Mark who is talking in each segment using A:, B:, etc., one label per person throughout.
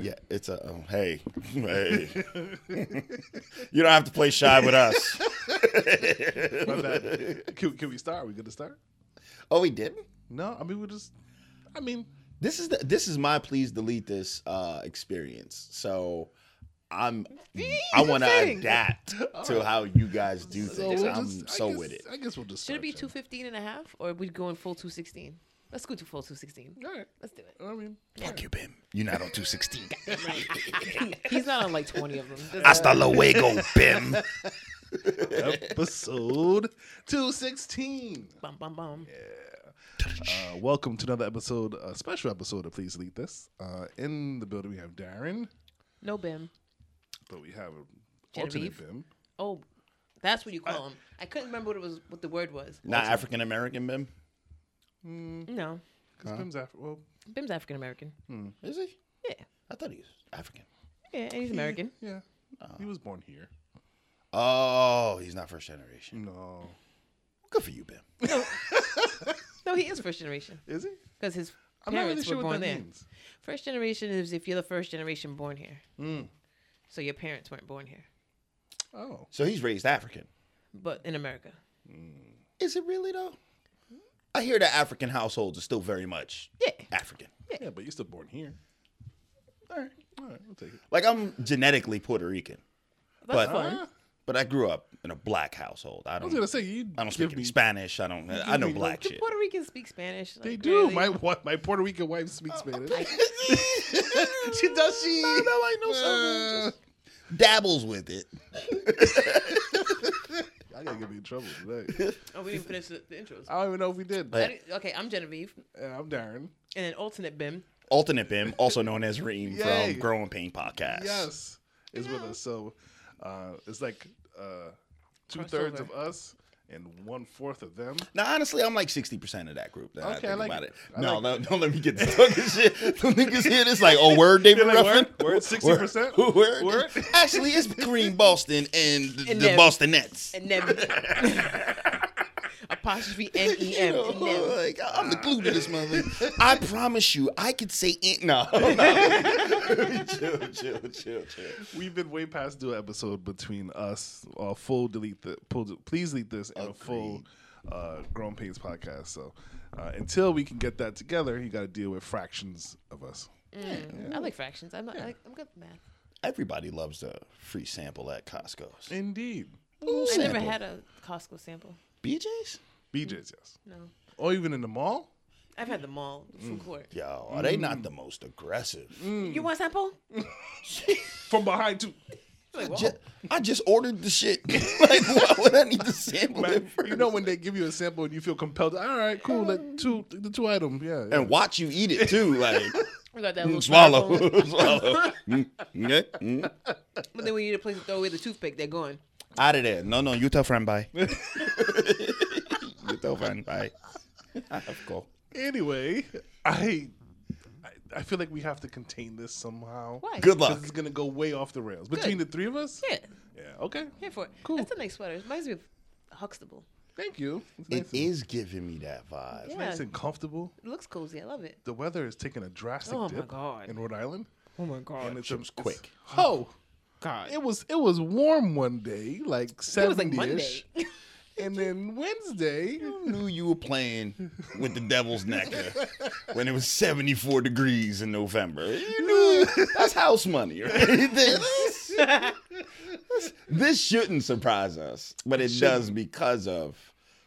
A: Yeah, it's a oh, hey, hey. you don't have to play shy with us.
B: My bad. Can, can we start? Are we good to start?
A: oh, we didn't.
B: No, I mean we just. I mean,
A: This is the, this is my please delete this uh, experience. So I'm I want to
C: Dang.
A: adapt to how you guys do
B: so
A: things.
B: we'll
A: I'm
B: just, I
A: so
B: guess-
A: with it.
B: I guess we'll just.
C: Should it be
B: start,
C: 215 and a half or are we going full 216? Let's go to full 216.
B: shall we? All right.
C: Let's do it.
B: I mean,
A: Fuck you, Bim. You're not on two sixteen.
C: He's not on like 20 of them.
A: Hasta luego, Bim.
B: episode two sixteen.
C: Bum, bum, bum.
B: Uh, welcome to another episode, a special episode of Please Delete This. Uh, in the building we have Darren,
C: No BIM.
B: but we have an alternate
C: Genevieve?
B: Bim.
C: Oh, that's what you call him. I couldn't remember what it was. What the word was.
A: Not African American, Bim.
C: No,
B: Because Bim's after. Well,
C: BIM's African American.
B: Hmm.
A: Is he?
C: Yeah,
A: I thought he was African.
C: yeah, and he's American.
B: yeah,
A: Uh.
B: he was born here.
A: Oh, he's not first generation.
B: No,
A: Good for you, Bim.
C: No, he is first generation
B: is he?
C: because his
B: I'm not
C: parents
B: really sure
C: were
B: what
C: born
B: that
C: there.
B: means.
C: First generation is if you're the first generation born here.
B: Hmm.
C: So your parents weren't born here,
B: Oh,
A: So he's raised African.
C: but in America.
A: Is it really though? I hear that African households are still very much
C: Yeah.
A: African.
B: yeah, but you're still born here. All right, all right, we'll take it.
A: Like I'm genetically Puerto Rican,
C: That's
A: But-
C: fun.
B: Ah,
A: but I grew up in a black household. I
B: I
A: don't.
B: was gonna say you.
A: Mm. I don't
B: give
A: speak
B: me-
A: any Spanish. I don't. I know
B: me no-
A: black
C: Do
A: shit.
C: Puerto Ricans speak Spanish?
B: They
C: Like,
B: do.
C: really? Oh,
B: My wa- my Puerto Rican wife speaks Spanish. she does. She.
A: I know. I know
B: Uh,
A: some. Just dabbles with it.
B: I gotta get me in trouble today.
C: Oh, we didn't finish the, the intros.
B: I don't even know if we did.
C: I didn't- okay, I'm Genevieve,
B: And I'm Darren.
C: and then alternate BIM.
A: Alternate Bim, also known as Reem
B: Yay.
A: from Growing Pain Podcast.
B: Yes, is with us. So uh, it's like uh, two thirds of us and one fourth of them.
A: Now, honestly, I'm like 60% of that group. Now that
B: Okay, I
A: think
B: like
A: about
B: it.
A: it.
B: I
A: No,
B: like
A: no, don't let me get this talking shit. Them niggas hear this like, oh, word, David
B: They're like,
A: Ruffin?
B: word, word, 60%?
A: Word, word.
B: Word?
A: Actually, it's between Boston and the,
C: And
A: the
C: them.
A: Boston Nets.
C: and then apostrophe N E
A: You
C: M.
A: know,
C: Nem.
A: Oh, like, I'm the glue to this mother. I promise you, I could say it. No. no. chill, chill, chill, chill.
B: We've been way past due episode between us. Uh, full delete the. Pull, please delete this and a full uh, grown pains podcast. So uh, until we can get that together, you got to deal with fractions of us.
C: I like fractions. I'm not, I like, I'm good at math.
A: Mm. Everybody loves the free sample at Costco's.
B: Indeed,
A: Ooh,
C: I never
A: sample.
C: had a Costco sample.
A: BJ's?
B: BJ's yes,
C: No,
B: or even in the mall.
C: I've had the mall
A: Mm.
C: the food court.
A: Yo, are they not the most aggressive?
C: You want a sample?
B: from behind too.
C: Like,
A: Ju- I just ordered the shit. like, why would I need to sample it first?
B: You know when they give you a sample and you feel compelled. All right, cool. Let two the two item. Yeah, yeah.
A: and watch you eat it too. Like,
C: we got that little
A: Mm, swallow,
C: styrofoam.
A: swallow. Mm, okay, mm.
C: But then when you need a place to throw away the toothpick, they're gone.
A: Out of there. No, no, you tell friend bye. you tell friend bye. Of course.
B: Anyway, I, I I feel like we have to contain this somehow.
C: Why?
A: Good
B: Because
A: luck.
B: it's gonna go way off the rails between the three of us.
C: Yeah,
B: Yeah. Okay.
C: here for it.
B: Cool.
C: That's a nice sweater. It reminds me of Huxtable.
B: Thank you. It's
A: It
B: nice, and,
A: is giving me that vibe.
C: Yeah.
B: nice and comfortable.
C: It looks cozy. I love it.
B: The weather is taking a drastic
C: Oh my
B: dip
C: God.
B: in Rhode Island,
C: Oh my
B: and
C: god.
B: it's, it's
A: quick.
B: Oh,
C: God. It
B: it was it was warm one day, like
C: was like
B: seventy
C: Monday.
B: ish, and then Wednesday.
A: Who knew you were playing with the devil's nectar when it was 74 degrees in November? You knew that's house money, right? This, this shouldn't surprise us, but it does because of.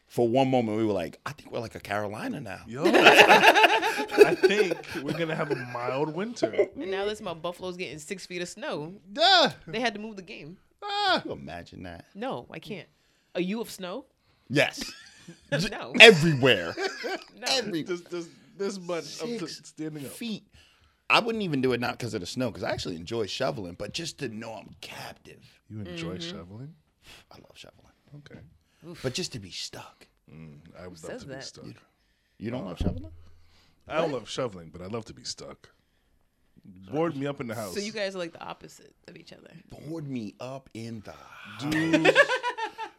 A: For one moment, we were like, I think we're like a Carolina now.
B: Yo, I think we're gonna have a mild winter.
C: and now this my Buffalo's getting six feet of snow.
B: Yeah.
C: They had to move the game.
B: Ah.
A: Can you imagine that?
C: No, I can't. A U of snow?
A: Yes.
C: No.
A: Everywhere.
C: No.
A: Every
B: This, this, this much up to
A: six
B: standing up.
A: feet. I wouldn't even do it not because of the snow, because I actually enjoy shoveling, but just to know I'm captive.
B: You enjoy
C: Mm-hmm.
B: shoveling?
A: I love shoveling.
B: Okay.
A: But just to be stuck.
B: I would love
C: says
B: to be
C: that?
B: stuck.
A: You don't love shoveling?
B: I don't love shoveling, but I love to be stuck. Board me up in the house.
C: So you guys are like the opposite of each other.
A: Board me up in the
B: Dude,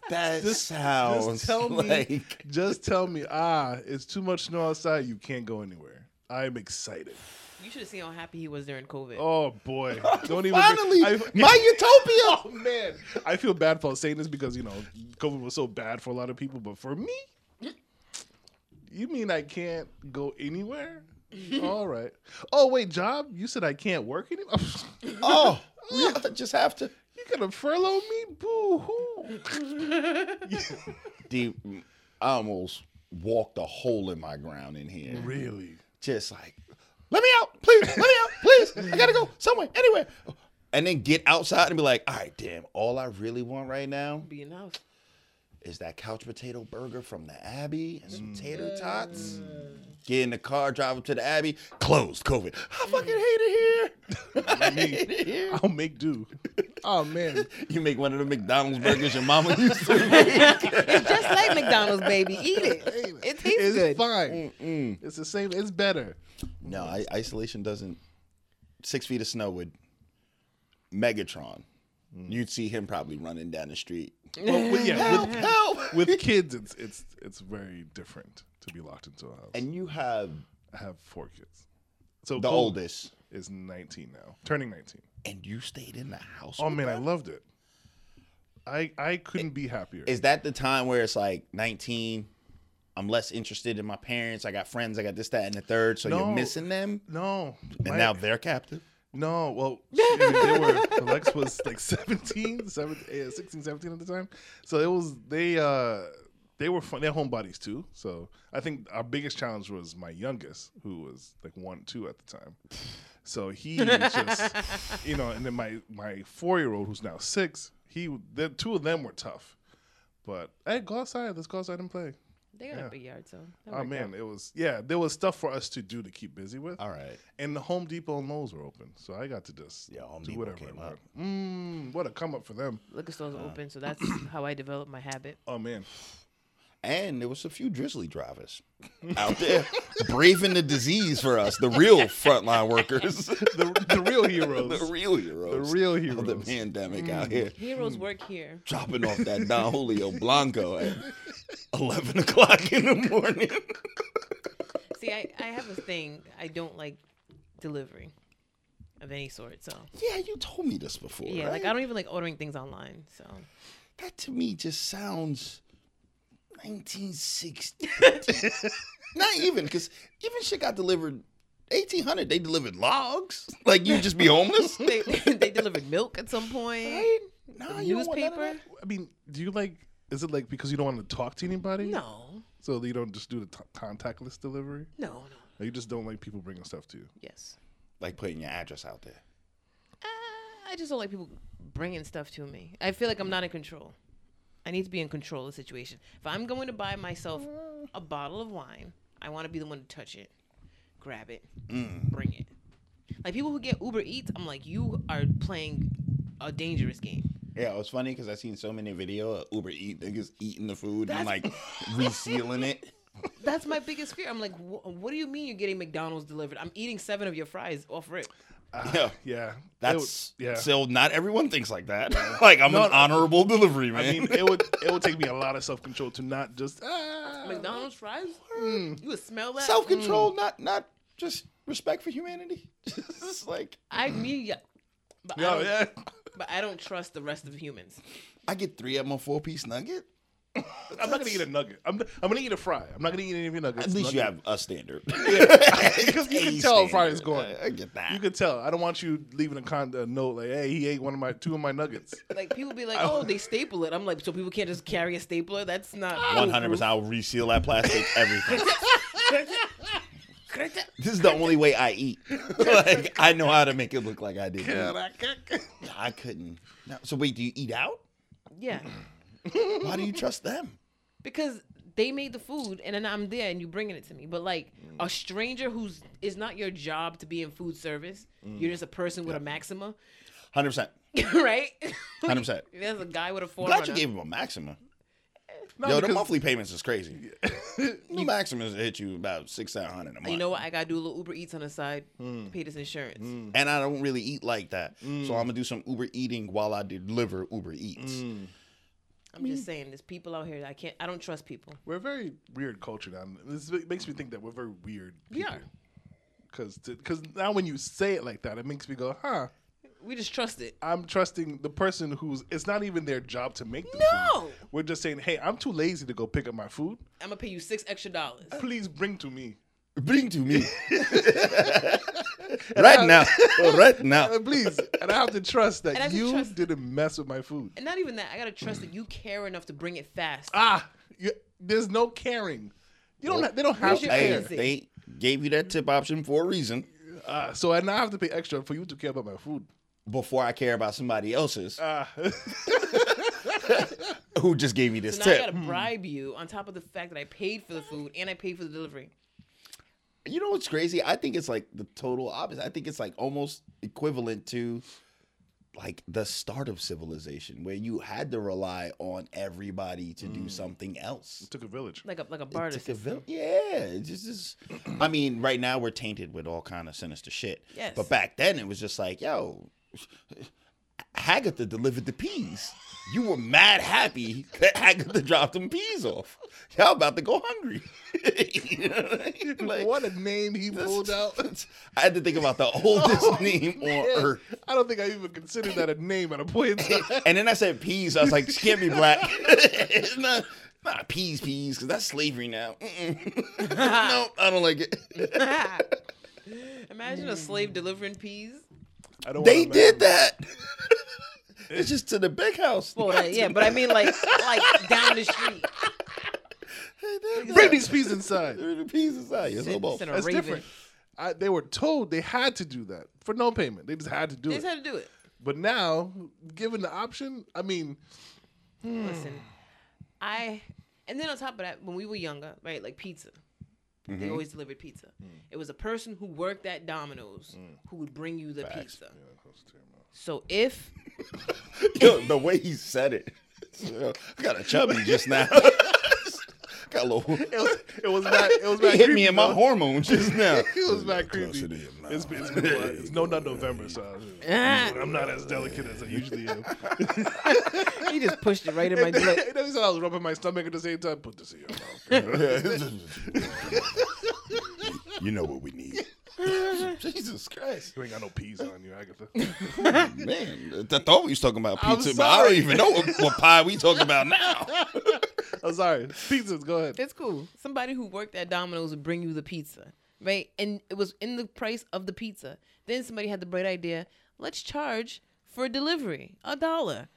A: That sounds
B: just tell me,
A: Oh, like
B: just tell me. Ah, it's too much snow outside. You can't go anywhere. I'm excited.
C: You should have seen how happy he was during COVID.
B: Oh boy! Don't even.
A: Finally,
B: I,
A: my utopia.
B: oh man, I feel bad for saying this because you know COVID was so bad for a lot of people, but for me, you mean I can't go anywhere? All right. Oh wait, job. You said I can't work anymore. you
A: Oh, we just have to.
B: gonna furlough me? Boo hoo!
A: The, I almost walked a hole in my ground in here.
B: really?
A: just like, let me out, please, let me out, please. I gotta go somewhere, anywhere. And then get outside and be like, all right, damn, all I really want right now
C: Be in the house.
A: is that couch potato burger from the Abbey and some tater tots. Get in the car, drive up to the Abbey. Closed, COVID. I fucking hate it here. I hate it here.
B: I'll make do. Oh man.
A: You make one of the McDonald's burgers your mama used to make.
C: It's just like McDonald's, baby. Eat it. It tastes
B: it's
C: good.
B: fine. It's the same. It's better.
A: No, I, isolation doesn't. Six feet of snow would. Megatron. You'd see him probably running down the street.
B: Well, with- yeah, with,
A: Help!
B: with kids, it's it's it's very different to be locked into a house.
A: and you have
B: I have four kids. So
A: the
B: Cole
A: oldest,
B: is 19 now, turning 19.
A: and you stayed in the house.
B: Oh
A: with
B: man, I
A: them?
B: loved it. I I couldn't be happier.
A: Is that the time where it's like 19? I'm less interested in my parents. I got friends. I got this, that, and the third. So
B: No.
A: you're missing them,
B: No,
A: and
B: my-
A: now they're captive.
B: no. Well, I mean, they were. Lex was like 17, 17, uh, 16, 17 at the time. So it was they. uh they were fun. They're homebodies too. So I think our biggest challenge was my youngest, who was like one, two at the time. So he just, you know, and then my my four year old who's now six, he the two of them were tough. But hey, go outside. Let's go outside and play.
C: They got a big yard, so. that
B: Oh
C: worked
B: man,
C: out.
B: it was yeah. There was stuff for us to do to keep busy with.
A: All right.
B: And the Home Depot and Lowe's were open, so I got to just
A: Yeah, Home
B: do
A: Depot
B: whatever
A: came
B: I want. Mm, what a come up for them.
C: Liquor stores are open, so that's how I developed my habit.
B: Oh man,
A: And there was a few drizzly drivers out there braving the disease for us, the real frontline workers,
B: the, the real
A: the
B: heroes.
A: real heroes,
B: real
A: of the
B: heroes. Mm.
A: pandemic out here.
C: Heroes work here.
A: dropping off that Don Julio Blanco at 11 o'clock in the morning.
C: See, I, I have a thing. I don't like delivery of any sort, so.
A: yeah, you told me this before.
C: Yeah, like I don't even like ordering things online, so.
A: that to me just sounds 1960. Not even, because even shit got delivered 1800. They delivered logs. Like you just be homeless.
C: They, they delivered milk at some point.
A: Right? No,
C: The
A: you don't want none of
C: newspaper?
A: that.
B: I mean, do you like? Is it like because you don't want to talk to anybody?
C: No,
B: So you don't just do the t- contactless delivery.
C: no, no.
B: Or you just don't like people bringing stuff to you.
C: Yes.
A: Like putting your address out there.
C: Uh, I just don't like people bringing stuff to me. I feel like I'm not in control. I need to be in control of the situation. If I'm going to buy myself a bottle of wine, I want to be the one to touch it, grab it, bring it. Like people who get Uber Eats, I'm like, you are playing a dangerous game.
A: Yeah, it was funny because I seen so many video of Uber Eat niggas eating the food and
C: That's-
A: like resealing it.
C: That's my biggest fear. I'm like, "Wh- what do you mean you're getting McDonald's delivered? I'm eating seven of your fries off rip.
A: yeah.
B: Yeah, That would-
A: That's
B: Uh, yeah.
A: So not everyone thinks like that. like I'm
B: No,
A: an
B: no.
A: honorable delivery man.
B: I mean, it would it would take me a lot of self control to not just ah.
C: McDonald's fries? You would smell that?
A: Self control,
B: mm.
A: not not just respect for humanity. Just like
C: I mean, yeah. But, I
B: No,
C: don't,
B: yeah.
C: but I don't trust the rest of humans.
A: I get three of my four piece nugget.
B: I'm not gonna eat a nugget. I'm, I'm gonna eat a fry. I'm not gonna eat any of your nuggets.
A: At least you
B: Nugget-
A: have a standard.
B: Because you
A: A
B: can tell
A: standard.
B: Friday's going.
A: I get that.
B: You could tell. I don't want you leaving a, con- a note like, "Hey, he ate one of my two of my nuggets."
C: Like people be like, "Oh, they staple it." I'm like, "So people can't just carry a stapler? That's not
A: One hundred percent. I'll reseal that plastic. Everything.
C: proof."
A: this is the only way I eat. like I know how to make it look like I did. eat. I couldn't. No. So wait, do you eat out?
C: Yeah,
A: Why do you trust them?
C: because they made the food and then I'm there and you bringing it to me. But like a stranger who's is not your job to be in food service.
A: Mm.
C: You're just a person with a Maxima,
A: Hundred percent.
C: right?
A: 100%.
C: There's a guy with a
A: I'm
C: four.
A: glad you gave him a maximum.
B: No,
A: Yo, the
B: because-
A: monthly payments is crazy. New maximums hit you about six seven hundred a month.
C: You know what? I gotta do a little Uber Eats on the side
A: Mm.
C: to pay this insurance.
A: and I don't really eat like that. So
C: Mm.
A: I'm gonna do some Uber eating while I deliver Uber Eats.
C: Mm. I'm just saying, there's people out here. That I can't. I don't trust people.
B: we're a very weird culture now. This makes me think that we're very weird.
C: We are.
B: Because because now when you say it like that, it makes me go, huh?
C: We just trust it.
B: I'm trusting the person who's. It's not even their job to make the
C: No.
B: food. We're just saying, hey, I'm too lazy to go pick up my food.
C: I'm gonna pay you six extra dollars.
B: Please bring to me.
A: Bring to me. right now. Right now.
B: Uh, please, and I have to trust that
C: And I have to
B: you
C: trust-
B: didn't mess with my food.
C: And not even that. I gotta trust that you care enough to bring it fast.
B: Ah, you, there's no caring. You don't.
A: Nope.
B: ha- They don't have to
C: your
A: Hey,
B: care.
C: Easy.
A: they gave you that tip option for a reason.
B: Ah, so I now have to pay extra for you to care about my food.
A: Before I care about somebody else's
C: Uh.
B: Ah,
A: who just gave me this
C: So now I
A: tip. Mm-hmm.
C: gotta bribe you on top of the fact that I paid for the food and I paid for the delivery.
A: You know what's crazy? I think it's like the total opposite. I think it's like almost equivalent to like the start of civilization where you had to rely on everybody to
C: Mm.
A: do something else.
B: took a village.
C: Like a like a barter.
A: It's like a
C: system.
A: vil- yeah, it's just, it's- I mean, right now we're tainted with all kind of sinister shit.
C: Yes.
A: But back then it was just like, yo, Hagatha delivered the peas. You were mad happy that Hagatha dropped them peas off. Y'all about to go hungry. You know what I mean? Like-
B: what a name he pulled out. Oh,
A: I had to think about the oldest name on
B: Yeah.
A: earth.
B: I don't think I even considered that a name at a point. in time.
A: And then I said peas. I was like, can't be black. It's not, not peas, peas, because that's slavery now. Mm-mm. no, I don't like it.
C: Imagine a slave delivering peas.
B: I don't
A: They
B: wanna
A: did
B: imagine.
A: that. it's just to the big house.
C: Well, like, yeah, but I mean like like down the street.
B: Bring these peas inside.
A: They're the Ah, peas inside. Yes,
C: Send,
A: hobo.
C: send a
B: That's
C: raven.
B: different. I, they were told they had to do that for no payment. They just had to do
C: They
B: it.
C: just had to do it.
B: but now, given the option, I mean,
C: Listen, I and then on top of that, when we were younger, right, like pizza,
A: Mm-hmm.
C: they always delivered pizza.
A: Mm.
C: It was a person who worked at Domino's who would bring you the pizza. So if
A: Yo, the way he said it. Yo, I got a chubby just now. got a little.
B: it was it was not it was not
A: He hit
B: creepy,
A: me in my
B: though.
A: hormones just now.
B: It was not creepy.
A: Closer to your mouth.
B: It's, been- it's, been a while. it's no not November, so I- I'm not as delicate as I usually am.
C: he just pushed it right in my
B: And
C: lip.
B: then he said I was rubbing my stomach at the same time. Put this in your mouth.
A: you know what we need. Jesus Christ.
B: You ain't got no peas on you, Agatha.
A: Man, I thought we was talking about
B: I'm
A: pizza, but I don't
B: sorry.
A: even know what, what pie we talking about now.
B: I'm sorry. Pizzas, go ahead.
C: It's cool. Somebody who worked at Domino's would bring you the pizza, right? And it was in the price of the pizza. Then somebody had the bright idea: let's charge for delivery a dollar.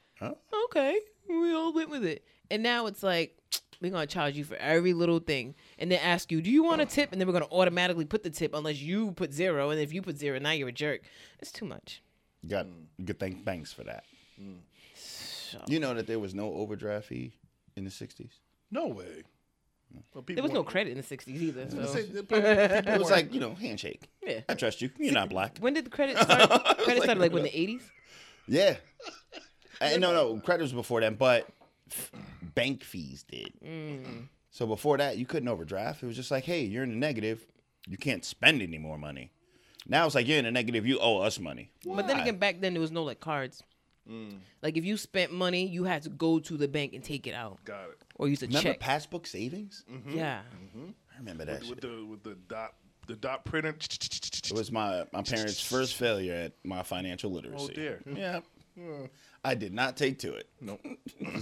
C: Okay, we all went with it. And now it's like we're gonna charge you for every little thing, and then ask you, do you want a tip? And then we're gonna automatically put the tip unless you put zero. And if you put zero, now you're a jerk. It's too much.
A: Got good thank thanks for that.
B: Hmm.
A: You know that there was no overdraft fee in the sixties.
B: No way. Well, people
C: There was no
B: weren't-
C: credit in the '60s either. So
A: It was like you know handshake.
C: yeah.
A: I trust you. You're not black.
C: When did the credit start? Credit started like when the '80s.
A: Yeah. Uh, no, no, credit was before then, but f- bank fees did.
C: Mm.
A: So before that, you couldn't overdraft. It was just like, hey, you're in the negative. You can't spend any more money. Now it's like you're in the negative. You owe us money.
C: But then
A: Why?
C: again, back then there was no like cards.
A: Mm.
C: Like if you spent money, you had to go to the bank and take it out
B: Got it.
C: or use a
A: remember
C: check. Mm-hmm.
A: passbook savings?
C: Yeah,
A: I remember that. Shit.
B: With the with the dot the dot printer.
A: It was my my parents' first failure at my financial literacy.
C: Oh,
B: dear.
A: Yeah.
C: Hmm.
A: I did not take to it.
B: Nope.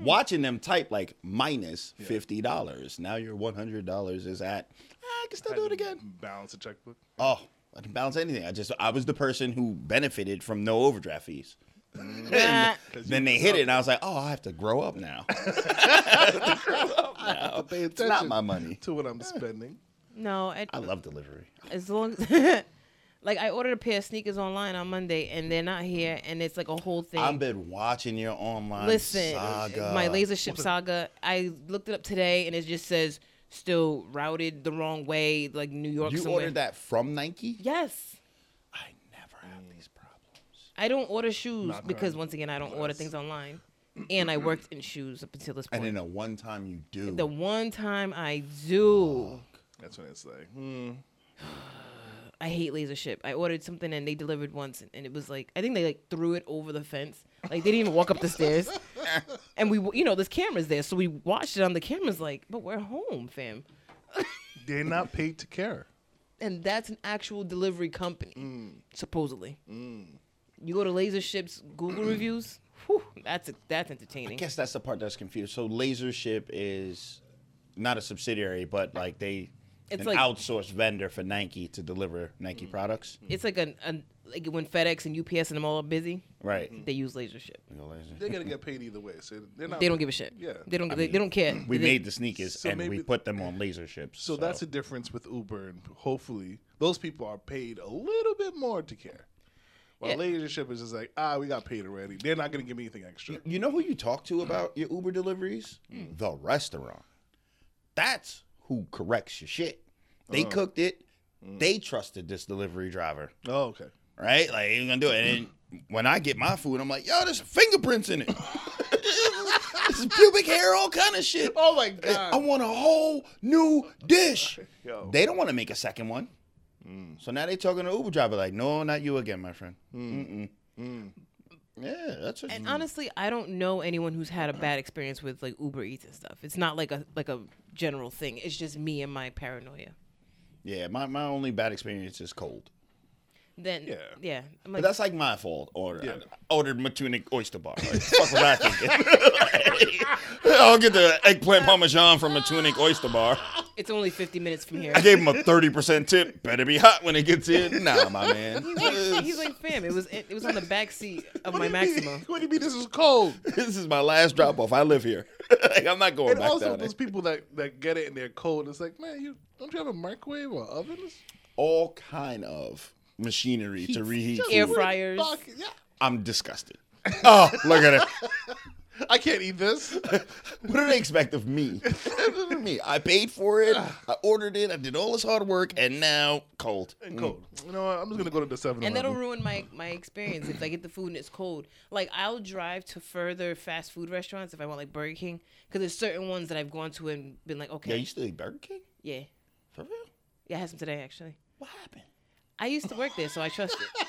A: Watching them type like minus fifty dollars. Now your one hundred dollars is at. ah, I can still do it again.
B: Balance a checkbook.
A: Oh, I didn't balance anything. I just I was the person who benefited from no overdraft fees. Mm-hmm.
C: Nah.
A: Then they hit it, and I was like, "Oh, I have to grow up now.
B: Pay
A: It's not
B: attention
A: my money."
B: to what I'm spending.
C: no, I,
A: I love delivery.
C: as long as like I ordered a pair of sneakers online on Monday and they're not here, and it's like a whole thing.
A: I've been watching your online
C: Listen, uh,
A: saga.
C: my laser ship saga. I looked it up today, and it just says still routed the wrong way, like New York.
A: You
C: somewhere.
A: ordered that from Nike? Mm.
C: Yes.
A: I never have these problems.
C: I don't order shoes
B: Not
C: because
B: current.
C: once again I don't order things online, and I worked in shoes up until this point.
A: And then the one time you do,
C: The one time I do,
B: That's when it's like, hmm.
C: I hate Laser Ship. I ordered something and they delivered once, and it was like I think they like threw it over the fence. Like they didn't even walk up the stairs. And we, you know, there's cameras there, so we watched it on the cameras. Like, but we're home, fam.
B: They're not paid to care.
C: and that's an actual delivery company,
A: Mm.
C: supposedly. You go to Laser Ship's Google reviews. Whew, that's that's
A: I
C: entertaining.
A: guess that's the part that's confused. So Lasership is not a subsidiary, but like Mm-hmm. they
C: It's
A: an
C: like-
A: outsourced vendor for Nike to deliver Nike products.
C: It's like an, an like when FedEx and UPS and them all are busy,
A: Right.
C: they use Laser Ship.
A: We go Laser.
B: They're gonna get paid either way. So they're not.
C: They don't give a shit.
B: Yeah.
C: They don't. they, they don't care.
A: We
C: They-
A: made the sneakers
B: so
A: and we
B: maybe-
A: put them on laser ships.
B: So, that's the difference with Uber, and hopefully those people are paid a little bit more to care. While
C: Yeah.
B: leadership is just like, ah, we got paid already. They're not gonna give me anything extra.
A: you know who you talk to about your Uber deliveries? The restaurant. That's who corrects your shit. They cooked it. They trusted this delivery driver.
B: Oh, okay.
A: right? Like he was gonna do it. And then when I get my food, I'm like, yo, there's fingerprints in it. this is pubic hair, all kind of shit. Eh,
B: Oh my
A: I
B: god.
A: want a whole new dish.
B: Yo.
A: They don't want to make a second one. So now they talking to Uber driver like, no, not you again, my friend. Mm. Mm. Yeah, that's what
C: And honestly, I don't know anyone who's had a bad experience with like Uber Eats and stuff. It's not like a like a general thing. It's just me and my paranoia.
A: yeah, my, my only bad experience is cold.
C: Then yeah,
B: Yeah.
A: But
C: I'm like,
A: that's like my fault. Order
B: Yeah.
A: I ordered my tunic oyster bar. Like, fuck was I thinking? I'll get the eggplant parmesan from a tunic oyster bar.
C: it's only fifty minutes from here.
A: I gave him a thirty percent tip. Better be hot when it gets here. Nah, my man.
C: He's like, he's like, fam, it was it, was on the back seat of my Maxima.
B: What do you mean this is cold?
A: this is my last drop off. I live here. like, I'm not going
B: And
A: back
B: also
A: down there.
B: those people that, that get it and they're cold, it's like, man, you don't you have a microwave or ovens?
A: All kind of machinery to reheat.
C: Air
A: food.
C: fryer. fryers.
B: Fuck, yeah.
A: I'm disgusted. Oh, look at it.
B: I can't eat this.
A: What do they expect of me? me. I paid for it. I ordered it. I did all this hard work, and now cold.
B: And cold. You know what? I'm just gonna go to the seven
C: And that'll
B: eleven.
C: ruin my my experience if I get the food and it's cold. Like I'll drive to further fast food restaurants if I want like Burger King because there's certain ones that I've gone to and been like,
A: Yeah,
C: okay,
A: you still eat Burger King?
C: yeah,
A: For real?
C: yeah, I had some today actually.
A: What happened?
C: I used to work there, so I trust it.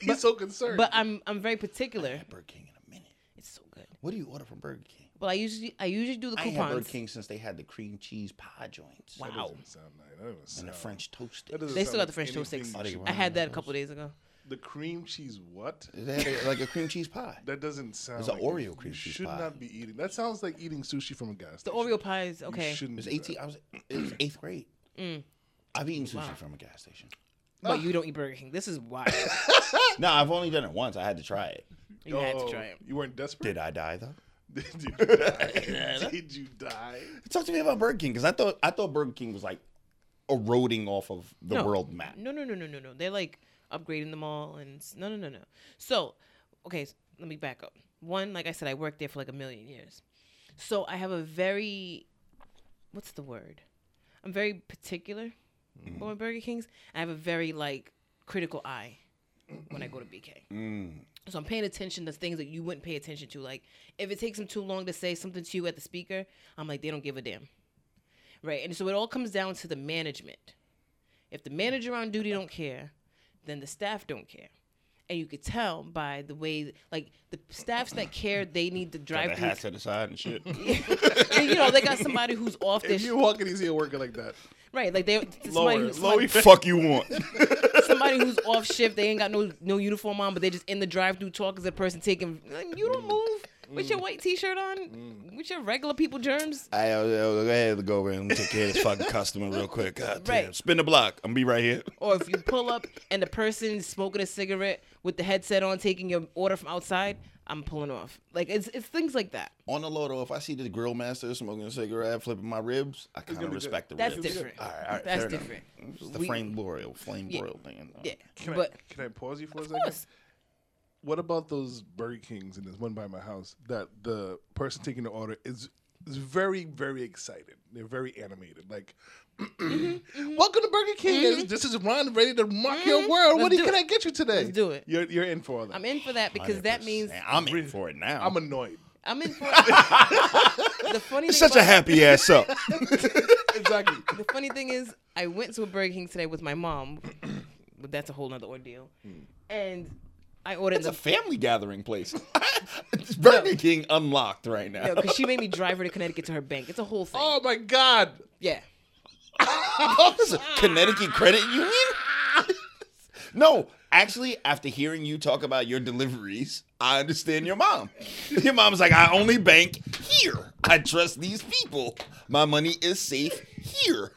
B: He's so concerned.
C: But I'm I'm very particular.
A: Burger King in a minute.
C: It's so good.
A: What do you order from Burger King?
C: Well, I usually I usually do the
A: I ain't had Burger
C: coupons.
A: King since they had the cream cheese pie joints.
B: That
C: Wow,
B: doesn't sound nice. That doesn't
A: And the
B: sound-
A: French toast.
B: that doesn't
C: They
B: sound
C: still got
B: like
C: the French toast
B: anything
A: sticks.
B: you
C: I
B: should-
C: had that a couple days ago.
B: The cream cheese what?
A: They had a- like a cream cheese pie.
B: That doesn't sound.
A: It's an
B: like
A: Oreo
B: you-
A: cream
B: You
A: cheese
B: should
A: pie.
B: not be eating. That sounds like eating sushi from a gas
C: The
B: station.
C: Oreo pie is
B: You
C: okay,
B: shouldn't
A: It was
B: do that.
A: 18. I was, it was eighth grade.
C: Mm.
A: I've eaten sushi from a gas station.
C: but you don't eat Burger King. This is wild. Ah.
A: No, I've only done it once. I had to try it.
C: You had to
B: Oh,
C: try it.
B: You weren't desperate.
A: Did I die though?
B: Did you die? Did you die?
A: Talk to me about Burger King because I thought I thought Burger King was like eroding off of the
C: No.
A: world map.
C: No, no, no, no, no, no. They're like upgrading them all, and s- no, no, no, no. So, okay, s let me back up. One, like I said, I worked there for like a million years, so I have a very, what's the word? I'm very particular
A: Mm-hmm.
C: on Burger King's. I have a very like critical eye when I go to BK.
B: Mm.
C: So I'm paying attention to things that you wouldn't pay attention to. Like if it takes them too long to say something to you at the speaker, I'm like, they don't give a damn. Right. And so it all comes down to the management. If the manager on duty don't care, then the staff don't care. And you could tell by the way, like the staffs that care, they need to
A: Got
C: drive
A: the hat to the side and shit.
C: through. you know, they got somebody who's off their
B: If
C: sh-
B: you walk in, he's here working like that.
C: right. Like they somebody,
B: Lower,
C: who's-
B: lower.
C: somebody,
B: your-
A: Fuck you want?
C: somebody who's off shift. They ain't got no no uniform on, but they just in the drive through talk as a person taking. Like, you don't move with
A: Mm.
C: your white t shirt on, with your regular people germs.
A: I, I, I, go ahead and go over and take care of this fucking customer real quick. God damn.
C: Right.
A: Spin the block. I'm be right here.
C: Or if you pull up and the person's smoking a cigarette with the headset on, taking your order from outside, I'm pulling off. Like it's it's things like that.
A: On the low though, if I see the grill master smoking a cigarette, flipping my ribs, I kind
B: gonna
A: of
B: be
A: respect the
C: That's
A: ribs.
C: different.
A: All right, all right,
C: That's
A: fair enough.
C: different.
A: It's the
C: We-
A: flame boreal, flame
C: Yeah.
A: boreal thing.
C: Yeah,
B: Can,
C: but
B: I, can I pause you for a
C: of
B: second?
C: course,
B: What about those Burger Kings and there's one by my house that the person taking the order is is very very excited. They're very animated. Like,
C: Mm-hmm.
B: welcome to Burger King. This is Ron ready to rock your world. what do-
C: Let's do
B: can
C: it.
B: I get you today?
C: Let's do it.
B: You're you're in for all that.
C: I'm in for that because that means
A: 100%. I'm in for it now.
B: I'm annoyed.
C: I'm in for it. the funny
A: it's
C: thing
A: such a
C: about-
A: happy ass up.
B: exactly.
C: the funny thing is, I went to a Burger King today with my mom, but that's a whole nother ordeal.
A: Hmm.
C: And I ordered
A: It's
C: the
A: a family gathering place. it's Burger King unlocked right now. Oh.
C: because she made me drive her to Connecticut to her bank. It's a whole thing.
B: Oh my god.
C: Yeah.
A: Connecticut Credit Union? No, actually, after hearing you talk about your deliveries, I understand your mom. Your mom's like, I only bank here. I trust these people. My money is safe here.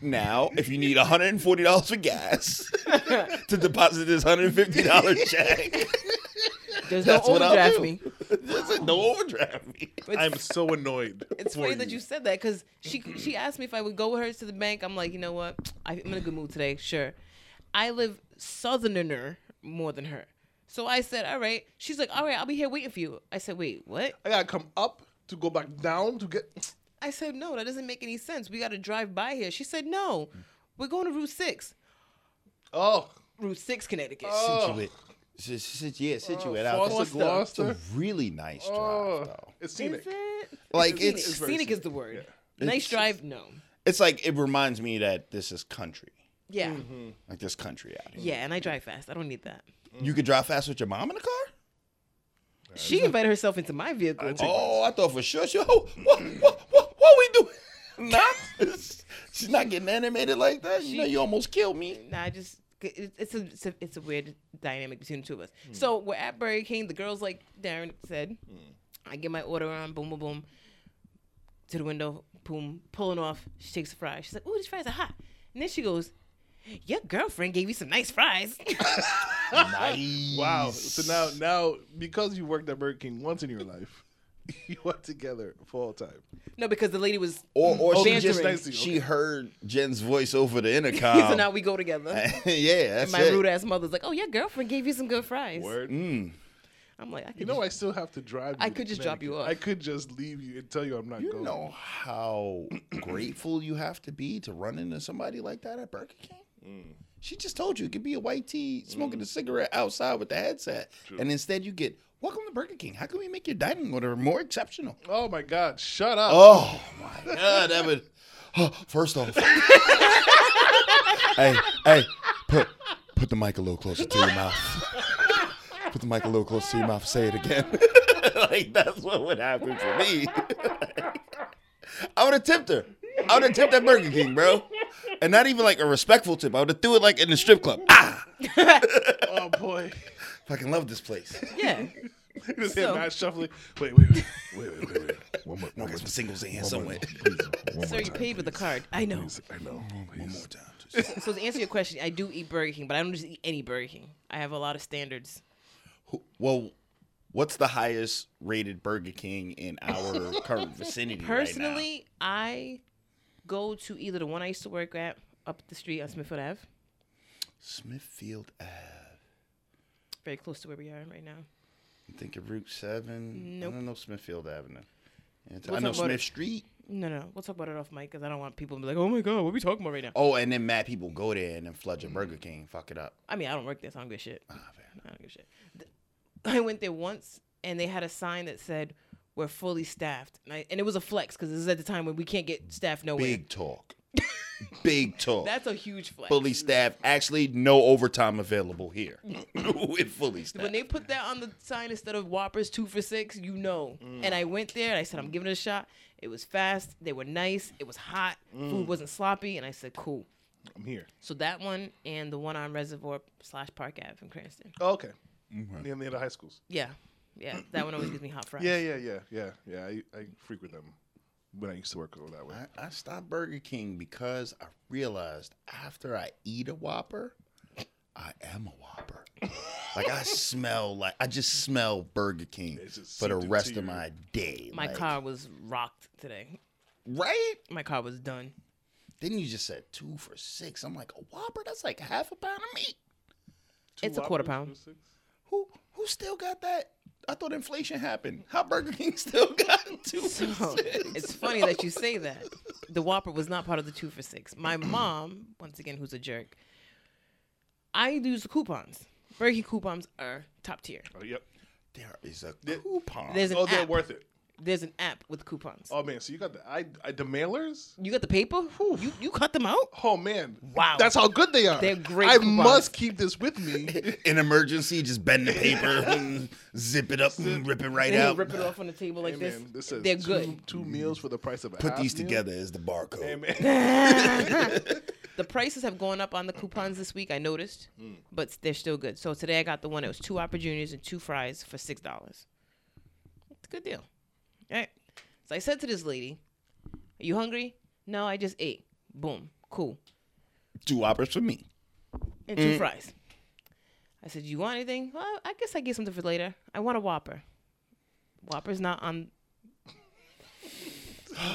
A: Now, if you need $140 for gas to deposit this $150 check,
C: There's no
A: that's what I'll
C: overdraft
A: do.
C: me.
A: This is no overdraft me.
B: I'm so annoyed.
C: It's
B: for
C: funny that you said that because she she asked me if I would go with her to the bank. I'm like, you know what? I, I'm in a good mood today. Sure. I live southerner more than her. So I said, all right. She's like, all right, I'll be here waiting for you. I said, wait, what?
B: I gotta come up to go back down to get.
C: I said, no, that doesn't make any sense. We got to drive by here. She said, no, we're going to Route 6.
B: Oh,
C: Route 6, Connecticut.
A: Situate. Si- si- Yeah, situate out. there.
B: Uh, Foster, Gloucester.
A: It's a really nice drive,
B: Oh,
A: though.
B: it's
C: Is
B: scenic.
C: it?
A: Like
C: Scenic.
A: it's
B: very
C: Scenic is
B: scenic,
C: the word.
A: yeah.
C: Nice
A: It's-
C: drive, no.
A: it's like it reminds me that this is country.
C: Yeah.
A: Like this country out here.
C: Yeah, and I drive fast. I don't need that.
A: You could drive fast with your mom in the car?
C: She invited herself into my vehicle.
A: Oh, I thought for sure. Yo, what, what, what, what we doing? Nah, she's not getting animated like that. You know, you almost killed me.
C: Nah, I just it- it's a, it's a it's a weird dynamic between the two of us.
B: Hmm.
C: So we're at Burger King. The girls like Darren said.
B: Hmm.
C: I get my order on. Boom, boom, boom. To the window. Boom. Pulling off. She takes the fries. She's like, "Ooh, these fries are hot." And then she goes, "Your girlfriend gave you some nice fries."
A: Nice.
B: Wow. So now, now because you worked at Burger King once in your life, you are together for all time.
C: no, because the lady was.
A: Or, or
B: Oh,
A: she
B: just
A: just
B: nice to you,
A: she
B: okay.
A: heard Jen's voice over the intercom.
C: so now we go together.
A: yeah, that's
C: My
A: it.
C: rude ass mother's like, "Oh, your girlfriend gave you some good fries."
B: Word.
C: I'm like, I could
B: You know,
C: just-
B: I still have to drive. You
C: Mm. I
B: to
C: could just drop you
B: Connecticut.
C: off.
B: I could just leave you and tell you I'm not
A: You
B: going.
A: know how grateful you have to be to run into somebody like that at Burger King? She just told you it could be a white tee smoking a cigarette outside with the headset. And instead you get, welcome to Burger King. How can we make your dining order more exceptional?
B: Oh my God! Shut up.
A: Oh my god, that would oh, first off. hey, hey, put put the mic a little closer to your mouth. Put the mic a little closer to your mouth. Say it again. like that's what would happen for me. I would have tipped her. I would have tipped that Burger King, bro. And not even like a respectful tip. I would have threw it like in the strip club. Ah,
B: Oh boy.
A: fucking love this place.
C: yeah.
B: You just
C: So-
B: hear Matt shuffling. Wait, wait, wait, wait, wait, wait, wait. One more,
A: No,
B: one
A: get some
B: more time.
A: singles in here somewhere.
B: Please, one
C: Sir, you paid with a card. I know.
B: I know. Please.
C: So to answer your question, I do eat Burger King, but I don't just eat any Burger King. I have a lot of standards.
A: Well, what's the highest rated Burger King in our current vicinity? right
C: Personally, I go to either the one I used to work at up the street on Smithfield Ave,
A: now? Smithfield Ave.
C: very close to where we are right now.
A: I'm thinking Route Seven.
C: Nope.
A: I don't know Smithfield Avenue. It's-
C: We'll
A: I know
C: talk about
A: Smith
C: it.
A: Street.
C: No, no, we'll talk about it off mic because I don't want people to be like, "Oh my god, what are we talking about right now?"
A: Oh, and then mad people go there and then flood your Burger King, and fuck it up.
C: I mean, I don't work there, so I don't give a shit.
A: Ah, fair.
C: I don't give a shit. Th- I went there once, and they had a sign that said, "We're fully staffed," and, I, and it was a flex because this is at the time when we can't get staff nowhere.
A: Big talk. Big talk.
C: That's a huge flex.
A: fully staffed. Actually, no overtime available here. With fully staffed.
C: When they put that on the sign instead of Whoppers two for six, you know. And I went there and I said, I'm giving it a shot. It was fast. They were nice. It was hot. Food wasn't sloppy. And I said, cool.
B: I'm here.
C: So that one and the one on Reservoir slash Park Ave in Cranston.
B: Oh, okay. Near the other high schools.
C: Yeah. Yeah. That one always gives me hot fries.
B: Yeah, yeah, yeah, yeah, yeah. I, I frequent them when I used to work over that way.
A: I, I stopped Burger King because I realized after I eat a Whopper, I am a Whopper. like I smell like I just smell Burger King
B: It's just
A: for the
B: seeped into
A: rest
B: your-
A: of my day.
C: My
A: like,
C: car was rocked today.
A: right?
C: My car was done.
A: Then you just said two for six. I'm like a Whopper. That's like half a pound of meat.
B: Two
C: It's a quarter
B: Whoppers, two six?
A: Who who still got that? I thought inflation happened. How Burger King still got two
C: So
A: for six?
C: it's funny that you say that. The Whopper was not part of the two for six. My mom, once again, who's a jerk, I use the coupons. Burger King coupons are top tier.
B: Oh, yep.
A: There is a coupon.
C: There's an
B: Oh, they're
C: app.
B: worth it.
C: There's an app with coupons.
B: Oh man, so you got the I, I the mailers?
C: You got the paper? You you cut them out?
B: Oh man,
C: Wow.
B: that's how good they are.
C: They're great
B: I
C: coupons.
B: must keep this with me.
A: In emergency, just bend the paper, and zip it up, and rip it right
C: And
A: out.
C: you rip it off on the table like
B: Hey,
C: this.
B: man, this says
C: They're
B: two,
C: good.
B: Two meals for the price of a
A: Put
B: half
A: these
B: meal.
A: together as the barcode.
B: Hey, man.
C: The prices have gone up on the coupons this week. I noticed, but they're still good. So today I got the one that was two Opera Juniors and two fries for six dollars. It's a good deal. All right. So I said to this lady, "Are you hungry?" No, I just ate. Boom. Cool.
A: Two operas for me.
C: and two fries. I said, "You want anything? Well, I guess I get something for later. I want a Whopper. Whopper's not on."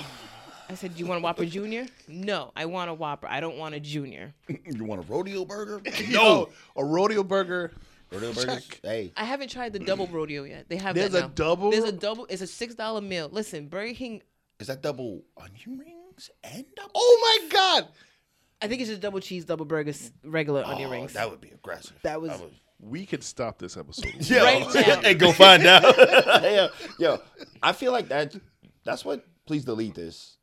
C: I said, "You want a Whopper Junior? No, I want a Whopper. I don't want a Junior.
A: You want a rodeo burger?
B: Yo, a rodeo burger.
A: rodeo burger. Hey,
C: I haven't tried the double rodeo yet. They have
B: There's
C: that
B: a
C: now.
B: double?
C: There's a double. It's a six dollar meal. Listen, Burger King.
A: is that double onion rings and double?
B: Oh my god,
C: I think it's just double cheese, double burgers, regular onion
A: Oh,
C: rings.
A: That would be aggressive.
C: That was-
B: we could stop this episode.
A: Yo,
C: Right now.
A: hey, go find out. yo, yo, I feel like that. That's what. Please delete this.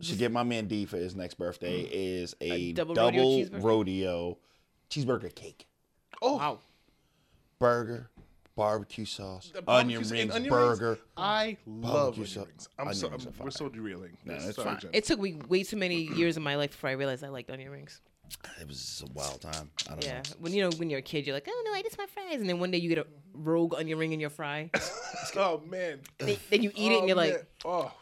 A: Should get my man D for his next birthday is a,
C: double
A: double,
C: rodeo cheeseburger?
A: rodeo cheeseburger cake,
B: Oh,
C: Wow.
A: burger, barbecue sauce,
B: the barbecue
A: onion
B: and
A: rings,
B: onion rings?
A: burger.
B: I love
A: Barbecue
B: onion
A: sauce.
B: rings. I'm
A: Onion
B: so,
A: rings
B: I'm-
A: are fire.
B: we're so derailing.
A: No,
B: This-
A: it's
B: sorry,
A: fine.
B: Jen.
C: It took me way too many years of my life before I realized I liked onion rings.
A: It was a wild time. I don't
C: Yeah,
A: know.
C: when you know when you're a kid, you're like, oh no, I just want fries, and then one day you get a rogue onion ring in your fry,
B: oh man,
C: then, then you eat it,
B: Oh,
C: and you're like,
B: man. oh,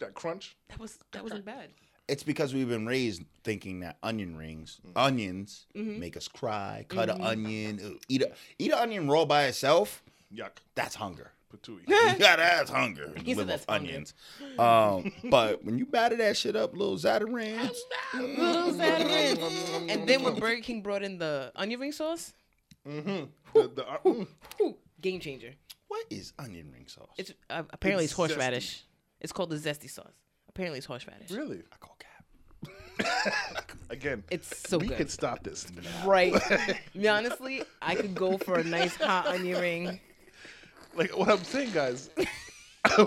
B: that crunch.
C: that was that wasn't bad.
A: It's because we've been raised thinking that onion rings, onions,
C: Mm-hmm.
A: make us cry. Cut an onion, Ooh, eat a, eat an onion raw by itself.
B: Yuck,
A: That's hunger.
B: patooey.
A: you gotta have hunger to
C: Eh. He said
A: live
C: that's
A: off
C: hunger.
A: onions. Um, but when you batter that shit up, little Zatarans,
C: Little sad onion. and then when Burger King brought in the onion ring sauce,
B: the, the, uh, mm.
C: whew, game changer.
A: what is onion ring sauce?
C: It's uh, apparently it's,
B: It's
C: horseradish. It's called the zesty sauce. Apparently it's horseradish.
B: really?
A: I call cap.
B: Again,
C: It's so
B: we
C: good.
B: could stop this.
C: Right. Me, honestly, I could go for a nice hot onion ring.
B: Like what I'm saying, guys.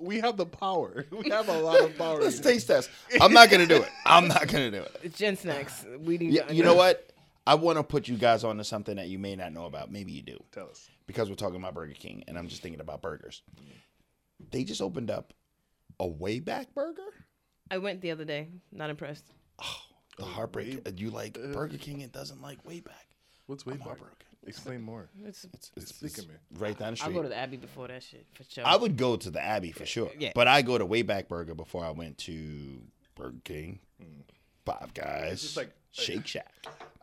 B: we have the power. We have a lot of power.
A: Let's taste test. I'm not gonna do it. I'm not gonna do it.
C: It's Gen Snacks. We need.
A: You,
C: the
A: you know
C: onion-
A: what? I want to put you guys onto something that you may not know about. Maybe you do,
B: Tell us.
A: because we're talking about Burger King, and I'm just thinking about burgers. They just opened up a Wayback Burger.
C: I went the other day. Not impressed.
A: The heartbreak. You like Burger King and doesn't like Wayback.
B: What's way more?
A: heartbroken.
B: Explain more.
C: It's,
A: It's,
B: Speak of me.
A: right down the
C: I'll
A: street.
C: go to the Abbey before that shit for sure.
A: I would go to the Abbey for sure.
C: Yeah.
A: But I go to Wayback Burger before I went to Burger King, Five Guys,
B: just like-
A: Shake Shack.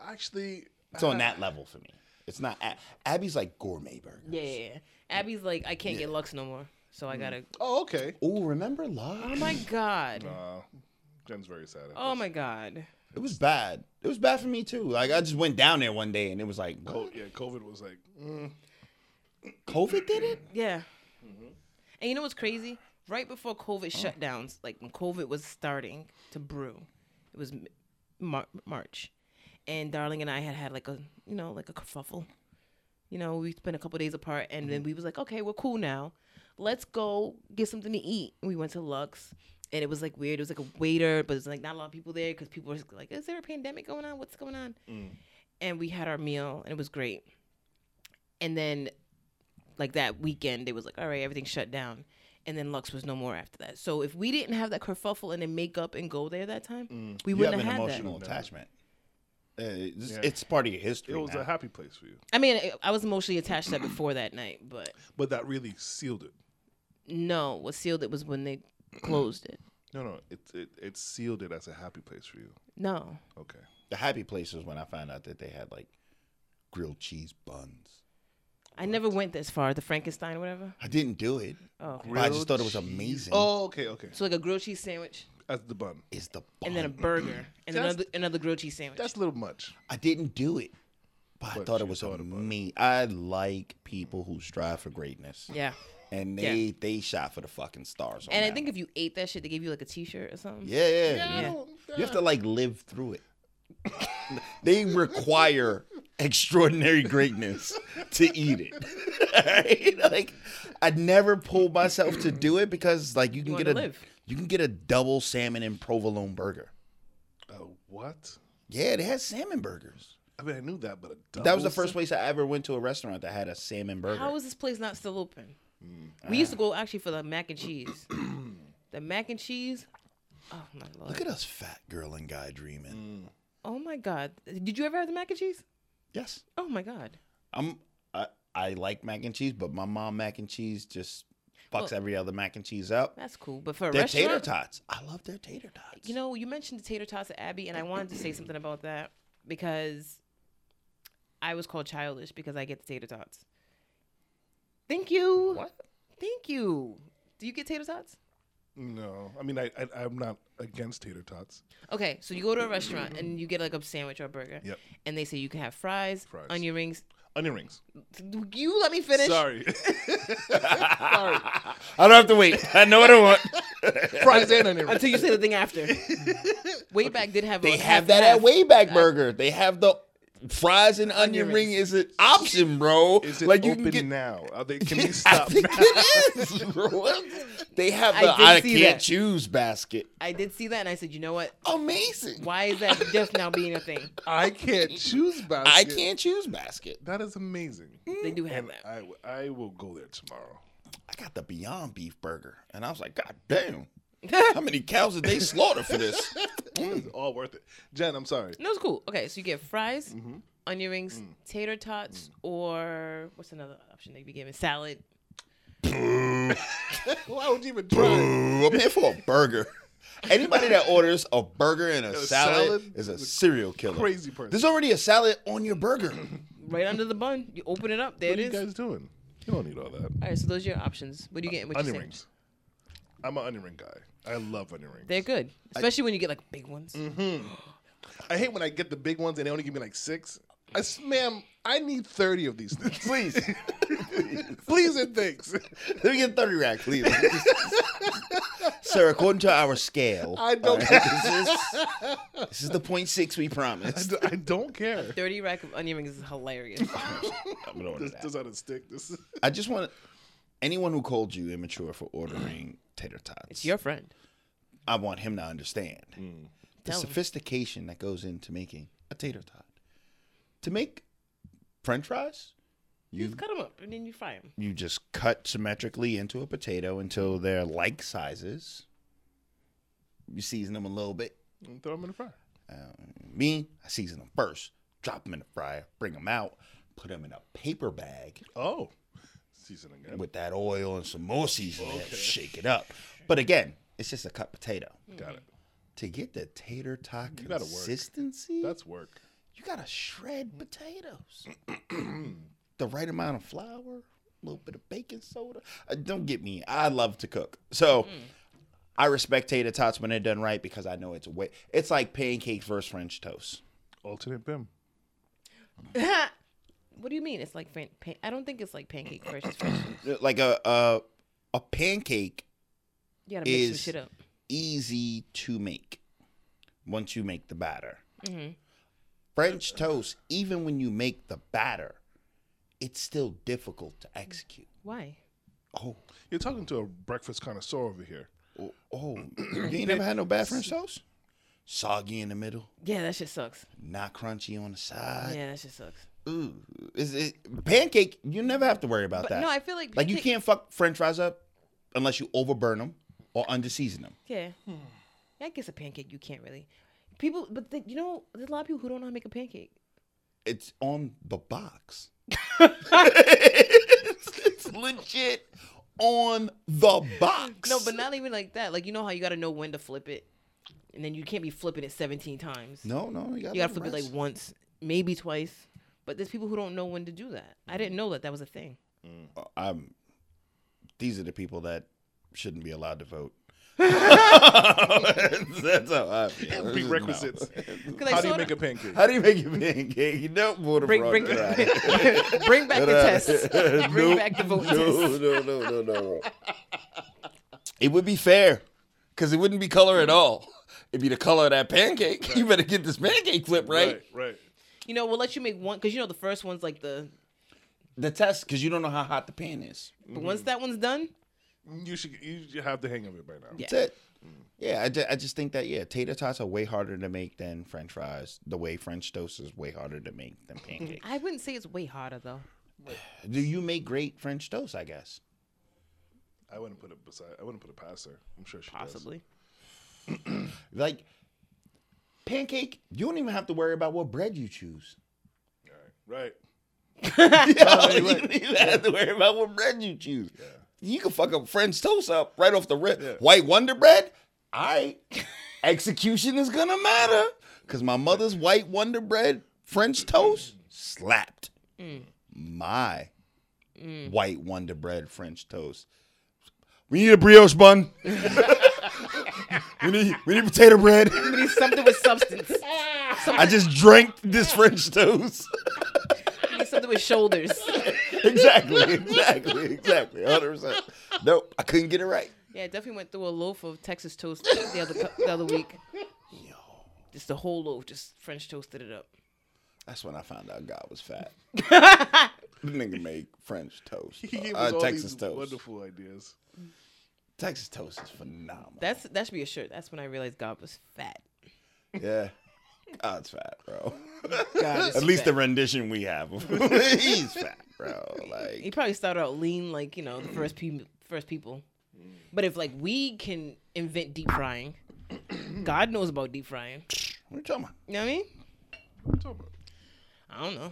B: Actually,
A: It's on that level for me. It's not Ab- Abby's like gourmet burger.
C: Yeah, yeah, yeah. Abby's like, I can't get Lux no more, so
A: Mm.
C: I gotta.
B: Oh, okay.
A: Oh, remember
C: Oh
A: Lux?
C: my god.
B: Uh, Jen's very sad. at
C: Oh
B: this.
C: my god.
A: It was bad. It was bad for me too. Like I just went down there one day and it was like
B: Oh, yeah, COVID was like, mm,
A: COVID did it.
C: Yeah.
A: Mm-hmm.
C: And you know what's crazy? Right before COVID shutdowns, like when COVID was starting to brew, it was m- Mar- March, and Darling and I had had like a you know like a kerfuffle. You know, we spent a couple days apart, and
A: Mm-hmm.
C: then we was like, okay, we're cool now. Let's go get something to eat. And we went to Lux, and it was like weird. It was like a waiter, but it's like not a lot of people there because people were like, is there a pandemic going on? What's going on?
A: Mm.
C: And we had our meal, and it was great. And then like that weekend it was like all right everything shut down and then lux was no more after that so if we didn't have that kerfuffle and then make up and go there that time we
A: Mm. You have
C: wouldn't
A: an
C: have had
A: emotional
C: that
A: attachment. Uh, it's,
B: Yeah.
A: it's part of your history.
B: it was
A: now.
B: a happy place for you.
C: i mean I- i was emotionally attached to that before that night but
B: But that really sealed it.
C: no what sealed it was when they closed it
B: No, no, it, it, it sealed it as a happy place for you.
C: no
B: Okay.
A: the happy place was when I found out that they had like grilled cheese buns.
C: i never went this far the frankenstein or whatever
A: I didn't do it.
C: oh okay.
A: But I just
B: Grilled
A: thought it was
B: cheese-
A: amazing.
B: Oh, okay, okay.
C: so like a grilled cheese sandwich
B: As the bun.
A: Is the
C: and then a
A: bun.
C: burger and
B: That's-
C: another another grilled cheese sandwich
B: That's a little much.
A: I didn't do it, but, I
B: But
A: thought it
B: you
A: was
B: thought
A: on
B: about
A: me. I like people who strive for greatness.
C: yeah
A: And
C: Yeah.
A: they they shot for the fucking stars. On
C: and i
A: that
C: think
A: one.
C: if you ate that shit they gave you like a t-shirt or something
A: yeah, yeah,
C: Yeah.
A: you have to like live through it. they require extraordinary greatness to eat it. Alright? Like I never pulled myself to do it because like you can
C: wanna
A: get a
C: live.
A: you can get a double salmon and provolone burger.
B: Oh, what?
A: Yeah, they had salmon burgers.
B: I mean, I knew that, but a double
A: That was the first
B: sa-
A: place I ever went to a restaurant that had a salmon burger.
C: How is this place not still open?
A: Mm,
C: We
A: uh.
C: used to go actually for the mac and cheese. the mac and cheese. Oh my lord.
A: Look at us, fat girl and guy dreaming.
C: Oh my god. Did you ever have the mac and cheese?
A: Yes,
C: Oh my god.
A: I'm. I, I like mac and cheese, but my mom mac and cheese just fucks
C: Well-
A: every other mac and cheese up.
C: That's cool. But for a
A: Their tater
C: restaurant,
A: tots, I love their tater tots.
C: you know, you mentioned the tater tots at Abby, and I wanted to say something about that because I was called childish because I get the tater tots. Thank you. What? Thank you. Do you get tater tots?
B: No, I mean, I, I I'm not against tater tots.
C: Okay, so you go to a restaurant and you get like a sandwich or a burger.
B: Yep.
C: And they say you can have fries,
B: Fries.
C: onion rings.
B: Onion rings.
C: You let me finish.
B: Sorry,
A: I don't have to wait. I know what I want.
B: fries and onion rings.
C: Until you say the thing after. Way back did have.
A: They
C: a
A: have
C: half
A: that
C: and
A: at
C: half.
A: Wayback Burger. They have the fries and onion,
C: Onion
A: ring is an option, bro.
B: Is it
A: you
B: open
A: can get.
B: now? Are they, can we
A: I
B: stop?
A: think
B: now?
A: it is, bro. They have
C: I
A: the
C: did
A: I,
C: see
A: can't
C: that.
A: choose basket.
C: I did see that, and I said, you know what?
A: Amazing.
C: Why is that just now being a thing?
B: I can't choose basket.
A: I can't choose basket.
B: That is amazing.
C: They do have
B: And
C: that.
B: I, w- I will go there tomorrow.
A: I got the Beyond Beef burger, and I was like, God damn, how many cows did they slaughter for this?
B: It's all worth it. Jen, I'm sorry.
C: No, it's cool. Okay, so you get fries, onion rings, tater tots, or what's another option they'd be giving? Salad.
B: Why would you even try?
A: Ooh, I'm here for a burger. Anybody that orders a burger and a, salad,
B: salad
A: is a
B: is a
A: serial killer.
B: crazy person.
A: There's already a salad on your burger.
C: Right under the bun. You open it up. There
B: What
C: it
B: are you
C: is.
B: guys doing? You don't need all that.
C: All right, so those are your options. What are you getting? What you
B: onion
C: saying?
B: rings. I'm an onion ring guy. I love onion rings.
C: They're good, especially when you get like big ones.
B: I hate when I get the big ones and they only give me like six. I s- ma'am, I need thirty of these things,
A: Please,
B: please and thanks.
A: let me get a 30 rack, please. Sir, according to our scale,
B: I don't-
A: all this, is, this is the point six we
B: I,
A: promised.
B: d- I don't care.
C: Thirty rack of onion rings is hilarious.
A: I'm gonna order
B: This
A: that.
B: does not stick. This is
A: I just want anyone who called you immature for ordering tater tots.
C: it's your friend.
A: I want him to understand
B: Hmm.
A: the
C: Tell him.
A: sophistication that goes into making a tater tot. To make French fries,
C: You
A: you
C: cut them up and then you fry them.
A: you just cut symmetrically into a potato until
B: Mm-hmm.
A: they're like sizes. You season them a little bit.
B: throw them in the fryer.
A: Uh, me, I season them first, drop them in the fryer, bring them out, put them in a paper bag
B: Oh, season again.
A: with that oil and some more seasoning, shake it up. But again, it's just a cut potato.
B: Got it.
A: To get the tater tot
B: gotta work.
A: consistency,
B: That's work.
A: you gotta shred potatoes. the right amount of flour, a little bit of baking soda. Uh, don't get me. I love to cook, so I respect tater tots when they're done right because I know it's a way. It's like pancakes versus French toast.
B: Alternate BIM.
C: what do you mean? It's like fan- pan- I don't think it's like pancake versus French. toast.
A: Uh, Like a a, a pancake
C: You gotta mix some
A: Is-
C: shit up.
A: easy to make once you make the batter. Mm-hmm. French toast, even when you make the batter, it's still difficult to execute.
C: Why?
A: Oh,
B: You're talking to a breakfast connoisseur over here.
A: Oh, oh, you ain't never had no bad French toast? Soggy in the middle,
C: Yeah, that shit sucks.
A: not crunchy on the side.
C: Yeah, that shit sucks.
A: Ooh, is it pancake? You never have to worry about
C: But
A: that.
C: no, I feel like
A: like you
C: pancake-
A: can't fuck French fries up unless you overburn them or underseason them.
C: Yeah. Yeah, I guess a pancake you can't really. People, but the, you know, there's a lot of people who don't know how to make a pancake.
A: It's on the box. it's, it's legit on the box.
C: No, but not even like that. Like you know how you gotta know when to flip it, and then you can't be flipping it 17 times.
A: no, no, you gotta,
C: you gotta
A: let
C: flip it
A: rest.
C: like once, maybe twice. But there's people who don't know when to do that. I didn't know that that was a thing.
A: I'm. These are the people that shouldn't be allowed to vote. That's how I feel. This is no.
B: Prerequisites.
C: Cause I
B: How do you
C: saw
B: make
C: the-
B: a pancake?
A: How do you make a pancake? You don't want to
C: bring bring, bring back the test? Bring back the vote
A: No, no, no, no, no. It would be fair, because it wouldn't be color at all. It'd be the color of that pancake. You better get this pancake flip right.
B: right.
C: You you know, we'll let you make one because you know the first one's like the.
A: The test, because you don't know how hot the pan is.
C: But
B: Mm-hmm.
C: once that one's done,
B: You should you should have the hang of it by now.
C: Yeah.
A: That's it. Yeah, I, ju- I just think that yeah, tater tots are way harder to make than French fries. The way French toast is way harder to make than pancakes.
C: I wouldn't say it's way harder though.
A: Do you make great French toast? I guess.
B: I wouldn't put it beside. I wouldn't put it past her. I'm sure she
C: Possibly.
A: Like pancake, you don't even have to worry about what bread you choose.
B: Does. All right. Right.
A: Yeah, you don't even have to worry about what bread you choose. You can fuck up French toast up right off the rip. White Wonder bread, I execution is gonna matter because my mother's White Wonder bread French toast slapped. My White Wonder bread French toast. We need a brioche bun. we need we need potato bread.
C: We need something with substance.
A: I just drank this French toast.
C: We need something with shoulders.
A: exactly, exactly, exactly. 100%. Nope, I couldn't get it right.
C: Yeah, I definitely went through a loaf of Texas toast the other cou- the other week. Just the whole loaf, just French toasted it up.
A: That's when I found out God was fat. the nigga made French toast.
B: He gave
A: Uh,
B: us all
A: Texas
B: these
A: toast.
B: wonderful ideas.
A: Texas toast is phenomenal.
C: That's that should be a shirt. That's when I realized God was fat.
A: yeah. God's fat, bro.
C: God is
A: At least the
C: fat.
A: rendition we have of him. He's fat, bro.
C: he
A: Like
C: probably started out lean, like you know the first pe- first people.
B: Mm.
C: But if like we can invent deep frying, God knows about deep frying.
A: what are you talking about?
C: You know what I mean?
B: What you talking about?
C: I don't know.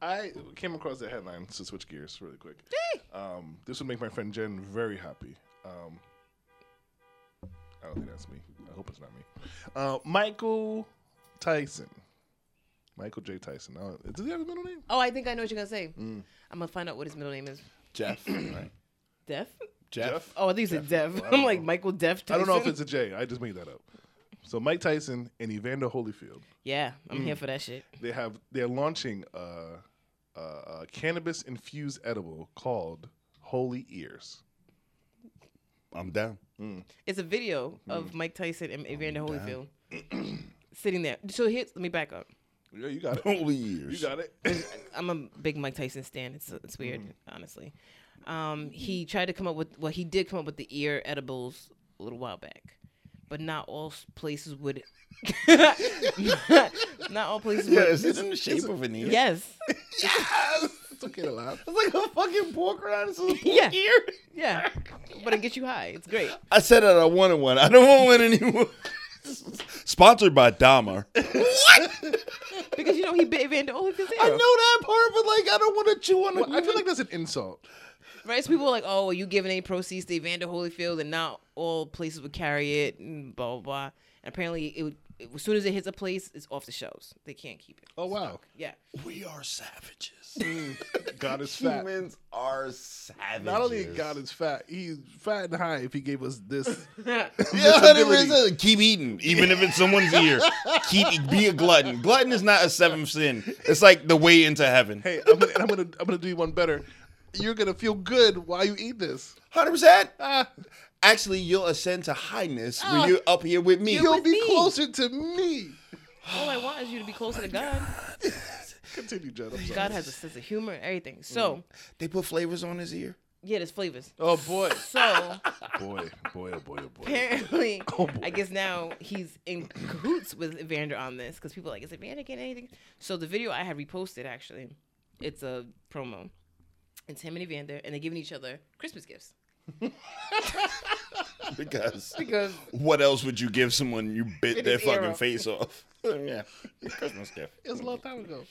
B: I came across that headline to switch gears really quick. Um, this would make my friend Jen very happy. Um, I don't think that's me. I hope it's not me. Uh, Michael Tyson. Michael J. Tyson. Uh, does he have a middle name?
C: Oh, I think I know what you're gonna say.
B: Mm.
C: I'm gonna find out what his middle name is.
A: Jeff. Right.
C: Def?
A: Jeff.
C: Oh, I think it's Dev. I'm like Michael Def.
B: I don't know if
C: Tyson.
B: it's a J. I just made that up. So Mike Tyson and Evander Holyfield.
C: Yeah, I'm
B: Mm.
C: here for that shit.
B: They have they're launching a, a, a cannabis infused edible called Holy Ears.
A: I'm down.
C: It's a video
A: Mm.
C: of Mike Tyson
A: Oh,
C: and Evander Holyfield sitting there. So here, let me back up.
B: Yeah, you got it.
A: Holy years.
B: You got it.
C: I'm a big Mike Tyson stan. It's it's weird,
A: Mm.
C: honestly. Um, he tried to come up with well, he did come up with the ear edibles a little while back, but not all s- places would. not, all places
A: yeah,
C: would.
A: is it in the shape of an ear?
C: Yes.
A: Yes!
B: it's okay to laugh.
A: It's like a fucking pork rind. It's a pork
C: Yeah.
A: ear.
C: Yeah. But it gets you high. It's great.
A: I said that I wanted one. I don't want one anymore. Sponsored by Dahmer.
C: Because you know he bit Evander Holyfield's ear.
A: I know that part, but like I don't want to chew on it.
B: I feel like that's an insult.
C: Right? So people were like, oh, are you giving any proceeds to Evander Holyfield and not all places would carry it and blah, blah, blah. And apparently, it would, it, as soon as it hits a place, it's off the shelves. They can't keep it.
B: Oh wow,
C: Yeah.
A: we are savages.
B: God is fat.
A: Humans are savages.
B: Not only God is fat, he's fat and high. If he gave us this,
A: yeah, 100%. keep eating, even if it's someone's ear. Keep be a glutton. Glutton is not a seventh sin. It's like the way into heaven.
B: hey, I'm gonna, I'm gonna, I'm gonna do you one better. You're gonna feel good while you eat this.
A: Hundred percent.
B: Ah.
A: Actually, you'll ascend to highness when you're up here with me.
B: You'll
C: with
B: be
C: me.
B: closer to me.
C: All I want is you to be closer to God.
B: Continue, Jen. I'm sorry.
C: God has a sense of humor and everything. So,
A: They put flavors on his ear.
C: yeah, there's flavors.
B: Oh boy,
C: So,
B: boy, boy, oh boy, oh boy.
C: apparently, I guess now he's in cahoots with Evander on this because people are like, is Evander getting anything? So the video I had reposted actually, it's a promo. It's him and Evander, and they're giving each other Christmas gifts.
A: Because
C: Because
A: what else would you give someone you bit
C: It
A: their
C: is era.
A: fucking face off? yeah, Christmas gift.
B: It was a long time ago.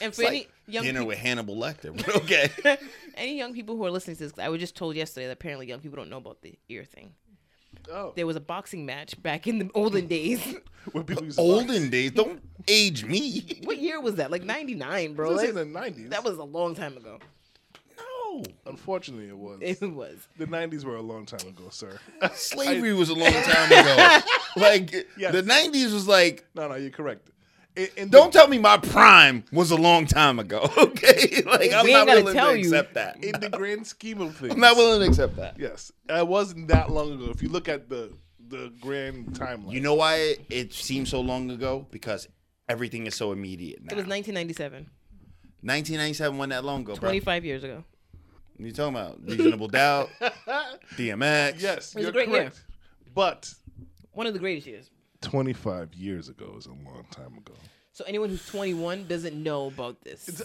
C: and for
A: It's
C: any
A: like
C: young
A: dinner
C: people,
A: with Hannibal Lecter. But okay,
C: any young people who are listening to this, 'cause I was just told yesterday that apparently young people don't know about the ear thing.
B: Oh,
C: There was a boxing match back in the olden days.
B: when people used to
A: olden days don't age me.
C: what year was that? Like '99, bro.
B: This is in
C: Like,
B: the nineties.
C: that was a long time ago.
A: No,
B: unfortunately it was.
C: It was.
B: the nineties were a long time ago, sir.
A: slavery was a long time ago. like
B: Yes.
A: the '90s was like.
B: no, no, you're correct. In, in
A: Don't
B: the,
A: tell me my prime was a long time ago. Okay, like I'm
C: ain't
A: not
C: gotta
A: willing
C: tell
A: to
C: you.
A: accept that.
B: in the grand scheme of things.
A: I'm not willing to accept that.
B: Yes, it wasn't that long ago. If you look at the the grand timeline,
A: You know why it seems so long ago? Because everything is so immediate now.
C: It was 1997,
A: 1997 wasn't that long ago, bro.
C: 25 years ago.
A: What you talking about? Reasonable Doubt, DMX.
B: Yes,
C: was a
B: you're
C: great year.
B: correct. But
C: One of the greatest years.
B: 25 years ago is a long time ago.
C: So anyone who's 21 doesn't know about this.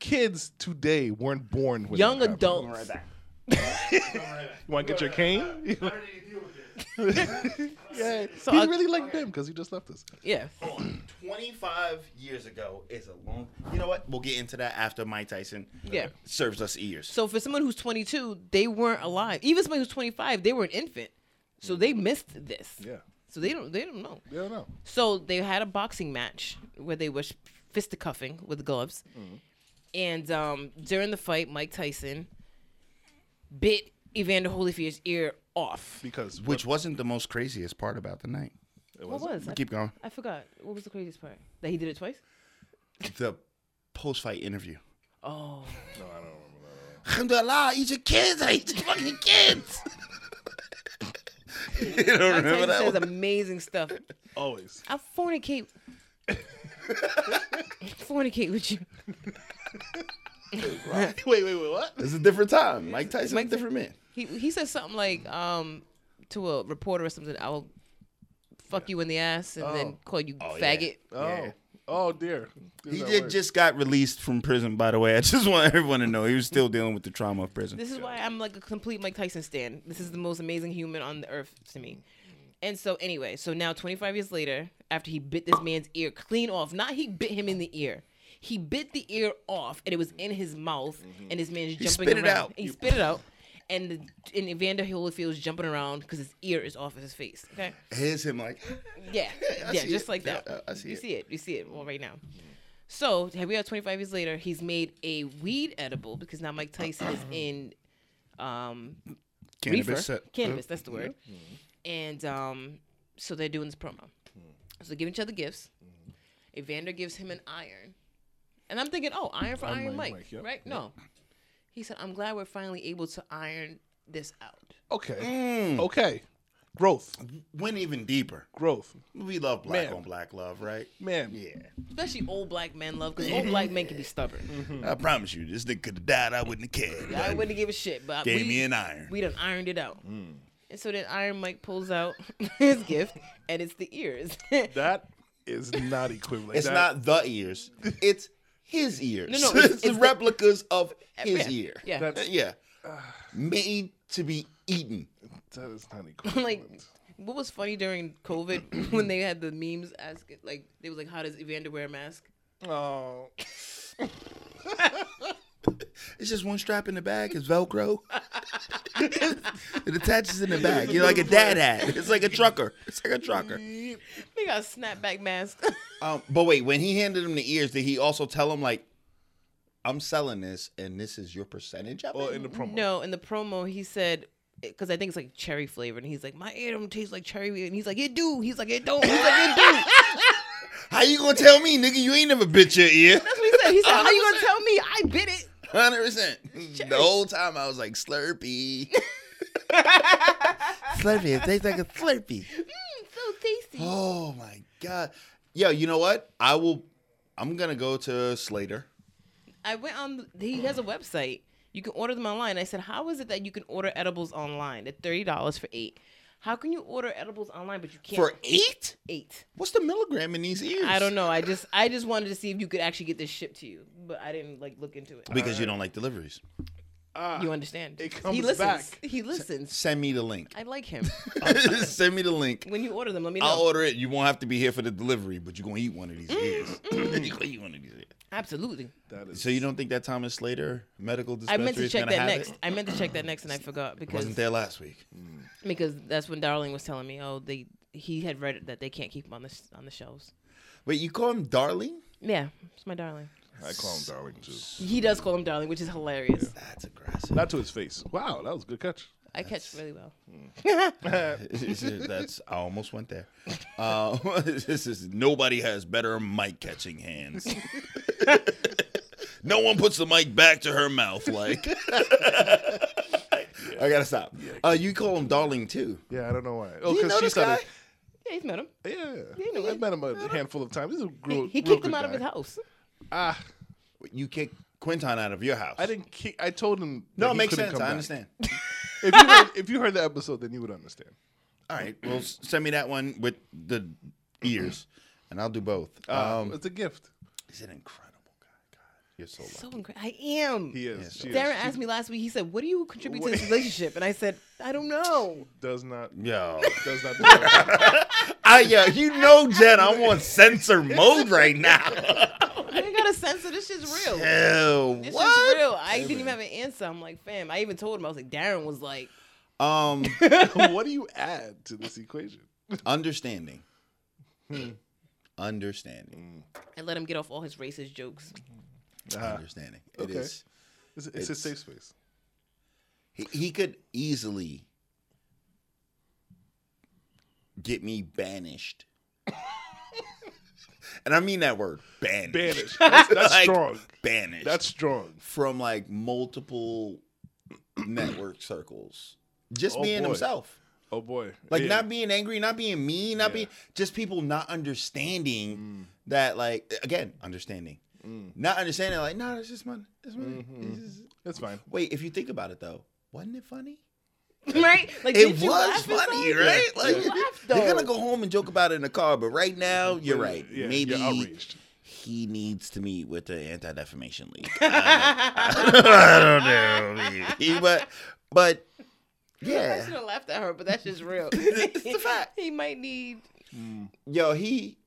B: Kids today weren't born when
C: Young
B: that happened.
C: adults.
B: You want to get your cane? yeah,
C: So
B: he's
C: I'll-
B: really like them because he just left us.
C: Yeah.
A: 25 years ago is a long. You know what? We'll get into that after Mike Tyson
C: Yeah.
A: serves us ears.
C: So for someone who's 22, they weren't alive. Even somebody who's 25, they were an infant. So they missed this.
B: Yeah,
C: So they don't they don't know.
B: yeah, no.
C: So they had a boxing match where they were fisticuffing with gloves. And um, during the fight, Mike Tyson bit Evander Holyfield's ear off.
B: Because
A: Which wasn't the most craziest part about the night.
C: What was? I,
A: Keep going.
C: I forgot. What was the craziest part? That he did it twice?
A: The post fight interview.
C: Oh.
A: Alhamdulillah, eat your kids. I eat your fucking kids. you don't
C: Mike
A: remember
C: Tyson
A: that?
C: says
A: one?
C: amazing stuff.
B: always
C: I fornicate. fornicate with you.
B: wait, wait, wait, what?
A: It's a different time. Mike Tyson, Mike, different man.
C: He he said something like um to a reporter or something. I'll fuck you in the ass and then call you faggot.
B: Oh, oh dear. Is
A: He
B: that
A: did
B: word?
A: just got released from prison, by the way. I just want everyone to know he was still dealing with the trauma of prison.
C: This is why I'm like a complete Mike Tyson stan. This is the most amazing human on the earth to me. And so anyway, so now 25 years later, after he bit this man's ear clean off, not he bit him in the ear. He bit the ear off, and it was in his mouth, and this man's jumping
A: Mm-hmm. spit it
C: around.
A: out.
C: He spit it out, and the, and Evander Holyfield's jumping around because his ear is off of his face. Okay.
A: Here's him like,
C: Yeah,
A: I
C: yeah,
A: see
C: just
A: it.
C: like
A: Yeah,
C: that.
A: I- I see
C: you
A: it. Mm-hmm.
C: see it. You see it all right now. So here we are, 25 years later. He's made a weed edible because now Mike Tyson is in um, reefer
A: cannabis. Mm-hmm. uh,
C: cannabis. That's the word. And um, so they're doing this promo.
A: Mm-hmm.
C: So they give each other gifts. Evander gives him an iron, and I'm thinking, oh, iron for
B: Iron
C: Iron
B: Mike,
C: Mike,
B: Mike, yep,
C: right? No, he said, I'm glad we're finally able to iron this out.
B: okay,
A: Mm,
B: okay. Growth,
A: went even deeper.
B: growth,
A: We love black
B: Man.
A: on black love, right?
B: man.
C: Especially old black men love because old black men can be stubborn.
A: I promise you, this nigga could have died. I wouldn't have cared.
C: I wouldn't give a shit. But
A: Gave
C: we,
A: me an iron.
C: we done ironed it out. And so then Iron Mike pulls out his gift, and it's the ears. no,
B: That is not equivalent.
A: it's
B: That-
A: not the ears. It's his ears.
C: No, no,
A: It's,
C: it's-
A: the
C: it's the-
A: replicas of his
C: Yeah,
A: ear.
C: yeah.
A: Uh, yeah. Made to be eaten.
B: That is not equivalent.
C: like, what was funny during COVID when they had the memes asking, like, they was like, "How does Evander wear a mask?"
B: oh,
A: It's just one strap in the bag. It's Velcro. it attaches in the back. You're like a dad hat. It's like a trucker. It's like a trucker.
C: They got a snapback mask.
A: Um, but wait, when he handed him the ears, did he also tell him like, "I'm selling this, and this is your percentage of
B: well,
A: it"?
B: in the promo.
C: no, in the promo he said. Because I think it's like cherry flavored, and he's like, my ear don't taste like cherry, and he's like, it do. He's like, it don't. He's like, it do.
A: How you gonna tell me, nigga? You ain't never bit your ear.
C: That's what he said. He said, how you gonna tell me I bit it?
A: Hundred percent. The whole time I was like Slurpee. Slurpee. It tastes like a Slurpee.
C: Mm, so tasty.
A: Oh my god. Yo, you know what? I will. I'm gonna go to Slater.
C: I went on. He has a website. You can order them online. I said, how is it that you can order edibles online at thirty dollars for eight? How can you order edibles online but you can't
A: For eight?
C: eight?
A: What's the milligram in these ears?
C: I don't know. I just I just wanted to see if you could actually get this shipped to you, but I didn't like look into it.
A: Because you don't like deliveries.
B: Ah,
C: You understand?
B: It comes
C: he listens.
B: back.
C: He listens.
A: Send me the link.
C: I like him.
A: Send me the link.
C: When you Mm, order them, let me know.
A: I'll order it. You won't have to be here for the delivery, but you're gonna eat one of these ears. You're gonna eat one of these ears.
C: Absolutely.
B: that is
A: So you don't think that Thomas Slater medical
C: I
A: dispensary
C: meant to
A: is
C: check
A: gonna
C: that
A: have
C: next.
A: it?
C: I meant to check that next, and I forgot because
A: Wasn't there last week.
C: because that's when Darling was telling me, oh, they he had read that they can't keep them on the on the shelves.
A: Wait, you call him Darling?
C: Yeah, it's my darling.
B: I call him darling too.
C: He does call him darling, which is hilarious.
A: That's aggressive.
B: Not to his face. Wow, that was a good catch.
C: I catch really well.
A: That's I almost went there. Uh, this is nobody has better mic catching hands. no one puts the mic back to her mouth like. I gotta stop. Uh, you call him Oh, darling too.
B: Yeah, I don't know why. Oh,
A: You know
B: because she
A: this
B: said
A: guy?
B: it.
C: Yeah, he's met him.
B: Yeah,
C: You know
B: I
C: it.
B: met him a handful of times. He's a
C: He,
B: real,
C: he
B: real
C: kicked him
B: good
C: out of
B: guy.
C: his house.
B: Ah,
A: You kicked Quinton out of your house.
B: I didn't. Kick, I told him.
A: No,
B: that
A: it
B: he
A: makes
B: couldn't
A: sense.
B: come
A: I
B: back.
A: understand.
B: If you heard, if you heard the episode, then you would understand.
A: All right. Well, s- send me that one with the ears, and I'll do both.
B: Uh,
A: Um,
B: it's a gift.
A: he's an incredible guy. God, you're so lucky.
C: So incredible. I am.
B: He is.
A: Yes,
B: she is.
C: Darren
B: She
C: asked me last week. He said, "What do you contribute to this relationship?" And I said, "I don't know."
B: does not.
A: Yo,
B: Does not. deserve it.
A: I yeah, you know, Jen, I'm on censor mode right now.
C: I ain't got a sense of this shit's real.
A: Ew,
C: This is
A: what?
C: real. I didn't even have an answer. I'm like, fam. I even told him. I was like, Darren was like,
A: Um,
B: what do you add to this equation?
A: understanding,
B: Hmm.
A: understanding,
C: I let him get off all his racist jokes.
B: Ah,
A: understanding. It
B: okay.
A: is.
B: it's, it's a
A: Uh, It's-
B: safe space.
A: He, he could easily get me banished. and I mean that word, banished.
B: Banished. That's, that's
A: Like,
B: strong.
A: Banished.
B: That's strong.
A: from like multiple network circles. Just
B: Oh,
A: being
B: boy.
A: himself.
B: Oh boy.
A: Like
B: Yeah.
A: not being angry, not being mean, not
B: Yeah. Mm.
A: being just people not understanding that like again, understanding. Not understanding like, no, it's just money. It's money.
B: Mm-hmm.
A: It's just-
B: That's fine.
A: Wait, if you think about it though, wasn't it funny?
C: right?
A: it
C: Like, did
A: was
C: you laugh or
A: funny,
C: something?
A: right?
C: You
A: Like
C: laughed,
A: you're
C: though.
A: gonna go home and joke about it in the car, but right now you're right.
B: Yeah,
A: Maybe
B: you're outraged.
A: he needs to meet with the Anti Defamation League. I don't, I don't know, maybe. but but
C: I should
A: yeah,
C: have laughed at her, but that's just real.
A: It's the fact.
C: He might need.
B: Mm,
A: yo, he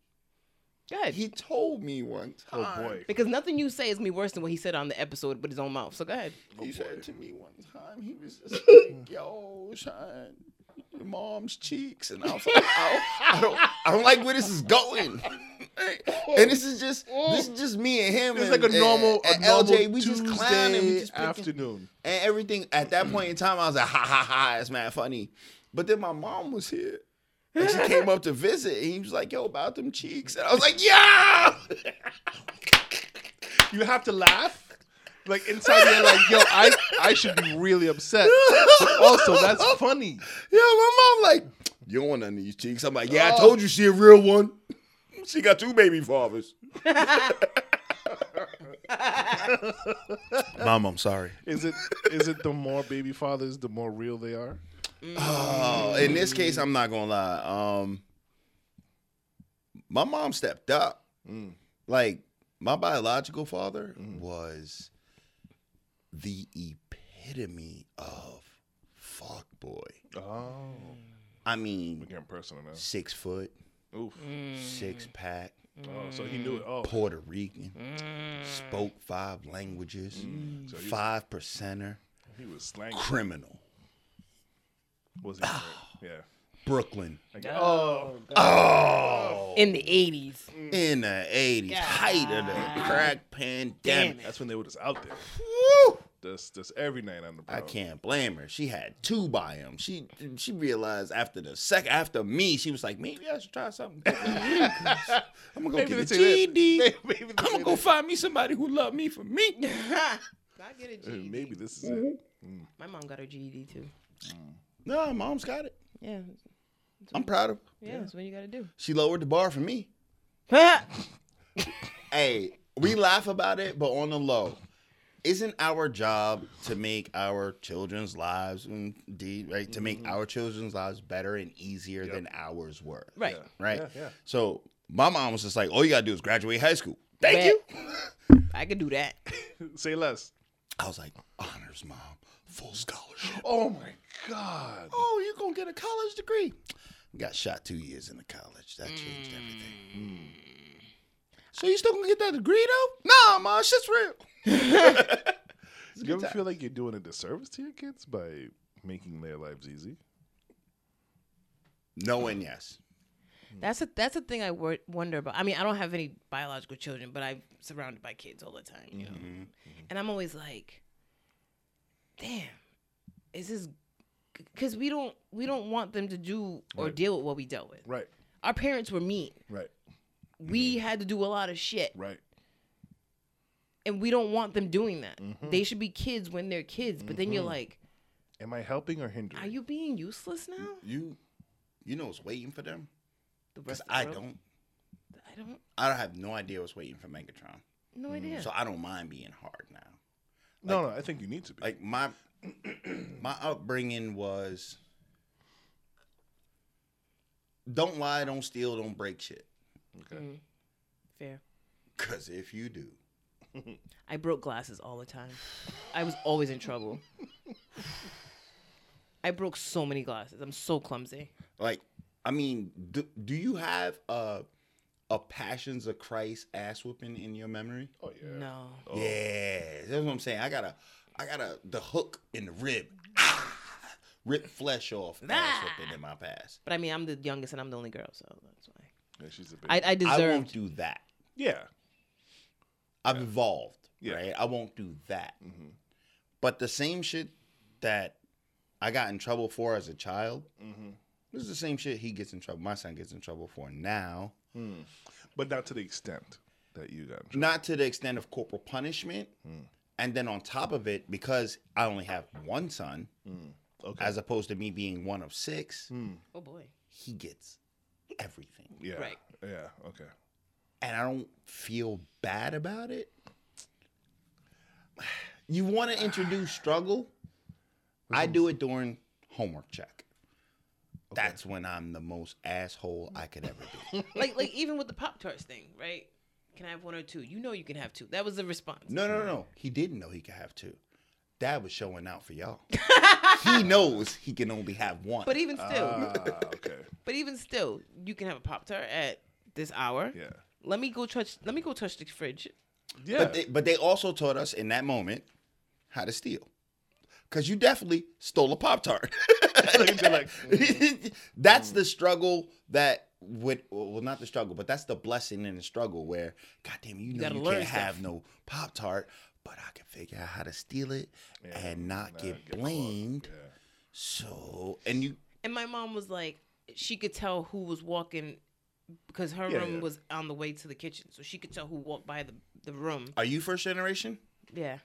C: God.
A: he told me one
B: Oh
A: time.
B: boy.
C: Because nothing you say is me worse than what he said on the episode with his own mouth. So go ahead.
A: He said to me one time, he was just like, "Yo, Sean, your mom's cheeks," and I was like, "I don't, I don't, I don't like where this is going." And this is just, this is just me and him.
B: It's
A: and-
B: like a normal, a
A: and, and
B: normal
A: LJ. Uh, We just
B: Tuesday
A: clowning, we just picking-
B: afternoon.
A: and everything. At that point in time, I was like, "Ha ha ha!" It's mad funny. But then my mom was here, and she came up to visit, and he was like, "Yo, about them cheeks," and I was like, "Yeah."
B: You have to laugh. Like inside, you're like, yo, I, I should be really upset. But also, that's funny.
A: Yeah, my mom like, you don't want none of these cheeks. I'm like, yeah, I told you she a real one. She got two baby fathers. Mom, I'm sorry.
B: Is it, is it the more baby fathers, the more real they are?
A: Oh, in this case, I'm not gonna lie. Um, my mom stepped up. Like my biological father was the epitome of fuck boy.
B: Oh,
A: I mean,
B: we're getting personal now.
A: six foot,
B: Oof.
A: six pack.
B: Oh, so he knew it. Oh,
A: Puerto Rican, spoke five languages,
B: so he,
A: five percenter,
B: he was slang.
A: criminal,
B: Was he? right?
A: Ah.
B: Yeah.
A: Brooklyn
B: Like, oh,
C: In the 80s.
A: in the eighties, height of the crack pandemic.
B: that's when they were just out there.
A: Woo!
B: That's that's every night on the.
A: I
B: prowl.
A: can't blame her. She had two by him. She she realized after the sec after me, she was like, maybe I should try something. different. I'm gonna go
B: Maybe
A: get
B: they
A: a
B: say that.
A: GED.
B: Maybe- maybe they
A: I'm
B: say
A: gonna go
B: that.
A: find me somebody who love me for me.
C: I get a
B: Uh,
C: GED.
B: Maybe this is it.
C: My mom got her GED too.
A: No, mom's got it.
C: Yeah.
A: I'm proud of. her.
C: Yeah, that's what you got to do.
A: She lowered the bar for me. hey, we laugh about it, but on the low, isn't our job to make our children's lives indeed right to make
B: Mm-hmm.
A: our children's lives better and easier than ours were?
C: right.
A: Right.
B: Yeah, yeah.
A: So my mom was just like, "All you gotta do is graduate high school." Thank
C: Bet.
A: you.
C: I could do that.
B: Mm. Say less.
A: I was like, "Honors, mom, full scholarship."
B: Oh my God.
A: Oh, you gonna get a college degree? Got shot two years into college. That changed everything. So you still gonna get that degree though? Nah, mom, shit's real.
B: Do you ever feel like you're doing a disservice to your kids by making their lives easy?
A: No and yes.
C: That's a that's a thing I wor- wonder about. I mean, I don't have any biological children, but I'm surrounded by kids all the time, you
B: Mm-hmm.
C: know. And I'm always like, damn, is this? Because we don't we don't want them to do or deal with what we dealt with.
B: Right, Mm-hmm.
C: Our parents were mean.
B: right,
C: We had to do a lot of shit,
B: right.
C: and we don't want them doing that.
A: Mm-hmm.
C: They should be kids when they're kids. But then you're like,
B: Am I helping or
C: are
B: hindering?
C: you being useless now?
A: You you know what's waiting for them?
C: The
A: Because
C: rest of the
A: I
C: world-
A: don't.
C: I don't.
A: I have no idea what's waiting for Megatron.
C: No idea.
A: Mm-hmm. So I don't mind being hard now.
B: no, no, I think you need to be.
A: Like my my upbringing was don't lie, don't steal, don't break shit.
B: okay.
C: Fair.
A: Cause if you do,
C: I broke glasses all the time. I was always in trouble. I broke so many glasses. I'm so clumsy.
A: like, I mean, do, do you have a a Passions of Christ ass whooping in your memory?
B: Oh yeah.
C: No.
A: Yeah, that's what I'm saying. I gotta, I gotta the hook in the rib, ah, rip flesh off. Ass
C: Ah.
A: whooping in my past.
C: But I mean, I'm the youngest and I'm the only girl, so that's why.
B: Yeah, she's a big.
C: I, I
A: I
C: deserve.
A: won't do that.
B: yeah.
A: I've evolved,
B: Yeah.
A: right? I won't do that.
B: mm-hmm.
A: But the same shit that I got in trouble for as a child, this is the same shit he gets in trouble. My son gets in trouble for now.
B: But not to the extent that you got. in trouble.
A: Not to the extent of corporal punishment. And then on top of it, because I only have one son,
B: Okay.
A: as opposed to me being one of six,
C: Oh boy.
A: he gets everything.
B: yeah.
C: Right.
B: Yeah. Okay.
A: and I don't feel bad about it. You want to introduce struggle? I do it during homework check. That's when I'm the most asshole I could ever be.
C: Like like even with the Pop Tarts thing, right? Can I have one or two? You know you can have two. That was the response.
A: No, no, no. He didn't know he could have two. Dad was showing out for y'all. he knows he can only have one.
C: But even still,
A: Uh,
B: Ah, okay.
C: but even still, you can have a Pop Tart at this hour.
B: Yeah.
C: Let me go touch. Let me go touch the fridge.
B: Yeah.
A: But they, but they also taught us in that moment how to steal. Cause you definitely stole a pop tart.
C: mm-hmm.
A: that's the struggle that would well not the struggle, but that's the blessing in the struggle where goddamn you, know
C: gotta
A: you
C: learn
A: can't
C: stuff.
A: have no pop tart, but I can figure out how to steal it and not get,
B: get caught.
A: blamed.
B: Yeah.
A: So and you
C: And my mom was like, she could tell who was walking because her
B: Yeah,
C: room
B: yeah.
C: was on the way to the kitchen, so she could tell who walked by the the room.
A: are you first generation?
C: Yeah,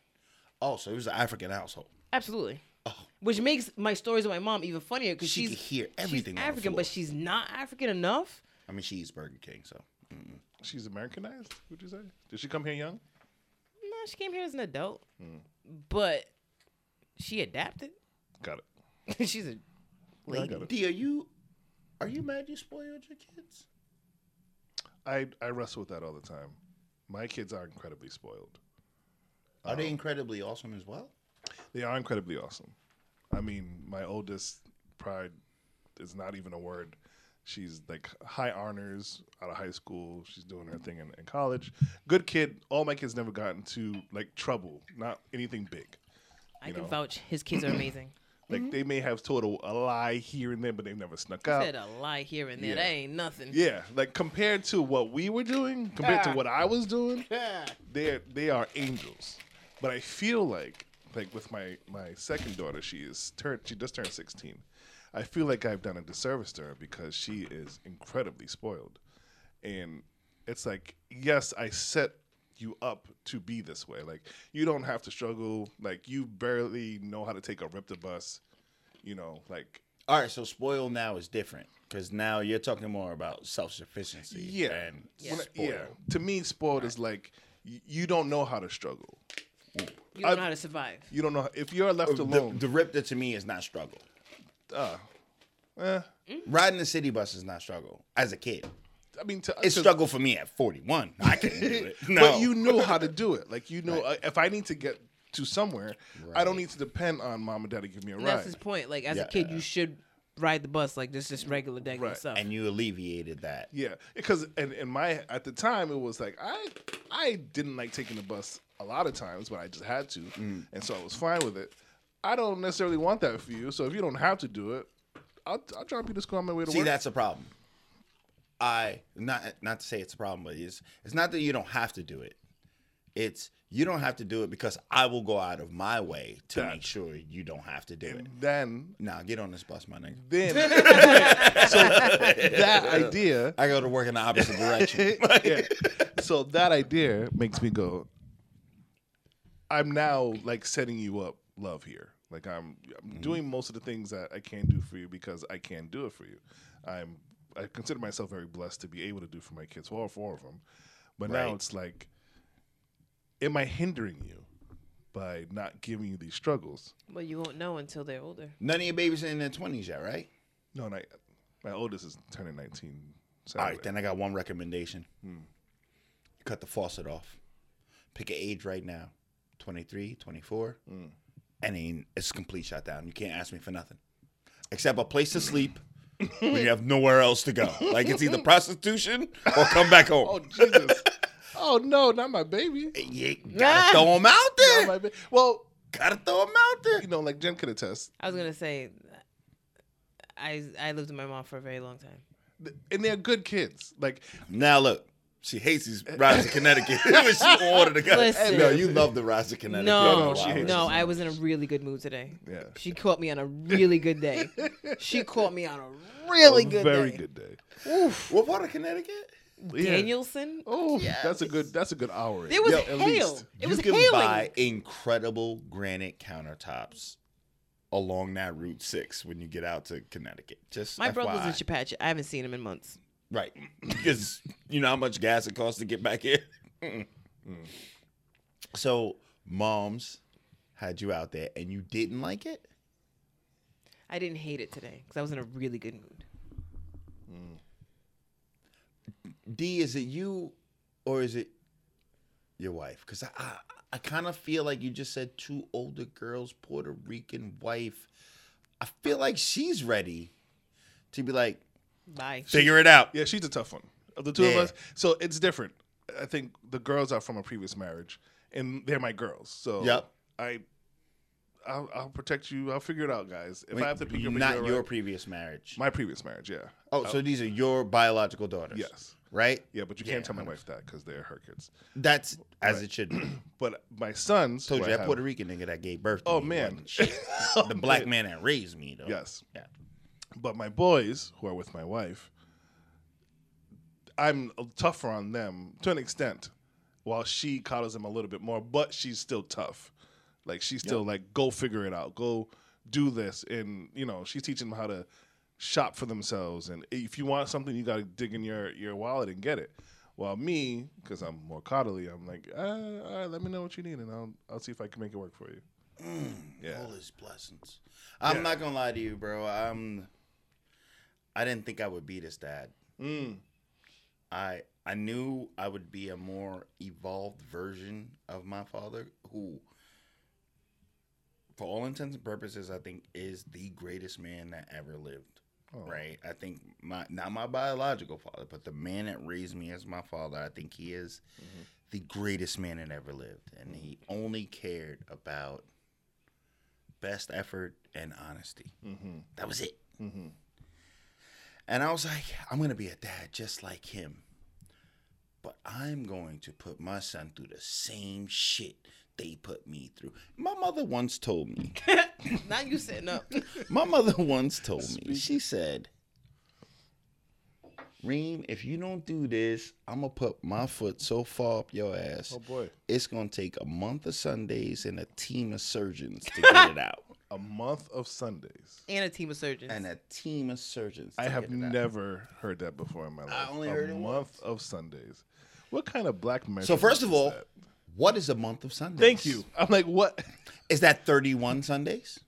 A: Oh, so it was an African household.
C: absolutely. Which makes my stories of my mom even funnier
A: Oh.
C: because
A: She
C: she's
A: could hear everything.
C: She's
A: on the
C: African, but
A: floor.
C: she's not African enough.
A: I mean she eats Burger King, so
B: She's Americanized. Would you say? Did she come here young?
C: No, she came here as an adult,
A: Mm.
C: but she adapted.
B: Got it.
C: she's a
B: Yeah, I got it.
A: D, are you are you mad you spoiled your kids?
B: I I wrestle with that all the time. My kids are incredibly spoiled.
A: Are
B: Oh.
A: they incredibly awesome as well?
B: They are incredibly awesome. I mean, my oldest pride is not even a word. She's like high honors out of high school. She's doing her thing in, in college. Good kid. All my kids never got into like trouble, not anything big.
C: I can
B: know.
C: vouch. His kids are amazing.
B: Like they may have told a, a lie here and there, but they've never snuck out.
C: Said uh, a lie here and there.
B: Yeah.
C: That ain't nothing.
B: Yeah, like compared to what we were doing, compared to what I was doing, they they are angels. But I feel like like with my my second daughter, she is turned she just turned sixteen. I feel like I've done a disservice to her because she is incredibly spoiled, and it's like yes, I set you up to be this way. Like you don't have to struggle. Like you barely know how to take a rip the bus. You know, like
A: All right, so spoil now is different because now you're talking more about self sufficiency.
B: Yeah.
A: and
B: When I-
A: spoil.
B: yeah. To me, spoiled is like y- you don't know how to struggle.
C: You don't
B: I-
C: know how to survive.
B: You don't know if you're left
A: Oh, The,
B: alone.
A: the Ripta to me is not struggle.
B: Uh, eh,
A: Riding the city bus is not struggle as a kid.
B: I mean, to,
A: It's
B: to-
A: struggle for me at 41. I couldn't do it. No,
B: but you know how to do it. Like you know, uh, if I need to get to somewhere, I don't need to depend on mom and dad to give me a
C: And That's
B: ride.
C: his point. Like as
A: Yeah.
C: a kid, you should ride the bus like this, just regular degular
B: Right.
C: stuff.
A: and you alleviated that.
B: Yeah, because and in my at the time it was like I I didn't like taking the bus a lot of times, but I just had to,
A: Mm.
B: and so I was fine with it. I don't necessarily want that for you, so if you don't have to do it, I'll, I'll drop you to school on my way to
A: See,
B: work.
A: that's a problem. I not not to say it's a problem, but it's it's not that you don't have to do it. It's you don't have to do it because I will go out of my way to make sure you don't have to do
B: Mm.
A: it.
B: then
A: Nah, get on this bus, my nigga.
B: then so that idea
A: I go to work in the opposite direction.
B: yeah. so that idea makes me go i'm now like setting you up love here like i'm, I'm doing most of the things that i can do for you because i can do it for you i'm I consider myself very blessed to be able to do for my kids, all four of them. But now
A: Right.
B: it's like, am I hindering you by not giving you these struggles?
C: Well, you won't know until they're older.
A: None of your babies are in their twenties yet, right?
B: No, not, my oldest is turning 19.
A: All
B: Saturday.
A: right, then I got one recommendation. Cut the faucet off. Pick an age right now 23, 24. And then it's a complete shutdown. You can't ask me for nothing except a place to sleep when you have nowhere else to go. Like it's either prostitution or come back home.
B: Oh, Jesus. oh, no, not my baby.
A: You gotta throw them out
B: Not
A: there.
B: my ba- well,
A: Gotta throw them out there.
B: you know, like Jen could attest.
C: I was gonna say, I I lived with my mom for a very long time.
B: th- And they're good kids. Like,
A: Now look, she hates these rides to Connecticut. when she ordered to go.
C: Listen.
A: No, you love the rides to Connecticut.
C: No,
B: no, she hates
C: no,
B: it.
C: I was in a really good mood today.
B: yeah.
C: She caught me on a really good day. she caught me on a really
B: a
C: good
B: very
C: day.
B: good day.
A: What part of Connecticut?
B: Yeah.
C: Danielson.
B: Oh, that's a good. That's a good hour.
C: There was
A: Yo, at
C: hail.
B: least
C: It was
A: you can
C: hailing.
A: buy incredible granite countertops along that Route Six when you get out to Connecticut. Just
C: My
A: FYI.
C: brother's in Chepachet. I haven't seen him in months.
A: right? Because you know how much gas it costs to get back here. Mm-mm. So moms had you out there, and you didn't like it.
C: I didn't hate it today because I was in a really good mood.
A: D, is it you or is it your wife? Because I, I, I kind of feel like you just said two older girls, Puerto Rican wife. I feel like she's ready to be like,
C: Bye.
A: figure it out.
B: Yeah, she's a tough one. Of the two of
A: Yeah.
B: us, so it's different. I think the girls are from a previous marriage, and they're my girls. So
A: Yep.
B: I, I'll, I'll protect you. I'll figure it out, guys. If I have to pick you up,
A: not your
B: right,
A: previous marriage.
B: my previous marriage. Yeah.
A: oh, so these are your biological daughters.
B: Yes.
A: Right?
B: Yeah, but you can't
A: Yeah,
B: tell my wife that because they're her kids.
A: That's as it should be.
B: But my sons,
A: Told
B: who
A: you
B: I
A: that
B: have-
A: Puerto Rican nigga that gave birth to
B: Oh
A: me
B: man,
A: wasn't shit. the black man that raised me, though.
B: Yes.
A: Yeah.
B: But my boys, who are with my wife, I'm tougher on them to an extent, while she coddles them a little bit more. But she's still tough. Like she's still like, go figure it out, go do this, and you know she's teaching them how to shop for themselves. And if you want something, you got to dig in your your wallet and get it. While me, because I'm more coddly, I'm like, uh, all right, let me know what you need, and I'll I'll see if I can make it work for you. yeah.
A: All his blessings. I'm not gonna lie to you, bro. I'm. I didn't think I would be this dad. I I knew I would be a more evolved version of my father, who, for all intents and purposes, I think is the greatest man that ever lived. Right? I think my not my biological father, but the man that raised me as my father. I think he is the greatest man that ever lived, and he only cared about best effort and honesty.
B: Mm-hmm.
A: That was it. And I was like, I'm going to be a dad just like him. But I'm going to put my son through the same shit they put me through. My mother once told me,
C: Now you sitting up.
A: my mother once told me, she said, Reem, if you don't do this, I'm going to put my foot so far up your ass.
B: Oh boy,
A: It's going to take a month of Sundays and a team of surgeons to get it out.
B: a month of Sundays.
C: and a team of surgeons.
A: and a team of surgeons.
B: I
A: to
B: have
A: get it out.
B: never heard that before in my life.
A: only
B: a
A: heard it
B: month of Sundays. What kind of black man?
A: So first of all, what is a month of Sundays?
B: thank you. I'm like, what?
A: Is that 31 Sundays?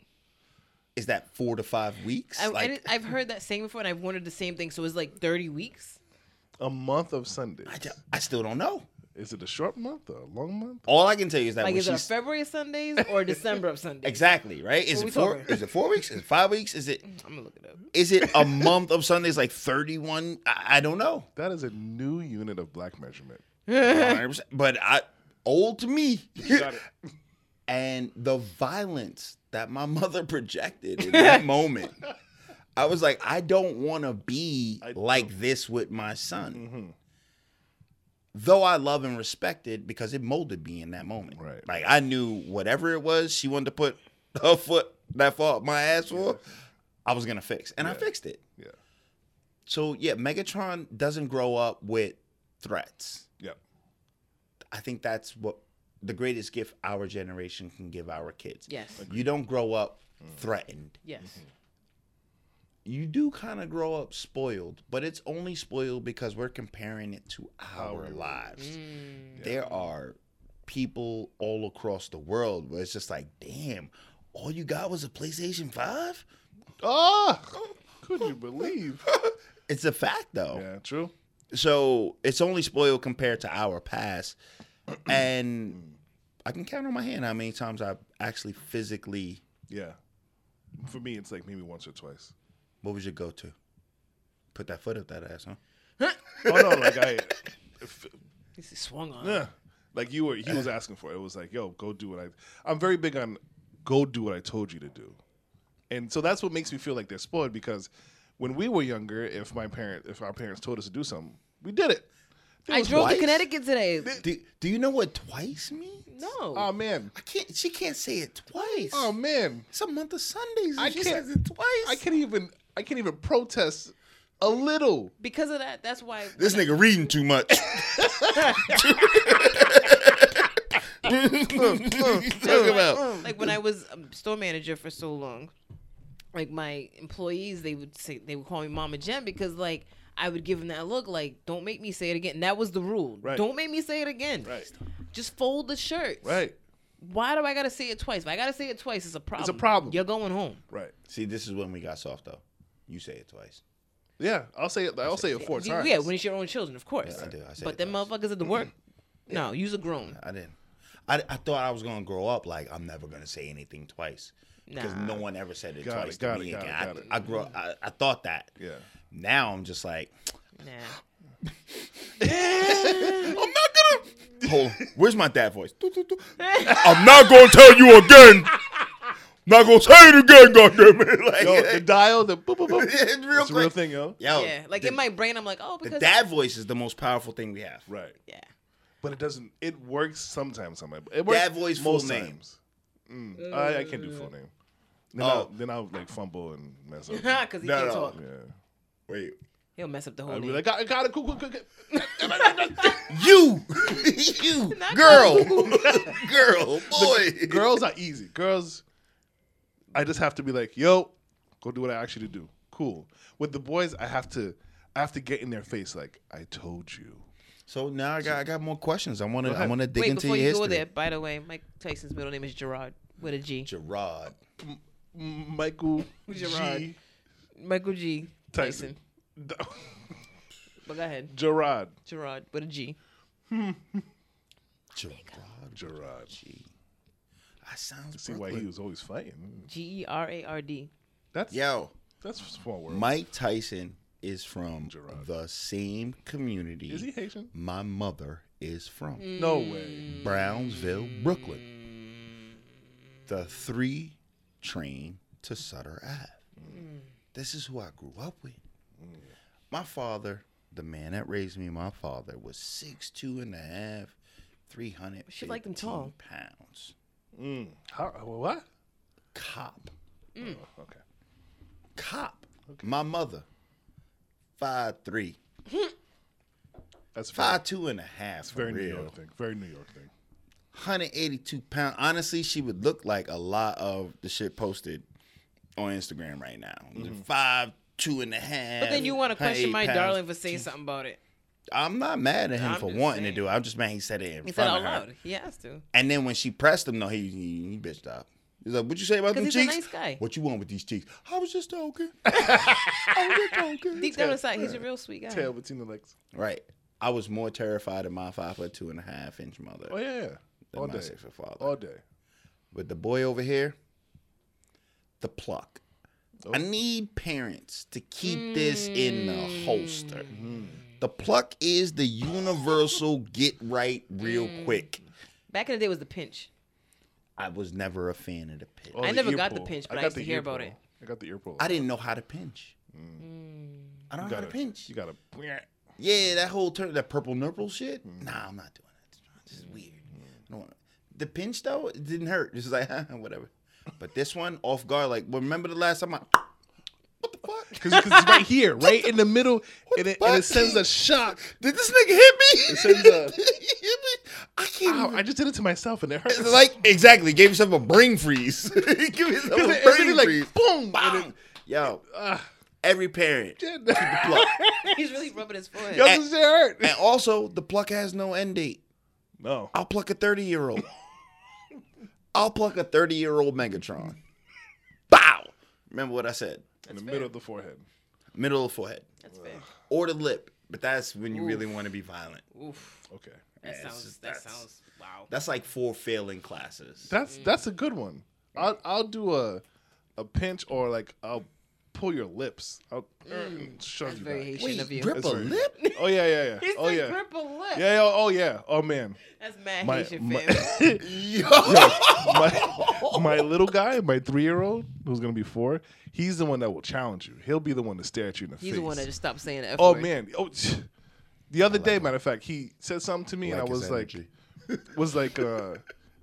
A: Is that four to five weeks?
C: I, I
A: like,
C: didn't- I've heard that saying before, and I've wondered the same thing. So it was like 30 weeks.
B: A month of Sundays.
A: I, ju- I still don't know.
B: Is it a short month or a long month?
A: All I can tell you is that
C: Like,
A: when
C: is it a
A: she's
C: February of Sundays or December of Sundays?
A: exactly right. Is
C: What we
A: it four?
C: talking?
A: Is it four weeks? Is it five weeks? Is it
C: I'm gonna look it up.
A: is it a month of Sundays? Like 31? I, I don't know.
B: That is a new unit of black measurement.
A: 100%. But I old to me.
B: Uh-huh. Got it.
A: and the violence that my mother projected in that moment. I was like, I don't want to be like this with my son. Though I love and respected because it molded me in that moment.
B: Right.
A: Like I knew whatever it was she wanted to put her foot that far up my ass for, I was gonna fix, and I fixed it.
B: Yeah.
A: So yeah, Megatron doesn't grow up with threats.
B: Yeah.
A: I think that's what the greatest gift our generation can give our kids.
C: Yes.
B: Mm.
A: Mm-hmm. You don't grow up threatened.
C: Yes.
A: you do kind of grow up spoiled, but it's only spoiled because we're comparing it to our,
B: Our
A: lives. There are people all across the world where it's just like, damn, all you got was a PlayStation 5?
B: Ah, could you believe?
A: It's a fact though.
B: yeah, true.
A: So it's only spoiled compared to our past. and I can count on my hand how many times I've actually physically
B: Yeah. For me, it's like maybe once or twice.
A: what was your go to? Put that foot up that ass, huh?
B: Oh no, like I,
C: He swung on.
B: yeah, like you were. He was asking for it. It was like, yo, go do what I. I'm very big on go do what I told you to do, and so that's what makes me feel like they're spoiled because when we were younger, if my parent, if our parents told us to do something, we did it. There
C: I
B: was
C: drove
A: twice?
C: to Connecticut today.
A: Do, do you know what twice means?
C: No.
A: um,
B: Oh man.
A: I can't. She can't say it twice.
B: Oh man.
A: it's a month of Sundays. and
B: I
A: she
B: can't-
A: says it twice.
B: I can't even. I can't even protest a little.
C: because of that, that's why
A: This nigga reading too much. Talk about.
C: like when I was um, store manager for so long, like my employees, they would say they would call me Mama Jen because like I would give them that look, like don't make me say it again. And that was the rule.
B: Right.
C: Don't make me say it again.
B: Right.
C: Just fold the shirt.
B: Right.
C: Why do I gotta say it twice? If I gotta say it twice, it's a problem.
B: problem.
C: You're going home.
B: Right.
A: See, this is when we got soft though. You say it twice.
B: Yeah. I'll say it. I'll say it four
C: You-
B: times.
C: Yeah, when it's your own children, of course.
A: Yeah, I do. I say
C: but
A: it
C: them
A: twice.
C: motherfuckers at the work. No, you's a grown.
A: I didn't. I, I thought I was gonna grow up like I'm never gonna say anything twice because
C: Nah.
A: no one ever said it
B: Got it,
A: twice to
B: got
A: me
B: it, got
A: again.
B: it, got it.
A: I, I grew. I, I thought that.
B: Yeah.
A: Now I'm just like,
C: Nah.
A: I'm not gonna. Hold. on. Where's my dad voice? Doo, doo, doo. I'm not gonna tell you again. Not gonna say it again, goddamn it! Like,
B: Yo, the dial, the boop, boop, boop.
A: It's real
B: it's a real
A: quick.
B: thing, yo.
A: yo,
C: yeah. Like
A: the,
C: in my brain, I'm like, oh,
A: the
C: because
A: dad voice is the most powerful thing we have.
B: Right.
C: Yeah.
B: But it doesn't, it works sometimes. sometimes. It works
A: Dad voice, full
B: most
A: name.
B: times. Mm, I, I can't do full name. Then, I'll,
A: Oh.
B: then I'll like fumble and mess up. yeah.
C: Because he
A: No,
C: can't
A: no.
C: talk.
A: Wait,
C: He'll mess up the whole
B: I'll be
C: name.
B: like, I got it. Cool, cool, cool, cool.
A: you, you,
C: Not
A: girl, girl, boy,
B: Girls are easy. Girls, I just have to be like, yo, go do what I actually do. Cool. With the boys, I have to, I have to get in their face like, I told you.
A: So now I got I got more questions. I wanna I
B: ahead.
A: wanna dig
C: Wait,
A: into
C: before
A: your
C: you
A: history.
C: go there, by the way, Mike Tyson's middle name is Gerard with a G.
A: Gerard.
B: M- Michael
C: Gerard.
B: G.
C: Michael G.
B: Tyson.
C: Tyson. But go ahead.
B: Gerard.
C: Gerard with a G.
A: Gerard.
B: Gerard.
A: That sounds.
B: See why he was always fighting.
C: G E R A R D.
B: That's
A: Yo,
B: that's small world.
A: Mike Tyson is from
B: Gerard.
A: the same community.
B: Is he Haitian?
A: My mother is from
C: Mm.
B: No way.
A: Brownsville, Brooklyn. The three train to Sutter Ave.
C: Mm.
A: This is who I grew up with.
B: Mm.
A: My father, the man that raised me, my father was six two and a half, three hundred.
C: She liked him tall.
A: Pounds.
B: How, what?
A: Cop.
B: Oh, okay.
A: Cop. My mother, five three,
B: That's
A: five two and a half. for
B: very, very New
A: real.
B: York thing. Very New York thing.
A: 182 pounds. Honestly, she would look like a lot of the shit posted on Instagram right now.
B: Mm-hmm.
A: Five, two and a half.
C: But then you want to question
A: 108
C: my
A: pounds.
C: darling for saying something about it.
A: I'm not mad at him
C: I'm
A: for
C: just
A: wanting
C: saying.
A: to do it. I'm just mad he said it in
C: He said
A: front
C: it out
A: of her.
C: loud. He has to.
A: And then when she pressed him, no, he he, he bitched up. He's like, "What you say about
C: 'Cause
A: them
C: he's a
A: cheeks?
C: nice guy.
A: What you want with these cheeks? I was just talking. I was just talking."
C: Deep down inside, he's a real sweet guy.
B: Tail between the legs.
A: Right. I was more terrified of my five foot two and a half inch mother
B: Oh yeah, yeah.
A: than
B: All
A: my
B: day.
A: six foot father.
B: All day.
A: But the boy over here, the pluck.
B: Oh.
A: I need parents to keep this in
B: Hmm.
A: the holster. The pluck is the universal get right real
B: Hmm.
A: quick.
C: Back in the day was the pinch.
A: I was never a fan of the pinch.
B: Oh,
C: I
B: the
C: never
B: ear
C: got the
B: pull.
C: pinch, but I
B: got
C: used to
B: the
C: hear
B: ear
C: about
B: pull.
C: it.
B: I got the ear pull.
A: I didn't know how to pinch. I don't
B: Hmm. You
A: know how
B: gotta
A: to pinch.
B: You gotta.
A: Yeah, that whole turn, that purple nurple shit.
B: Hmm.
A: Nah, I'm not doing that. This is weird. I don't want The pinch though, it didn't hurt. It's like whatever. But this one, off guard. Like remember the last time I. What the fuck?
B: Because it's right here, right in the middle, and
A: the
B: it, and
A: fuck?
B: it sends a shock.
A: Did this nigga hit me?
B: sends a-
A: Did he hit me? I can't.
B: Ow,
A: even-
B: I just did it to myself, and it hurts.
A: It's like exactly gave yourself a brain freeze. Give yourself a
B: It's
A: brain
B: really like,
A: freeze.
B: boom, and
A: Boom.
B: it-
A: Yo,
B: Ah,
A: Every parent.
B: Shit, that
A: Pluck.
C: He's really rubbing his forehead.
B: doesn't shit hurt.
A: and also, the pluck has no end date.
B: No.
A: I'll pluck a 30 year old. I'll pluck a 30 year old Megatron. Bow! Remember what I said.
B: In the middle of the forehead.
A: Middle of the forehead.
C: That's fair.
A: Or the lip. But that's when you really want to be violent.
C: Oof.
B: Okay.
A: Yeah,
C: That
A: it's
C: sounds.
A: just-
C: that
A: that's-
C: sounds. Wow.
A: That's like four failing classes.
C: Mm.
B: That's that's a good one. I'll I'll do a a pinch or like I'll pull your lips. I'll er, shove
C: Mm. that's
B: you
C: very
B: back.
C: Haitian of you.
A: grip
B: That's
A: a
B: very-
A: lip?
B: Oh yeah, yeah, yeah.
C: He's
B: Oh
C: the
B: yeah.
C: grip a lip.
B: Yeah, yeah, oh yeah. Oh man.
C: That's mad
B: My
C: Haitian
B: my,
C: family.
A: Yo!
B: my my little guy, my 3-year-old who's going to be 4, he's the one that will challenge you. He'll be the one to stare at you in the face.
C: He's the one that just stopped saying that.
B: Oh man! Oh, the other day, matter of fact, he said something to me, and
A: like
B: I
A: his
B: was like, was like, uh,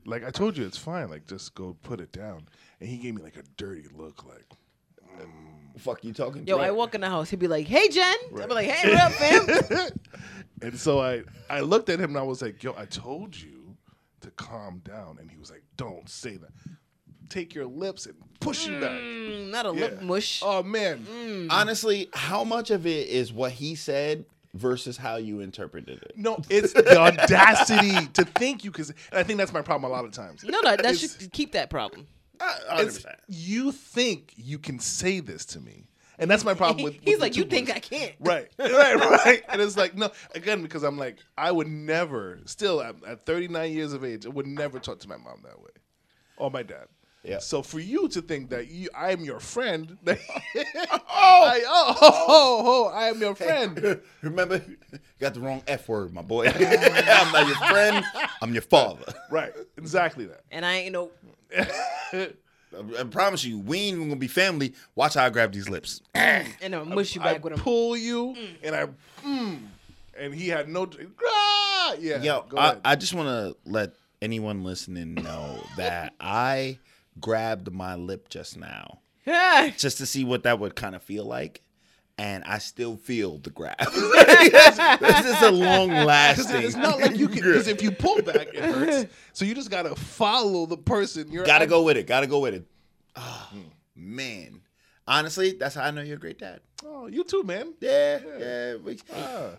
B: like I told you, it's fine. Like, just go put it down. And he gave me like a dirty look, like,
A: Fuck you talking
C: Yo,
A: to?
C: I walk in the house. He'd be like, "Hey, Jen." I'd
B: Right.
C: be like, "Hey, what up, fam?"
B: and so I, I looked at him and I was like, yo, I told you to calm down, and he was like, don't say that. Take your lips and push you back.
C: Mm, not a lip
B: Yeah.
C: mush.
B: Oh man,
A: Honestly, how much of it is what he said versus how you interpreted it?
B: no, it's the audacity to think you because, and I think that's my problem a lot of times.
C: No, no, that
B: It's-
C: should keep that problem.
B: It's- you think you can say this to me, and that's my problem with.
C: He's
B: with
C: like,
B: the
C: "You
B: two
C: think
B: boys."
C: I can't?"
B: Right, right, right. And it's like, no, again, because I'm like, I would never, still at, at 39 years of age, I would never talk to my mom that way or my dad.
A: Yeah.
B: So for you to think that you, I am your friend, oh, I, oh, oh, oh, I am your friend.
A: Remember, got the wrong F word, my boy. I'm not your friend. I'm your father.
B: right, exactly that.
C: And I ain't no.
A: I, I promise you, we ain't even gonna be family. Watch how I grab these lips.
C: And I'll mush you
B: I
C: back with him.
B: pull you, and I, mm, and he had no, ah, yeah.
A: Yo,
B: go
A: I,
B: ahead.
A: I just want to let anyone listening know that I grabbed my lip just now,
C: Yeah.
A: just to see what that would kind of feel like. And I still feel the grab. this is a long lasting.
B: It's not like you can because if you pull back, it hurts. So you just gotta follow the person. You're
A: Gotta go with it. Gotta go with it. Ah, man. Honestly, that's how I know you're a great dad.
B: Oh, you too, man.
A: Yeah, yeah. we-
B: Ah,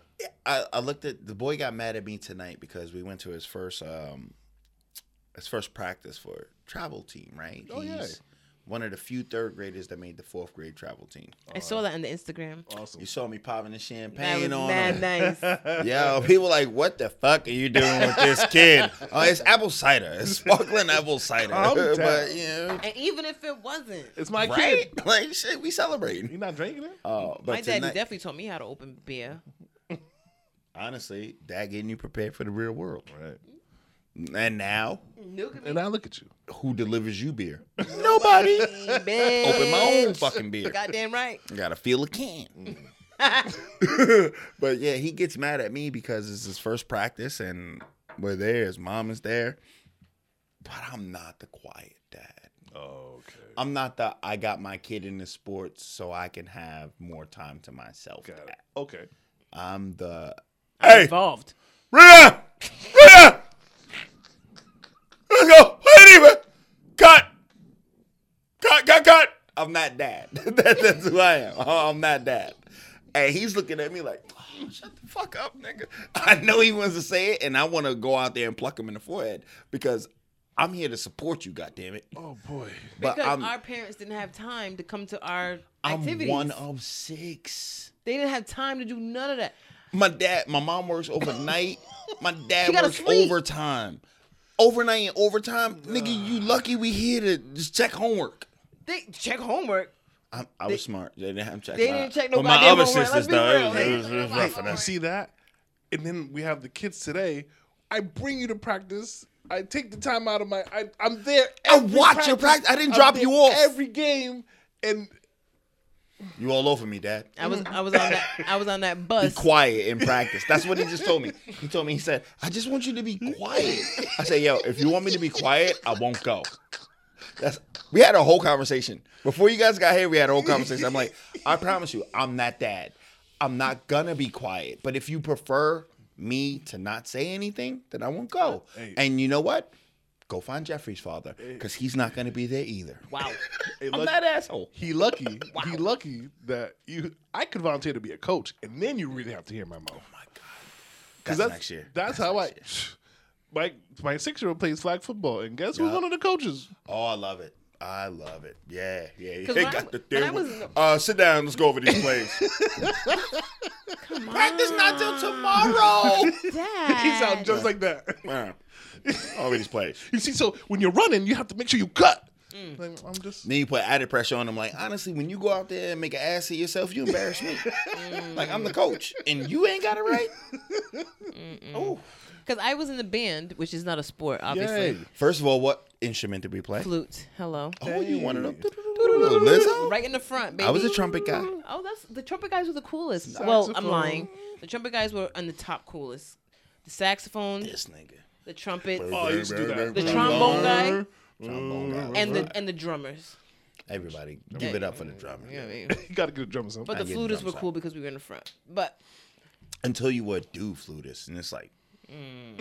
A: I, I looked at the boy got mad at me tonight because we went to his first um his first practice for travel team, right?
B: Oh, yeah.
A: one of the few third graders that made the fourth grade travel team.
B: Oh.
C: I saw that on the Instagram.
B: awesome.
A: You saw me popping the
C: That was
A: champagne on
C: mad
A: him.
C: nice.
A: Yo, people like, what the fuck are you doing with this kid? Oh, it's apple cider. It's sparkling apple cider.
B: Calm down.
A: but you know,
C: And even if it wasn't,
B: It's my
A: right?
B: kid.
A: Like shit, we celebrating.
B: You not drinking it?
A: Oh, but
C: my dad
A: tonight-
C: definitely taught me how to open beer.
A: honestly, that getting you prepared for the real world.
B: Right.
A: And now,
B: And I look at you.
A: who delivers you beer? Nobody. Open my own fucking beer.
C: Goddamn right.
A: Gotta feel a can.
B: Mm.
A: but yeah, he gets mad at me because it's his first practice and we're there. His mom is there. But I'm not the quiet dad.
B: Oh, okay.
A: I'm not the I got my kid into sports so I can have more time to myself.
B: Got it.
A: dad.
B: Okay.
A: I'm the
C: Involved.
A: Rhea! Rhea! Let's go! Anyway! Cut! Cut, cut, cut! I'm not dad. that, that's who I am. Oh, I'm not dad. And he's looking at me like, "Oh, shut the fuck up, nigga. I know he wants to say it, and I want to go out there and pluck him in the forehead because I'm here to support you, goddammit.
B: Oh boy.
A: But
C: Because
A: I'm,
C: our parents didn't have time to come to our
A: I'm
C: activities.
A: one of six.
C: they didn't have time to do none of that.
A: My dad, my mom works overnight. My dad
C: She gotta
A: works
C: sleep.
A: overtime. Overnight and overtime, nigga. You lucky we here to just check homework.
C: They check homework.
A: I, I was smart. They didn't have check.
C: they
A: mine.
C: didn't check no
A: But my
C: goddamn
A: other
C: homework,
A: sisters
C: let's be
A: though,
C: real.
A: it was- it was rough
C: Hey,
A: for
B: You
A: them.
B: see that? And then we have the kids today. I bring you to practice. I take the time out of my. I, I'm there.
A: I
B: every
A: watch your practice. I didn't drop
B: there
A: you off.
B: every game. And
A: You all over me, dad.
C: I was I was on that I was on that
A: Be
C: bus.
A: quiet in practice. That's what he just told me. He told me he said, "I just want you to be quiet." I said, "Yo, if you want me to be quiet, I won't go." That's we had a whole conversation before you guys got here. We had a whole conversation. I'm like, I promise you, I'm not dad. I'm not gonna be quiet. But if you prefer me to not say anything, then I won't go.
B: Hey.
A: And you know what? Go find Jeffrey's father because he's not going to be there either.
C: Wow.
B: Hey,
A: I'm
B: look-
A: that asshole.
B: He lucky. He lucky that you. I could volunteer to be a coach, and then you really have to hear my mouth.
A: Oh That's,
B: that's
A: next year.
B: That's, how I. My my six year old plays flag football, and guess who's
A: Yeah.
B: one of the coaches?
A: Oh, I love it. I love it. Yeah, yeah. yeah.
C: 'Cause
A: They
C: when I-
A: got the
C: when I
A: third
C: was-
A: one. Uh, sit down. Let's go over these plays.
C: Come on.
A: Practice not till tomorrow.
C: Dad.
B: He's out just like that.
A: Man, over these plays.
B: You see, so when you're running, you have to make sure you cut.
A: Mm.
B: Like, I'm just.
A: Then you put added pressure on them. Like honestly, when you go out there and make an ass of yourself, you embarrass me.
C: Mm.
A: like I'm the coach, and you ain't got it right. Oh,
C: Because I was in the band, which is not a sport, obviously.
B: Yay.
A: first of all, what instrument did we play?
C: Flute. Hello.
A: Oh, you wanted them.
C: Right in the front, baby.
A: Oh. I was a trumpet guy.
C: Oh, that's the trumpet guys were the coolest. Well, I'm
B: Saxophone.
C: lying. The trumpet guys were on the top coolest. The saxophone,
A: This nigga.
C: the trumpet,
B: Oh, you used to do that.
C: the trombone guy,
A: Trombone guy.
C: Mm. and the and the drummers.
A: Everybody, give it up for the drummer.
C: You know what I mean?
B: You gotta get a drummer something.
C: But the
A: get
C: flutists were
A: drums out.
C: cool because we were in the front. But
A: Until you were a dude flutist, and it's like,
C: Mm.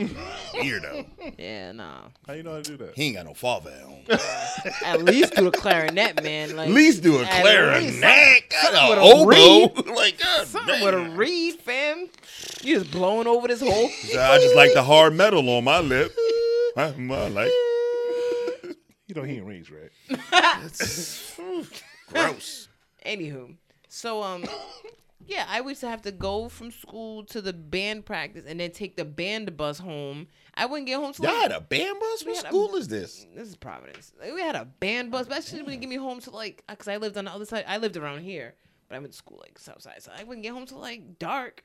A: weirdo.
C: yeah, nah.
B: How you know how to do that?
A: He ain't got no father at home.
C: At least do a clarinet, man. Like
A: At least do a
C: At least
A: clarinet. Got a
C: with a
A: oboe. like, God
C: something
A: damn.
C: with a reed, fam. You just blowing over this whole.
A: I just like the hard metal on my lip. I, I like
B: You know he ain't range, right?
A: gross.
C: Anywho, so um, yeah, I used to have to go from school to the band practice and then take the band bus home. I wouldn't get home till
A: Y'all
C: like,
A: had a band bus? What
C: had a-
A: school is this?
C: this is Providence. Like, we had a band bus, but that shit wouldn't get me home to like because I lived on the other side. I lived around here, but I went to school like south side, so I wouldn't get home till like dark.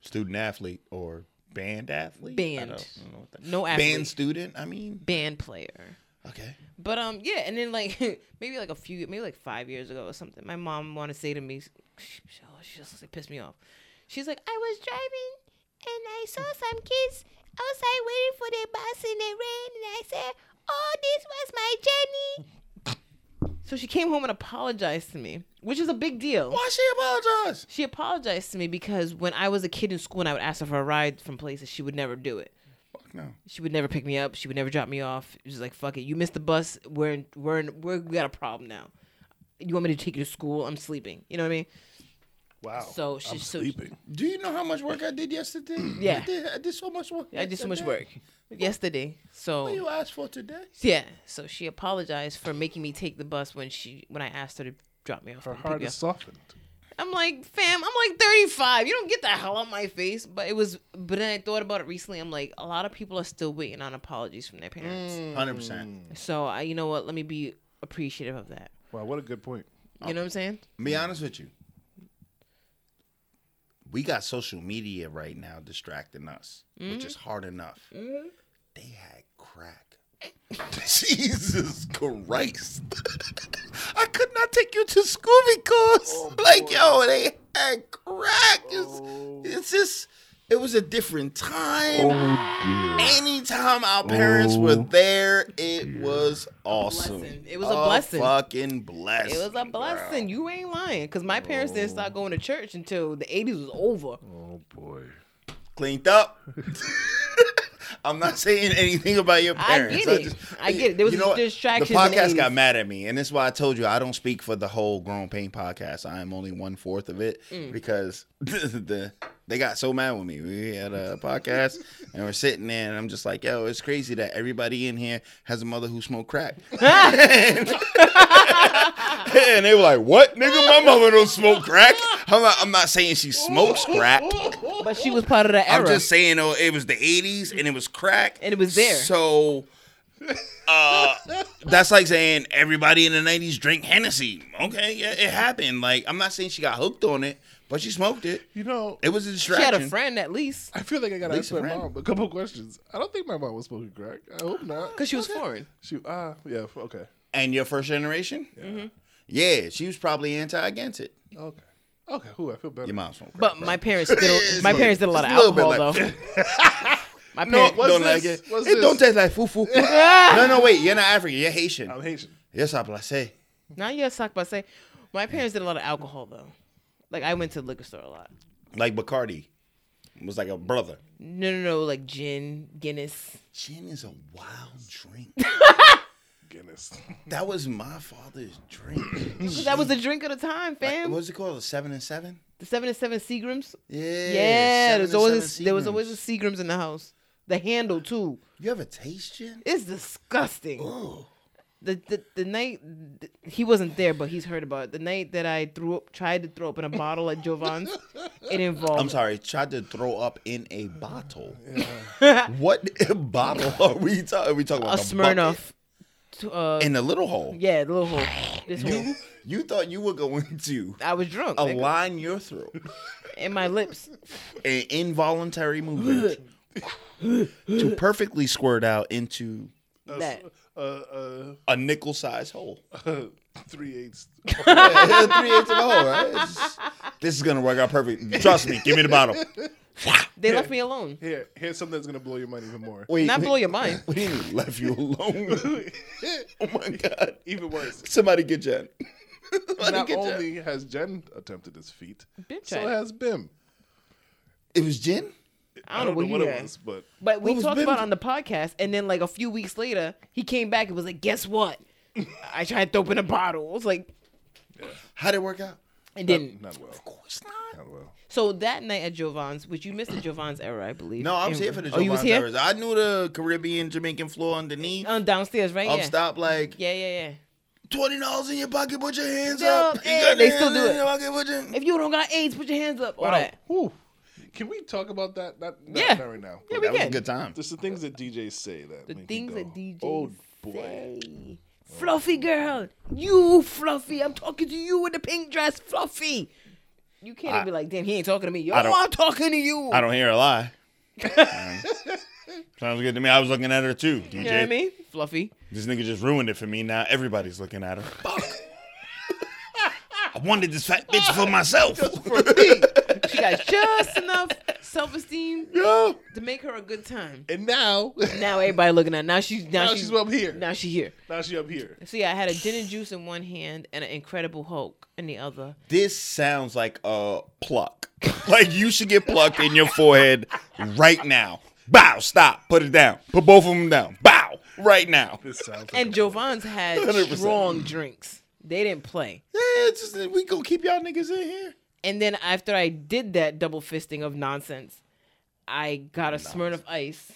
A: Student athlete or band athlete?
C: Band.
A: I don't- I don't know what that-
C: No athlete.
A: Band student? I mean,
C: Band player.
A: okay.
C: But um, yeah, and then like maybe like a few, maybe like five years ago or something, my mom wanted to say to me, she, oh, she just like pissed me off. She's like, I was driving and I saw some kids outside waiting for their bus in the rain, and I said, Oh, this was my journey. so she came home and apologized to me, which is a big deal.
A: Why Oh, she apologize?
C: She apologized to me because when I was a kid in school and I would ask her for a ride from places, she would never do it
A: Fuck no.
C: she would never pick me up. She would never drop me off. She was like, "Fuck it, you missed the bus. We're in, we're in, we're, we got a problem now. You want me to take you to school? I'm sleeping. You know what I mean?
B: Wow.
C: So she's
B: I'm
C: so-
B: sleeping.
A: Do you know how much work I did yesterday?
C: Yeah.
A: I did, I did so much work.
C: I did so much
A: yesterday.
C: work yesterday. So
A: you asked for today?
C: yeah, so she apologized for making me take the bus when she when I asked her to drop me off.
B: Her
C: and pick
B: heart
C: me
B: is
C: up.
B: softened.
C: I'm like, fam, I'm like 35. You don't get the hell out my face. But it was. But then I thought about it recently. I'm like, a lot of people are still waiting on apologies from their parents.
B: Mm.
A: 100%.
C: So I, you know what? Let me be appreciative of that.
B: Wow, what a good point.
C: You know what I'm saying?
A: Be honest with you. We got social media right now distracting us, which is hard enough. They had crack. Jesus Christ. I could not take you to school because, like, yo, they had crack. It's, it's just, it was a different time. Anytime our parents were there, it was awesome.
C: Blessing. It was a blessing.
A: Fucking blessing.
C: It was a blessing. You ain't lying. Because my parents didn't start going to church until the 80s was over.
B: Oh boy.
A: cleaned up. I'm not saying anything about your
C: I
A: parents.
C: get it. I get it. There was
A: you know what?
C: distractions
A: The
C: in the
A: podcast
C: 80s.
A: got mad at me, and that's why I told you I don't speak for the whole Grown Pain podcast. I am only one fourth of it
C: Mm.
A: because the they got so mad with me. We had a podcast and we're sitting there, and I'm just like, yo, it's crazy that everybody in here has a mother who smoked crack. and they were like, what, nigga? My mother don't smoke crack. I'm not, I'm not saying she smokes crack.
C: But she was part of that era.
A: Oh. I'm just saying, oh, it was the '80s and it was crack,
C: And it was there.
A: So, uh, that's like saying everybody in the '90s drank Hennessy. Okay, yeah, it happened. Like I'm not saying she got hooked on it, but she smoked it.
B: You know,
A: It was a
C: she
A: distraction.
C: had a friend at least.
B: I feel like I gotta
A: Lisa
B: ask my
A: Brandon.
B: mom a couple questions. I don't think my mom was smoking crack. I hope not.
C: Because she was foreign.
B: She ah yeah f- okay
A: And your first generation?
C: Mm-hmm.
A: Yeah, she was probably anti against it.
B: okay okay. Ooh, I feel better.
A: Your mom smoked.
C: But my parents did. My parents did a lot of
A: It's a little bit
C: alcohol
A: like-
C: though. My
A: No,
C: parents.
B: what's
A: don't like
B: this?
A: it.
B: What's
A: it
B: this?
A: don't taste like fufu. no, no, wait. You're not African. You're Haitian.
B: I'm Haitian.
A: Yes, I placé.
C: Not yet, sock but say, my parents did a lot of alcohol though. Like I went to the liquor store a lot.
A: Like Bacardi. was like a brother.
C: No, no, no, like gin, Guinness.
A: Gin is a wild drink.
B: Guinness.
A: That was my father's drink.
C: That was a drink at a time,
A: Like,
C: fam.
A: what was it called? A seven and seven?
C: the seven and seven Seagrams.
A: Yeah.
C: Yeah,
A: seven
C: there's
A: and
C: always
A: seven
C: there was
A: Seagrams.
C: always a Seagrams in the house. The handle too.
A: You ever taste gin?
C: It's disgusting.
A: Oh.
C: The, the the night th- he wasn't there, but he's heard about it. The night that I threw up, tried to throw up in a bottle at Jovan's, it involved.
A: I'm sorry. Tried to throw up in a bottle. what bottle are we talking? Are we talking
C: a
A: about the bucket
C: Smirnoff. T- Uh,
A: in the little hole?
C: yeah, the little hole. This hole.
A: You, you thought you were going to
C: I was drunk. nigga,
A: align your throat,
C: And my lips.
A: an involuntary movement, to perfectly squirt out into
C: that.
B: Uh, uh,
A: a nickel-sized hole.
B: three eighths.
A: Yeah, three eighths of a hole. Right? It's just- this is gonna work out perfect. Trust me. Give me the bottle.
C: They left me alone.
B: Here, here's something that's gonna blow your mind even more.
A: Wait,
C: Not blow your mind.
A: What do you mean left you alone? oh my god!
B: Even worse.
A: Somebody get Jen. Somebody
B: Not
A: get Jen.
B: only has Jen attempted this feat,
C: Bim
B: so
C: tried it.
B: has Bim.
A: It was Jen.
C: I don't know what he had.
B: but
C: But we
A: What was
C: talked
A: Ben-
C: about it on the podcast, and then like a few weeks later, he came back and was like, "Guess what? I tried to open a bottle." I was like,
A: How did it work out?
C: and then
B: not well.
A: Of course not.
B: Not well.
C: so that night at Jovan's, which you missed the Jovan's era, I believe.
A: No, I was
C: And-
A: here for the
C: Oh, you was
A: Jovan's
C: here
A: errors. I knew the Caribbean Jamaican floor underneath.
C: Um, downstairs, right?
A: Up
C: yeah.
A: stop like
C: yeah, yeah, yeah.
A: twenty dollars in your pocket. Put your hands
C: Yeah,
A: up. You
C: eh,
A: got
C: they
A: your
C: still
A: hands
C: do
A: in
C: it.
A: your pocket, put your-
C: If you don't got AIDS, put your hands up. All
B: Wow.
C: that.
B: Whew. Can we talk about that? Not, not,
C: Yeah.
B: not right now.
C: Yeah, we
A: That was a
C: can.
A: good time.
B: Just the things that DJs say that
C: The
B: make you
C: things
B: go,
C: that DJs
B: oh boy
C: say. Fluffy girl, you fluffy. I'm talking to you with the pink dress, fluffy. You can't
A: I-
C: be like, damn, he ain't talking to me. Yo,
A: I don't-
C: I'm talking to you.
A: I don't hear a lie. Um, Sounds good to me. I was looking at her too, DJ.
C: You know what I mean? Fluffy.
A: This nigga just ruined it for me. Now everybody's looking at her. Fuck. I wanted this fat bitch for myself.
C: She got just enough self esteem
B: yeah
C: to make her a good time.
B: and now
C: Now everybody looking at now she's now,
B: now
C: she's,
B: she's up here now,
C: now she here.
B: she up here
C: So yeah, I had a gin and juice in one hand and an Incredible Hulk in the other.
A: this sounds like a pluck. Like you should get plucked in your forehead right now. Bow, stop, put it down. Put both of them down. Bow, right now.
B: this sounds like
C: And Jovan's had strong drinks. They didn't play.
A: Yeah, it's just that we gonna keep y'all niggas in here.
C: And then after I did that double fisting of nonsense, I got a Smirnoff Ice.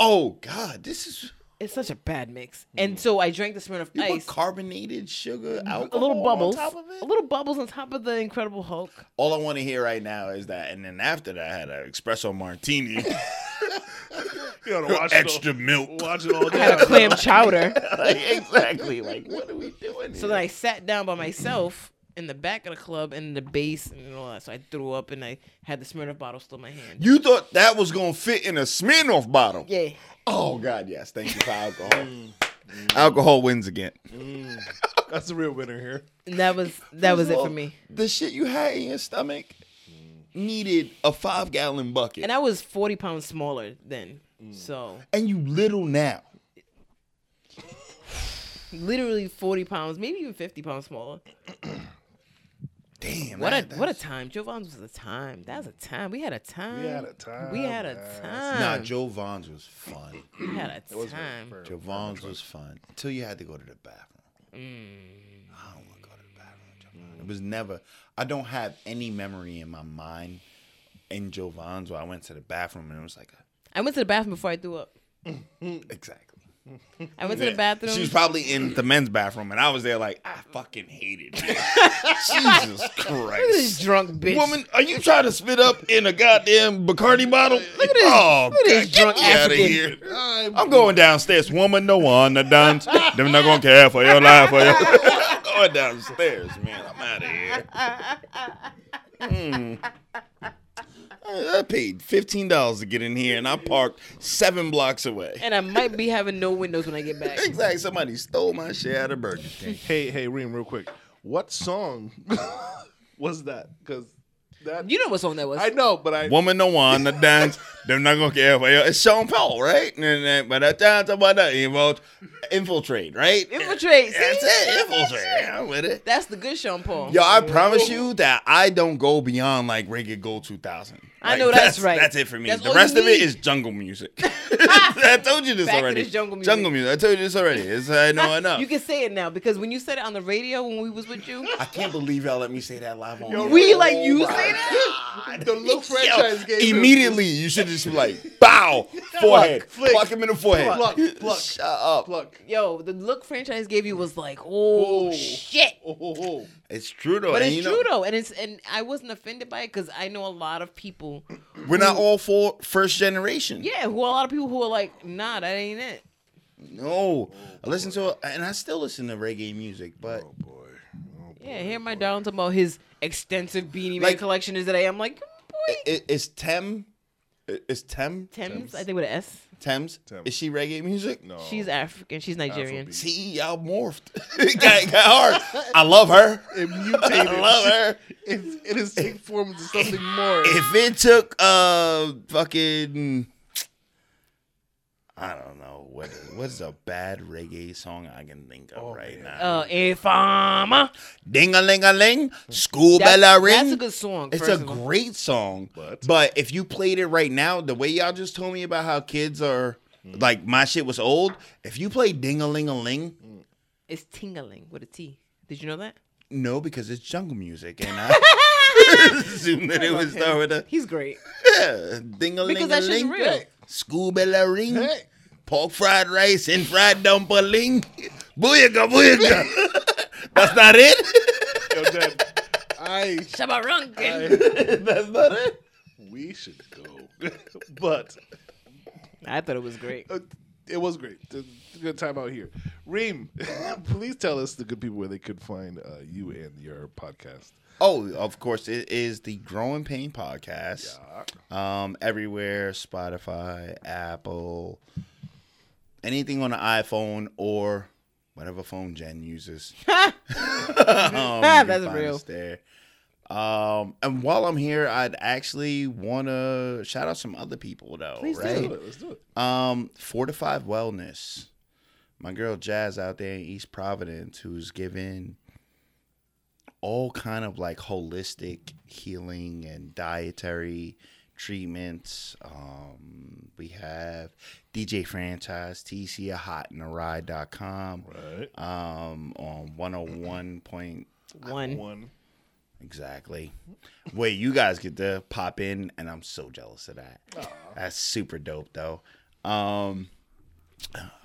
A: Oh God, this is
C: It's such a bad mix. And so I drank the Smirnoff
A: Mm. you put
C: Ice.
A: carbonated sugar alcohol
C: A little bubbles,
A: on top of it.
C: a little bubbles on top of the Incredible Hulk.
A: All I want to hear right now is that, and then after that, I had an espresso martini,
B: you gotta watch
A: extra
B: it
A: milk.
B: all, watch it all
C: I had a
B: down.
C: clam chowder.
A: Like, exactly. Like, what are we doing?
C: So then I sat down by myself in the back of the club and the bass and all that. So I threw up and I had the Smirnoff bottle still in my hand.
A: you thought that was gonna fit in a Smirnoff bottle?
C: Yeah.
A: Oh God, yes. Thank you for alcohol. alcohol wins again. Mm.
B: that's the real winner here
C: And that was that was it
A: Well,
C: for me.
A: The shit you had in your stomach needed a five gallon bucket,
C: And
A: and,
C: I was 40 pounds smaller then. So
A: you little now.
C: literally 40 pounds, maybe even 50 pounds smaller.
A: Damn.
C: What a
A: that-
C: what a time. Jovan's was a time. That was a time. We had a time.
B: had a time,
C: We had a
B: guys.
C: time.
A: Nah, Joe Vons was fun.
C: we had a time.
A: Joe Vons was fun until you had to go to the bathroom.
C: Mm.
A: I don't want to go to the bathroom. Joe Vons. It was never. I don't have any memory in my mind in Joe Vons where I went to the bathroom and it was like, a,
C: I went to the bathroom before I threw up.
A: exactly.
C: I went to the bathroom.
A: She was probably in the men's bathroom, and I was there like, I fucking hated it. Jesus
C: this
A: Christ.
C: drunk bitch.
A: Woman, are you trying to spit up in a goddamn Bacardi bottle? Look
C: at this-
A: Oh,
C: look at this
A: God,
C: drunk
A: get me out of
C: African.
A: here.
B: I'm,
A: I'm going downstairs. Woman, no one the dance. Them not gonna care for your life for you. I'm going downstairs, man. I'm out of here. Mm. I I paid fifteen dollars to get in here, and I parked seven blocks away.
C: and I might be having no windows when I get back.
A: Exactly. Somebody stole my shit out of Burger King.
B: hey hey Reem real quick what song was that because That-
C: You know what song that was.
B: I know, but I
A: Woman don't wanna dance. They're not gonna care for you. It's Sean Paul, right? And then by the time somebody involt- infiltrate, right?
C: Infiltrate, see?
A: That's it. Infiltrate. I'm with it.
C: That's the good Sean Paul.
A: Yo, I promise you that I don't go beyond like regular Gold 2000.
C: I
A: Like,
C: know that's right.
A: That's it for me.
C: That's
A: the
C: all you
A: rest of it
C: need.
A: is jungle music. I told you this
C: Back to
A: already.
C: this jungle music.
A: I told you this already. It's, I know enough.
C: You can say it now because when you said it on the radio when we was with you,
A: I can't believe y'all let me say that live on. air.
C: we like you
A: my
C: say that.
B: the look
A: Yo,
B: franchise gave him-
A: immediately, you should just be like, bow, forehead,
B: flick,
A: pluck him in the forehead.
B: pluck, pluck,
A: Shut up.
B: Pluck.
C: Yo, the look franchise gave you was like, oh,
B: Oh.
C: shit.
B: Oh, oh, oh.
A: It's true though.
C: But
A: and
C: it's
A: you
C: true
A: know,
C: though, and it's and I wasn't offended by it because I know a lot of people.
A: We're not all for first generation.
C: Yeah, who a lot of people who are like, nah, that ain't it.
A: No, I listen to and I still listen to reggae music, but
B: Oh, boy. Oh, boy.
C: Yeah, hear my darling talking about his extensive beanie man
A: Like-
C: collection is today. I'm like, boy,
A: i- i- is Tem, i- is Tem,
C: Thames, I think with an S.
A: Thames,
B: Tem.
A: is she reggae music?
B: No.
C: She's African. She's Nigerian.
B: Afrobeat.
A: See, y'all morphed. It got, it got hard. I love her.
B: it
A: I love
B: mutated.
A: her.
B: It, it has taken form into something more.
A: If it took uh fucking I don't know what what's a bad reggae song I can think of right now.
C: Uh, a farmer.
A: Ding a ling a ling, school
C: That's,
A: bella ring.
C: that's a good song.
A: It's a
C: first of all.
A: great song,
B: But-
A: but if you played it right now, the way y'all just told me about how kids are like my shit was old. If you play Ding a Ling a Ling,
C: It's tingling with a T. Did you know that?
A: no, because it's jungle music, and I assumed that it would start with a
C: He's great.
A: yeah, ding a ling a
C: Because that shit's
A: ling.
C: real.
A: School bella ring,
B: Hey.
A: pork fried rice and fried dumpling. Booyaka, booyaka. That's not it.
B: Yo, Dad, I,
C: Shabarunkin.
B: I,
A: That's not it.
B: we should go. but
C: I thought it was great.
B: uh, it was great. It's a good time out here. Reem, please tell us the good people where they could find uh, you and your podcast.
A: Oh, of course, it is the Growing Pain podcast. Um, everywhere, Spotify, Apple, anything on an iPhone or whatever phone Jen uses. Um, you can
C: That's
A: find
C: real.
A: us there. Um, and while I'm here, I'd actually want to shout out some other people though.
C: Please do.
A: right?
B: Let's do it. Let's do it.
A: Um, Fortified Wellness. My girl Jazz out there in East Providence, who's giving all kind of like holistic healing and dietary treatments. Um, we have DJ Franchise, TC Hot in the Ride.com,
B: Right.
A: um, on 101 point
C: One.
B: One.
A: Exactly. Wait, you guys get to pop in, and I'm so jealous of that. That's super dope, though. Um,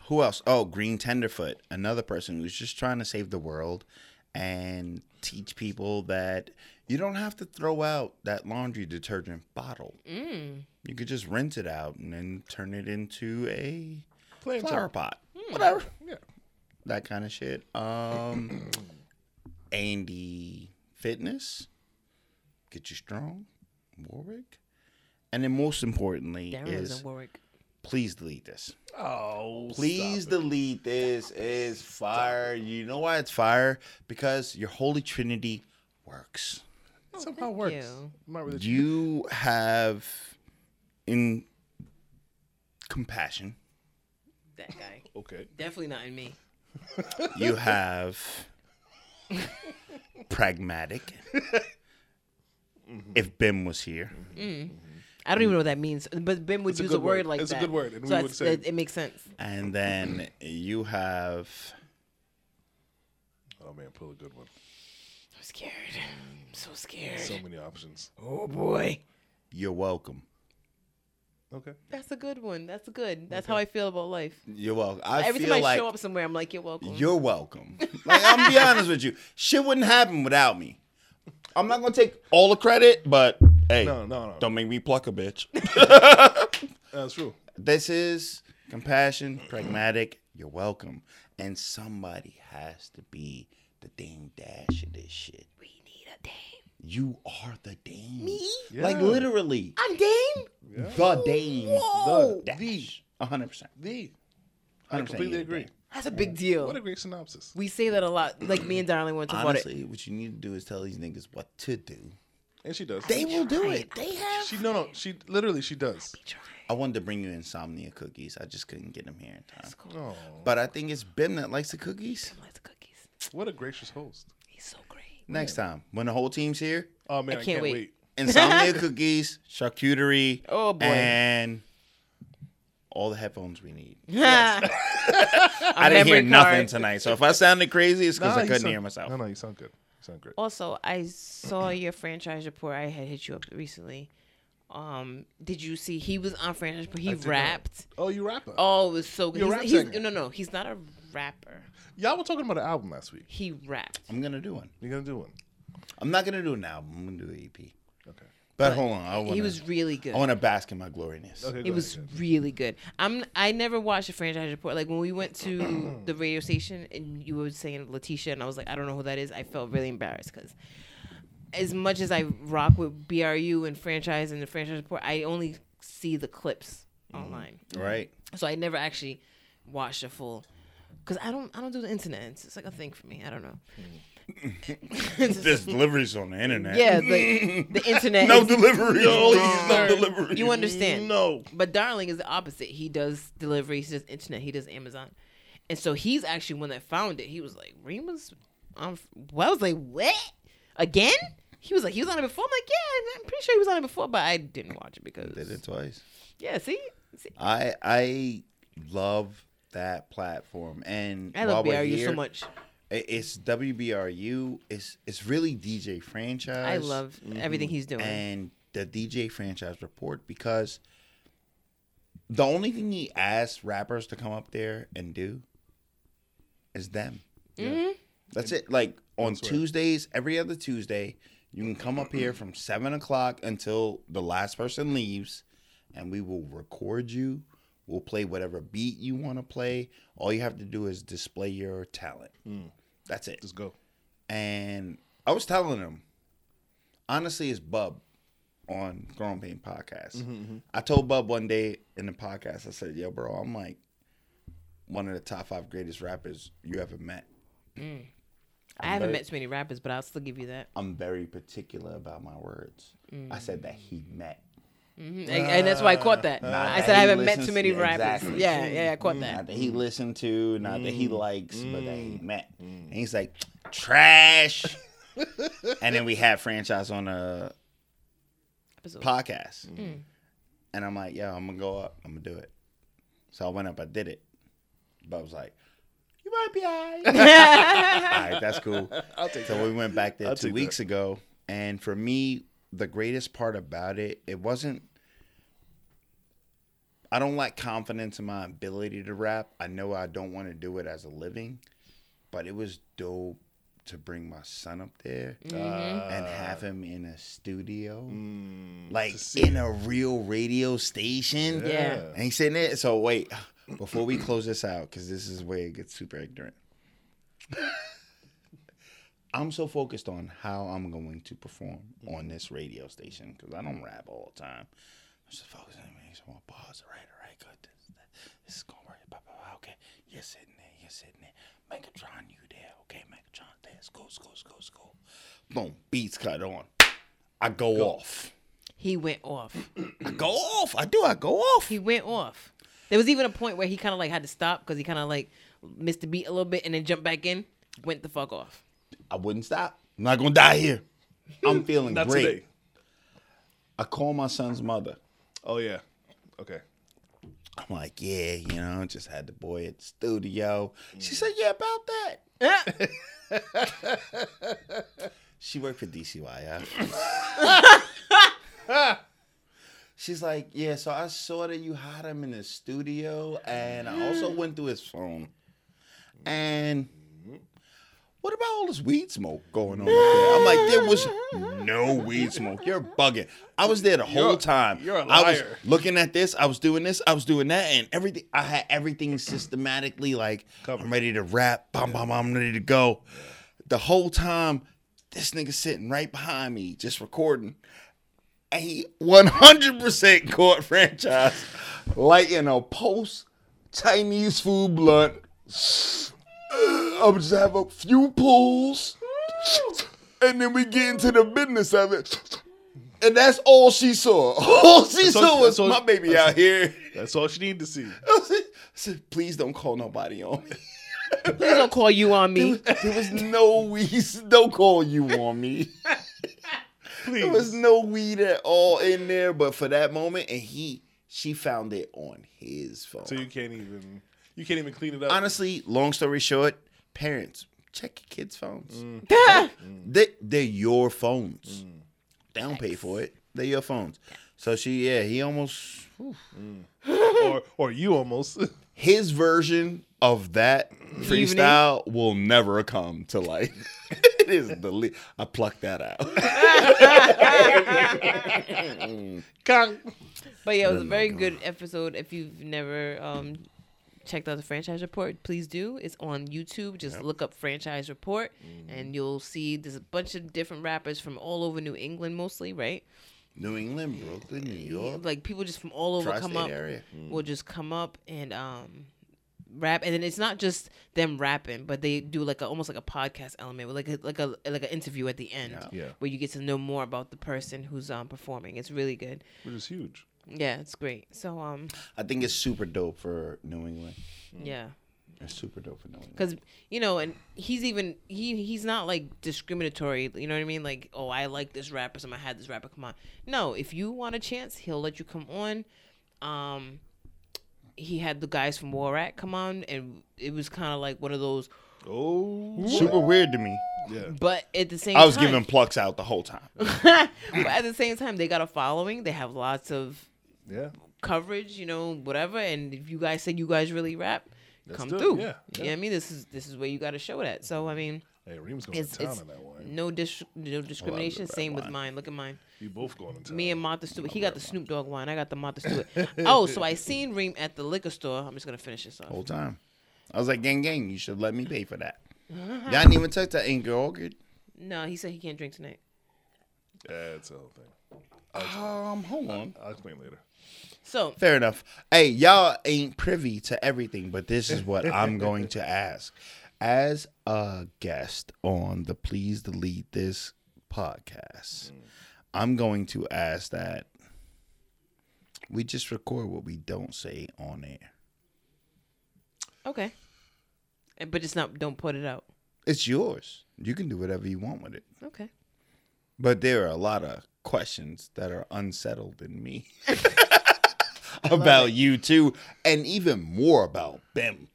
A: who else? Oh, Green Tenderfoot, another person who's just trying to save the world and teach people that you don't have to throw out that laundry detergent bottle. You could just rinse it out and then turn it into a
B: Plant
A: flower
B: Flower.
A: pot, whatever
B: Yeah.
A: that kind of shit. Um, Andy Fitness, get you strong, Warwick, and then most importantly
C: Darren lives
A: is
C: in Warwick.
A: please delete this.
B: Oh,
A: Please delete this. Is fire. You know why it's fire? Because your holy trinity works.
B: somehow works.
C: you.
B: I'm not really
A: You have in compassion.
C: That guy.
B: okay.
C: Definitely not in me.
A: You have pragmatic. If Ben was here,
C: I don't even know what that means. But Ben would
B: a
C: use
B: good
C: a word,
B: word.
C: like
B: It's a
C: that.
B: good word, and
C: so
B: we would
C: that's-
B: say-
C: that- it makes sense.
A: and then you have
B: Oh man, pull a good one.
C: I'm scared. I'm so scared.
B: So many options.
C: oh boy.
A: you're welcome.
B: Okay.
C: That's a good one. That's good. That's how I feel about life.
A: You're welcome. I
C: Every
A: feel
C: time I
A: like
C: show up somewhere, I'm like, "Mm." you're welcome.
A: you're welcome. Like I'm gonna be honest with you, shit wouldn't happen without me. I'm not gonna take all the credit, but hey,
B: No, no, no.
A: don't make me pluck a bitch.
B: That's true.
A: this is compassion, pragmatic. You're welcome. And somebody has to be the dame dash of this shit.
C: we need a dame.
A: You are the dame.
C: Me?
A: Like
B: Yeah.
A: literally,
C: I'm dame?
A: the dame.
C: Whoa.
A: The dash. 100%.
B: The. I
A: 100%,
B: completely
A: yeah,
B: agree.
C: That's a big
B: What a
C: deal.
B: great synopsis.
C: We say that a lot. Like me and Darling went to about it.
A: Honestly, what you need to do is tell these niggas what to do
B: and she does.
A: They will do it. They have.
B: She no no. She literally she does.
A: I wanted to bring you insomnia cookies. I just couldn't get them here in time.
B: Oh,
A: But I think it's Bim that likes the cookies.
C: Let's cookies.
B: what a gracious host.
C: He's so great.
A: Next time, when the whole team's here,
B: Oh man, I can't,
C: can't
B: wait.
C: wait.
A: insomnia cookies, charcuterie,
C: Oh, boy.
A: and all the headphones we need. I didn't hear
C: memory
A: nothing
C: card.
A: tonight, so if I sounded crazy, it's because
B: Nah,
A: I
B: you
A: couldn't
B: sound-
A: hear myself.
B: No no, you sound good. You sound great.
C: Also, I saw your franchise report. I had hit you up recently. Um, did you see he was on franchise report? He
B: did not.
C: rapped.
B: Oh, you rap up.
C: Oh, it was so good.
B: You're a
C: He's-
B: rap
C: he's,
B: singer.
C: no, no, he's not a rapper.
B: Y'all were talking about an album last week.
C: He rapped.
A: I'm gonna do one.
B: You're gonna do one.
A: I'm not gonna do an album. I'm gonna do an EP.
B: Okay.
A: But, hold on, I want.
C: he was really good.
A: I want to bask in my gloriness.
B: Okay. go
C: It
B: ahead,
C: was
B: go
C: really good. I'm I never watched a franchise report. Like when we went to the radio station and you were saying Letitia and I was like, I don't know who that is. I felt really embarrassed because as much as I rock with BRU and franchise and the franchise report, I only see the clips
B: Mm-hmm.
C: online.
A: Right.
C: So I never actually watched a full because I don't I don't do the internet. It's, it's like a thing for me. I don't know. It's just-
A: There's deliveries on the internet.
C: yeah, the, the internet.
A: No
C: is-
A: deliveries. please, no
C: sir.
A: deliveries.
C: You understand?
A: No.
C: But Darling is the opposite. He does deliveries, he does internet, he does Amazon. And so he's actually one that found it. He was like, Reema's on well, I was like, What? Again? He was like, he was on it before. I'm like, yeah, I'm pretty sure he was on it before, but I didn't watch it because
A: Did it twice.
C: yeah, see, see
A: I I love that platform, and
C: I love
A: while we're
C: BRU so
A: here,
C: much.
A: i- It's WBRU. It's it's really DJ franchise.
C: I love everything he's doing.
A: Mm-hmm. and the DJ franchise report because the only thing he asks rappers to come up there and do is them.
C: Mm-hmm.
A: That's it. Like on Tuesdays, every other Tuesday, you can come up here from seven o'clock until the last person leaves, and we will record you. We'll play whatever beat you want to play. All you have to do is display your talent. That's it.
B: Just go.
A: And I was telling him, honestly, it's Bub on Grown Pain Podcast. I told Bub one day in the podcast, I said, Yo, bro, I'm like one of the top five greatest rappers you ever met.
C: I haven't
A: very-
C: met too many rappers, but I'll still give you that.
A: I'm very particular about my words. I said that he met.
C: And, and that's why I caught that. I
A: that
C: said I
A: Mm, he
C: haven't met
A: listens-
C: too many
A: yeah,
C: rappers.
A: exactly. Mm,
C: Yeah, yeah, I caught
A: Not
C: that. Mm.
A: that he listened to, not that he likes, but that he met.
C: Mm.
A: And he's like, trash. and then we had franchise on a
C: Episode. Mm.
A: podcast. And I'm like, yo, I'm gonna go up. I'm gonna do it. So I went up, I did it. But I was like, you might be all right. all right, that's cool.
B: I'll take
A: So we went back there
B: I'll
A: two
B: take
A: weeks ago. And for me, the greatest part about it, it wasn't I don't lack confidence in my ability to rap. I know I don't want to do it as a living, but it was dope to bring my son up there
B: Mm-hmm.
A: and have him in a studio,
B: Mm,
A: like in a real radio station.
C: Yeah.
A: And he's sitting there. So, wait, before we close this out, because this is where it gets super ignorant. I'm so focused on how I'm going to perform on this radio station because I don't rap all the time. I'm just focusing on making some more bars. All right, all right, good. This, that, this is going to work. Blah, blah, blah. Okay, you're sitting there. You're sitting there. Megatron, you there. Okay, Megatron, there. It's cool, it's cool, it's cool, it's cool. Boom, beats cut on. I go, off.
C: He went off.
A: I go off. I do. I go off.
C: He went off. There was even a point where he kind of like had to stop because he kind of like missed the beat a little bit and then jumped back in. Went the fuck off.
A: I wouldn't stop. I'm not gonna die here. I'm feeling
B: Not
A: great.
B: today.
A: I call my son's mother.
B: Oh yeah. Okay.
A: I'm like, yeah, you know, just had the boy at the studio. She said, yeah, about that. she worked for DCYF. She's like, yeah, so I saw that you had him in the studio, and I also went through his phone. And what about all this weed smoke going on? up there? I'm like, there was no weed smoke. You're bugging. I was there the whole
B: You're-
A: time.
B: you're a
A: I was
B: liar.
A: looking at this. I was doing this. I was doing that, and everything. I had everything systematically. Like
B: Covered.
A: I'm ready to rap. Bam, bam, bam, I'm ready to go. The whole time, this nigga sitting right behind me, just recording. And he 100% caught franchise, like in a post Chinese food blunt. I would just have a few pulls, and then we get into the business of it. And that's all she saw. All she
B: That's all-
A: saw was
B: that's all-
A: my baby out here.
B: That's all she needed to see.
A: I said- I said, please don't call nobody on me.
C: Please don't call you on me.
A: There was no weed. Don't call you on me. There was
B: Please.
A: no weed at all in there, but for that moment, and he, she found it on his phone.
B: So you can't even you can't even clean it up.
A: Honestly, long story short, parents check your kids' phones.
B: Mm.
A: They they're your phones. They don't pay for it. They're your phones. So she, yeah, he almost
B: or or you almost.
A: his version of that freestyle will never come to light. it is the le- I plucked that out.
B: Gong.
C: But yeah, it was a very good episode. If you've never um, checked out the franchise report, please do. It's on YouTube. Just look up franchise report,
A: Mm-hmm.
C: and you'll see there's a bunch of different rappers from all over New England, mostly, right?
A: New England, Brooklyn, New York.
C: Like people just from all over come
A: Tri-state
C: up.
A: area. Mm.
C: Will just come up and um, rap, and then it's not just them rapping, but they do like a, almost like a podcast element, with like a, like a like an interview at the end,
B: Yeah.
C: where you get to know more about the person who's um performing. It's really good.
B: Which is huge.
C: Yeah, it's great. So um,
A: I think it's super dope for New England.
C: yeah.
A: It's super dope for New England.
C: because you know and he's even he he's not like discriminatory you know what i mean like oh i like this rapper so i had this rapper come on no if you want a chance he'll let you come on um he had the guys from Warat come on and it was kind of like one of those
B: Oh
A: Super weird to me.
B: yeah.
C: but at the same
A: I was
C: time,
A: giving plucks out the whole time.
C: but at the same time they got a following they have lots of
B: Yeah.
C: coverage you know whatever and if you guys say you guys really rap come
B: do it,
C: through
B: yeah,
C: you know what i mean this is this is where you got to show it at so i mean
B: Hey, Reem's going
C: It's-
B: to town
C: it's-
B: on that one.
C: No, dis- no discrimination. Same with mine. Look at mine.
B: You both going to town.
C: Me and Martha Stewart. He got the Snoop Dogg wine. I got the Martha Stewart. oh, so I seen Reem at the liquor store. I'm just gonna finish this off.
A: whole time. I was like, gang, gang, you should let me pay for that. Y'all didn't even touch that ain't girl good.
C: No, he said he can't drink tonight.
B: yeah, it's a whole thing.
A: Um, hold on.
B: I'll explain later.
C: So
A: Fair enough. Hey, y'all ain't privy to everything, but this is what I'm going to ask. As a guest on the Please Delete This podcast, I'm going to ask that we just record what we don't say on air.
C: okay, And- but it's not. Don't put it out.
A: It's yours. You can do whatever you want with it.
C: Okay.
A: But there are a lot of questions that are unsettled in me about you two, and even more about Bim.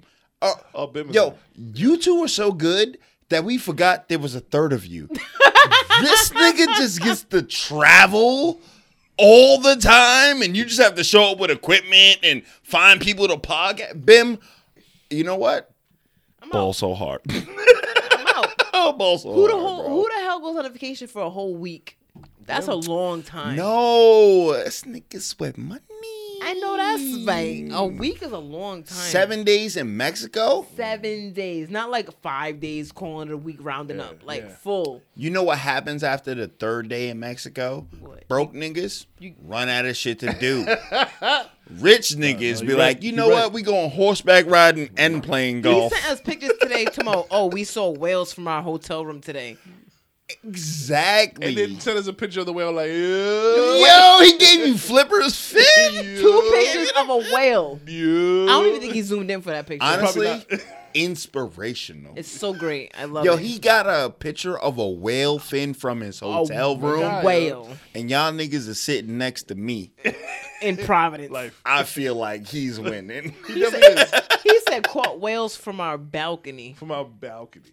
A: Uh,
B: Oh, Bim is
A: yo,
B: on.
A: you two were so good that we forgot there was a third of you. this nigga just gets to travel all the time, and you just have to show up with equipment and find people to podcast. Bim, you know what? Ball so hard.
C: I'm out.
A: oh, ball so
C: who the
A: hard.
C: whole,
A: bro.
C: Who the hell goes on a vacation for a whole week? That's a long time.
A: No, this niggas with money.
C: I know that's Oh, like a week is a long time.
A: Seven days in Mexico?
C: Seven days, not like five days. Calling it a week, rounding up, like
B: yeah.
C: full.
A: You know what happens after the third day in Mexico?
C: What?
A: Broke niggas
C: You-
A: run out of shit to do. Rich niggas
B: no,
A: be like,
B: you right,
A: you
B: you
A: know
B: right.
A: what? We going horseback riding and playing golf.
C: He sent us pictures today tomorrow. Oh, we saw whales from our hotel room today.
A: Exactly.
B: And then send us a picture of the whale like, yeah.
A: Yo, he gave you flippers fin.
C: Two pictures of a whale.
B: You.
C: I don't even think he zoomed in for that picture.
A: Honestly,
B: Probably not.
A: inspirational.
C: it's so great. I love
A: Yo,
C: it.
A: he got a picture of a whale fin from his hotel room.
B: Oh God.
C: whale
A: and y'all niggas is sitting next to me.
C: in Providence.
B: Like,
A: I feel like he's winning.
B: he definitely is
C: he said, "Caught whales from our balcony."
B: from our balcony.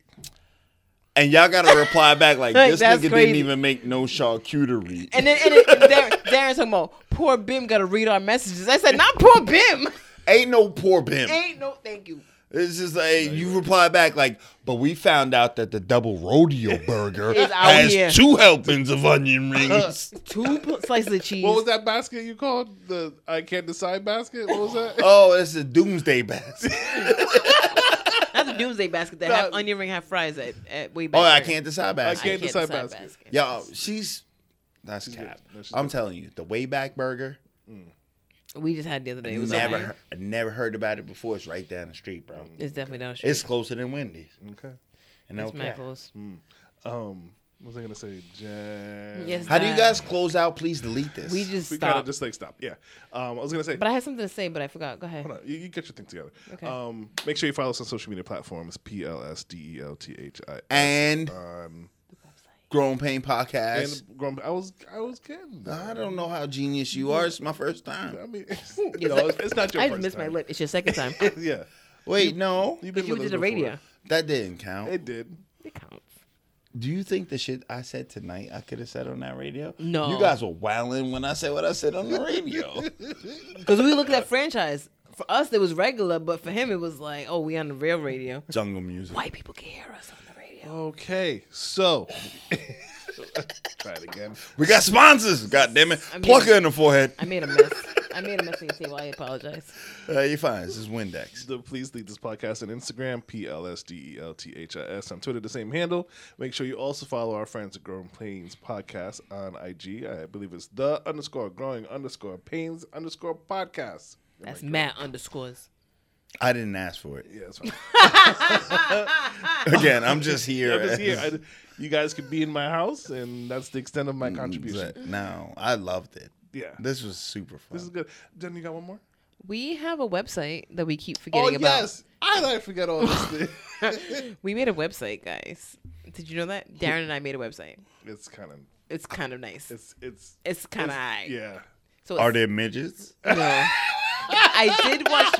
A: And y'all gotta reply back like this
C: That's
A: nigga didn't
C: crazy.
A: even make no charcuterie.
C: And then, and then and Darren, Darren's talking about poor Bim got to read our messages. I said, "Not poor Bim.
A: Ain't no poor Bim.
C: Ain't no thank you."
A: It's just like you reply back like, but we found out that the double rodeo burger
C: Is out
A: has
C: here.
A: two helpings of onion rings.
C: Two pl- slices of cheese.
B: What was that basket you called? The I can't decide basket? What was that?
A: oh, it's a doomsday basket.
C: Not the doomsday basket that
B: Nah.
C: have onion ring, have fries at, at way back.
A: Oh, I
C: there.
A: can't decide
B: I
A: basket.
B: can't decide
C: decide
B: basket.
C: basket.
A: Yo, she's that's cap.
B: good. No, she's
A: I'm telling you, the Wayback Burger.
C: We just had the other day. It was
A: Never,
C: never.
A: heard, never heard about it before. It's right down the street, bro.
C: It's definitely down the street.
A: It's closer than Wendy's.
B: Okay.
A: And
C: It's
A: okay.
C: Michael's.
B: Um, What was I gonna say? Jan.
C: Yes.
A: How do you
C: that-
A: guys close out? Please delete this.
C: We just
B: We kind
C: stop.
B: of just like stop. Yeah. Um, I was gonna say.
C: But I had something to say, but I forgot. Go ahead.
B: Hold on, you, you get your thing together.
C: Okay.
B: Um, make sure you follow us on social media platforms: P L S D E L T H I.
A: and
B: on
A: Grown Pain
B: Um, and
A: Podcast.
B: grown. I was I was kidding.
C: Uh-huh.
A: I don't know how genius you are. It's my first
B: I
A: time.
B: mean, you know, it's, it's not your.
C: I
B: first
C: just missed my
B: time.
C: lip. It's your second time.
B: Yeah,
A: Wait, no,
B: You've
C: Because you
B: with
C: did
B: us
C: the radio.
B: before.
A: that didn't count.
B: It did.
C: It counts.
A: Do you think the shit I said tonight I could have said on that radio?
C: No.
A: You guys were wilding when I said what I said on the radio.
C: Because we looked at franchise. For us, it was regular, but for him, it was like, oh, we on the real radio.
A: Jungle music.
C: White people can hear us on the radio.
B: Okay, so try it again.
A: We got sponsors. God damn it.
C: mean-
A: Pluck her in the forehead.
C: I made a mess. I made a mess on your table. I apologize.
A: Uh, you're fine. This is Windex.
B: So please lead this podcast on Instagram, P L S D E L T H I S. On Twitter, the same handle. Make sure you also follow our friends at Growing Pains Podcast on IG. I believe it's the underscore growing underscore pains underscore podcast.
C: That's Matt underscores.
A: I didn't ask for it.
B: Yeah, that's right.
A: Again, I'm just here.
B: I'm just here. I, you guys could be in my house, and that's the extent of my contribution.
A: No, I loved it.
B: Yeah.
A: This was super fun.
B: This is good. Jen, you got one more?
C: We have a website that we keep forgetting
B: oh,
C: about.
B: yes. I thought I forget all this. thing.
C: We made a website, guys. Did you know that? Darren and I made a website.
B: it's kind of,
C: It's kind of nice. It's,
B: it's, it's,
C: kind of high.
B: yeah.
C: So
A: Are
C: it's,
A: there midgets?
C: no. I did watch.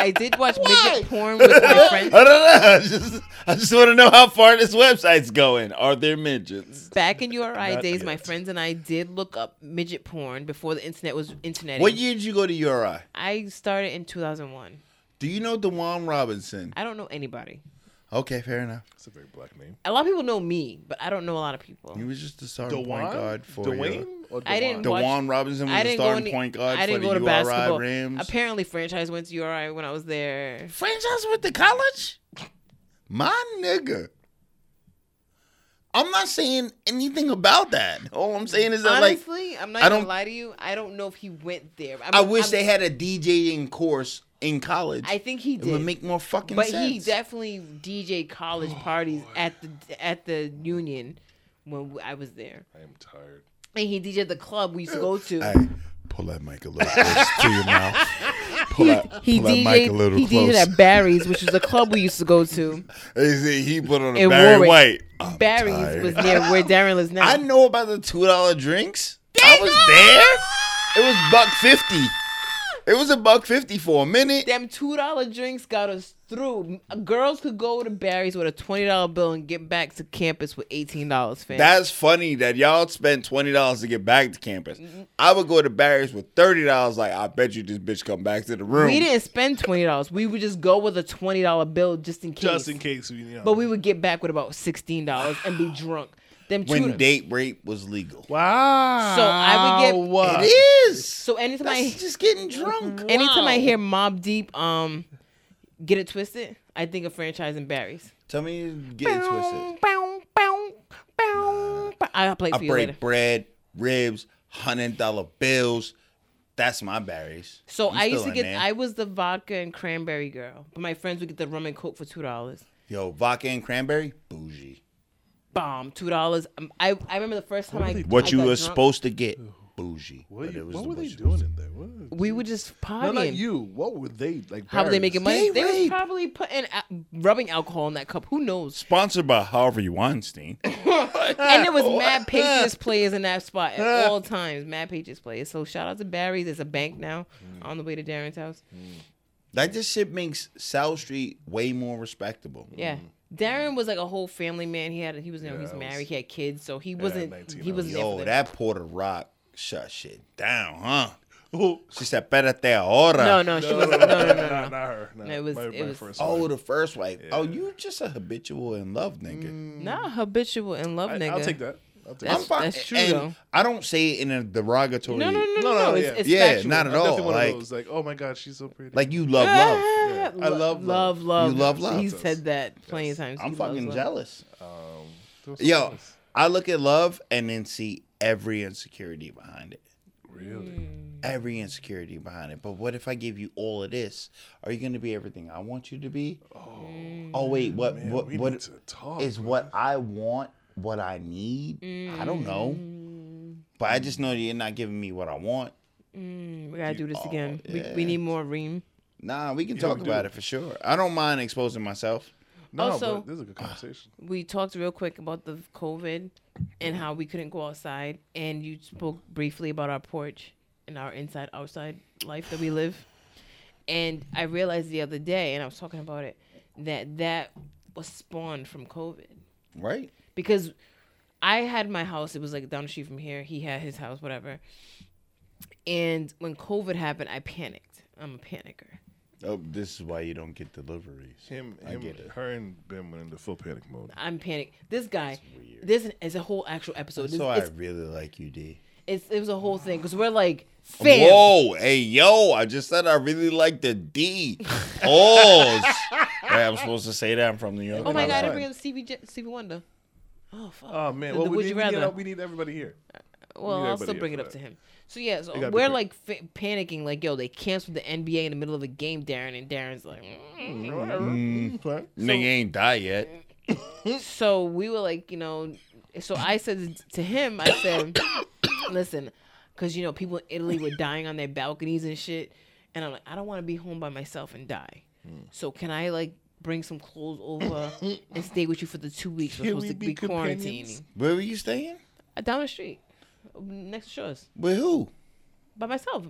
C: I did watch midget porn with my friends
A: I don't know. I just, I just want to know how far this website's going. Are there midgets?
C: back in URI
B: Not
C: days. My
B: yet.
C: friends and I did look up midget porn before the internet was internet.
A: What year did you go to URI?
C: I started in 2001.
A: Do you know Dewan Robinson?
C: I don't know anybody.
A: Okay, fair enough.
B: It's a very black name.
C: A lot of people know me, but I don't know a lot of people.
A: He was just the starting point
B: Dewan?
A: guard Oh for
B: Dwayne? Or
C: I didn't
B: Dewan?
C: watch-
A: Dewan Robinson was
C: I
A: the
C: didn't go
A: starting
C: any,
A: point guard
C: I didn't
A: for
C: go
A: the
C: to
A: URI
C: basketball.
A: Rams.
C: Apparently, franchise went to URI when I was there.
A: franchise with the college? My nigga. I'm not saying anything about that. All I'm saying is that, like,
C: Honestly, I'm not
A: I
C: gonna
A: don't-
C: lie to you. I don't know if he went there. mean,
A: I wish
C: I'm-
A: they had a DJing course in college.
C: I think he
A: it would
C: did.
A: make more fucking
C: but
A: sense. Oh,
C: he definitely DJ college parties at the at the Union when I was there,
B: I am tired.
C: and he DJ the club we used to go to.
A: Hey, pull that mic a little close to your mouth. Pull
C: He,
A: that,
C: he
A: pull that mic a
C: DJed,
A: little
C: he
A: close.
C: DJed at Barry's, which is a club we used to go to.
A: Hey, see, he put on a
C: in
A: Barry
C: Warwick.
A: White. I'm
C: Barry's
A: tired.
C: was near where Darren lives now.
A: I know about the two dollar drinks. I was there. It was buck fifty. It was a buck fifty for a minute.
C: Them two dollar drinks got us through. Girls could go to Barry's with a twenty dollar bill and get back to campus with eighteen dollars. Fam,
A: That's funny that y'all spent twenty dollars to get back to campus. I would go to Barry's with thirty dollars. Like I bet you this bitch come back to the room.
C: we didn't spend twenty dollars. We would just go with a twenty dollar bill just in case.
B: Just in case we, you know.
C: But we would get back with about sixteen dollars and be drunk. Them two.
A: when date rape was legal.
B: Wow.
C: So I would get-
B: Wow.
A: It is.
C: so anytime I
A: That's just getting drunk.
C: anytime I hear Mob Deep, um, get it twisted, I think of franchise and Barry's.
A: Tell me you get it twisted.
C: Bow, bow, bow, bow. I'll play it
A: I
C: for you later.
A: break bread, ribs, hundred dollar bills. That's my berries.
C: So
A: You
C: I used
A: still
C: to
A: in
C: get.
A: there.
C: I was the vodka and cranberry girl, but my friends would get the rum and coke for two dollars.
A: yo vodka and cranberry bougie.
C: Bomb, two dollars. Um, I I remember the first time I
A: What
C: I
A: you
C: got
A: were
C: drunk,
A: supposed to get bougie.
B: What,
A: but
B: you-
A: it was
B: what
A: the
B: were they
A: bullshit.
B: doing in there? What?
C: We were just partying.
B: No, not you. What were they like?
C: How were they
B: Barry's?
C: making
A: They
C: money? They
A: rape.
C: was probably putting al- rubbing alcohol in that cup. Who knows?
A: Sponsored by Harvey Weinstein.
C: And there was Mad Patriots players in that spot at all times. Mad Patriots players. So shout out to Barry's. There's a bank now on the way to Darren's house.
A: that just shit makes South Street way more respectable.
C: Yeah. Darren was like a whole family man. He had he was you know, he
B: Yeah,
C: was
B: I was-
C: married. He had kids, so he wasn't
B: 19
C: he
B: I
C: wasn't there for
A: Yo,
C: the-
A: that Porter Rock shut shit down, huh?
B: Oh,
A: She said, "Pérate ahora."
C: No, no, she
B: no, no,
C: wasn't.
B: no,
C: No, no, no, no.
B: not her. No,
C: It was-
B: my,
C: it
B: my
C: was-
B: first
A: Oh,
B: wife.
A: the first wife. Oh, you just a habitual in love nigga.
B: Mm.
C: Nah, habitual in love,
B: I,
C: nigga.
B: I'll take that. I'll take
A: I'm
B: that.
C: That's-
A: fine.
C: that's true,
A: and
C: though.
A: I don't say it in a derogatory.
C: No, no, no, no,
B: No,
C: no.
B: no,
C: it's,
B: yeah.
C: it's
A: Yeah,
C: factual.
A: not at
B: I'm
A: all.
B: definitely one
A: like-
B: of those. Like, oh my god, she's so pretty.
A: Like you love love.
C: Ah,
B: Yeah. I
C: lo-
B: love love.
C: love, love.
A: You love love.
C: He said that plenty of times.
A: I'm
C: He loves
A: fucking
C: love.
A: jealous.
B: Those
A: Yo,
B: songs.
A: I look at love and then see every insecurity behind it.
C: Mm.
B: really?
A: Every insecurity behind it. But what if I give you all of this? Are you going to be everything I want you to be? Oh, wait, what
B: Man,
A: what
B: we
A: what
B: need to talk.
A: is
B: bro.
A: what I want what I need? I don't know. But I just know that you're not giving me what I want.
C: We gotta do this
A: Oh,
C: again. We, we
A: yeah.
C: need more ream.
A: Nah, we can talk
B: we
A: about
B: do.
A: it for sure. I don't mind exposing myself.
B: No,
C: Also-
B: but this is a good conversation.
C: We talked real quick about the COVID and how we couldn't go outside, and you spoke briefly about our porch and our inside outside life that we live. And I realized the other day, and I was talking about it, that that was spawned from COVID.
A: Right?
C: because I had my house. It was like down the street from here. He had his house, whatever. And when COVID happened, I panicked. I'm a panicker.
A: Oh, this is why you don't get deliveries.
B: Him,
A: I
B: him,
A: get it.
B: her, and Ben went into full panic mode.
C: I'm panicked. This guy,
A: weird.
C: this is a whole actual episode. This,
A: So I
C: it's,
A: really like you, D.
C: it's, it was a whole thing because we're like, Oh fam.
A: Whoa, hey yo! I just said I really like the D. Oh, Wait, I'm supposed to say that I'm from New York.
C: Oh my
A: How
C: god! I
A: about-
C: bring up Stevie J- Stevie Wonder. Oh fuck.
B: Oh man,
C: The-
B: well,
C: the
B: we
C: Would
B: need,
C: You
B: we,
C: Rather.
B: need, we need everybody here.
C: Well,
B: need
C: I'll
B: everybody
C: still
B: here
C: bring
B: for
C: it up
B: that.
C: to him. So yeah,
B: gotta
C: so
B: be
C: we're
B: quick.
C: like fa panicking, like yo, they canceled the NBA in the middle of a game, Darren, and Darren's like, mm,
A: Nigga ain't die yet.
C: so we were like, you know, so I said to him, I said, listen, because you know people in Italy were dying on their balconies and shit, and I'm like, I don't want to be home by myself and die.
B: Hmm.
C: So can I like bring some clothes over and stay with you for the two weeks
B: Can
C: we're supposed
B: we
C: to
B: be
C: be
B: companions?
C: quarantining?
A: Where were you staying?
C: Uh, Down the street, mm, next to Shores,
A: With who?
C: by myself.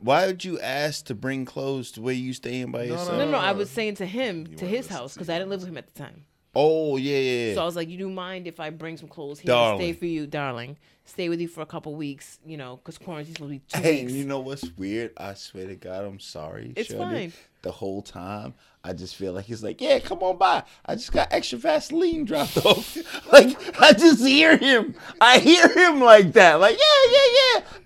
A: Why would you ask to bring clothes to where you staying by yourself?
C: No, no, I
B: Uh,
C: was saying to him, to
B: weren't
C: his
B: listening
C: house,
B: to
C: because
B: you.
C: I didn't live with him at the time.
A: Oh yeah, yeah. yeah.
C: So I was like, "You do mind if I bring some clothes here and
A: Darling.
C: stay for you, darling? Stay with you for a couple weeks, you know, because quarantine's gonna be two
A: Hey,
C: weeks."
A: you know what's weird? I swear to God, I'm sorry.
C: It's
A: Shawty.
C: fine.
A: The whole time, I just feel like he's like, "Yeah, come on by." I just got extra Vaseline dropped off. like I just hear him. I hear him like that. Like, yeah, yeah,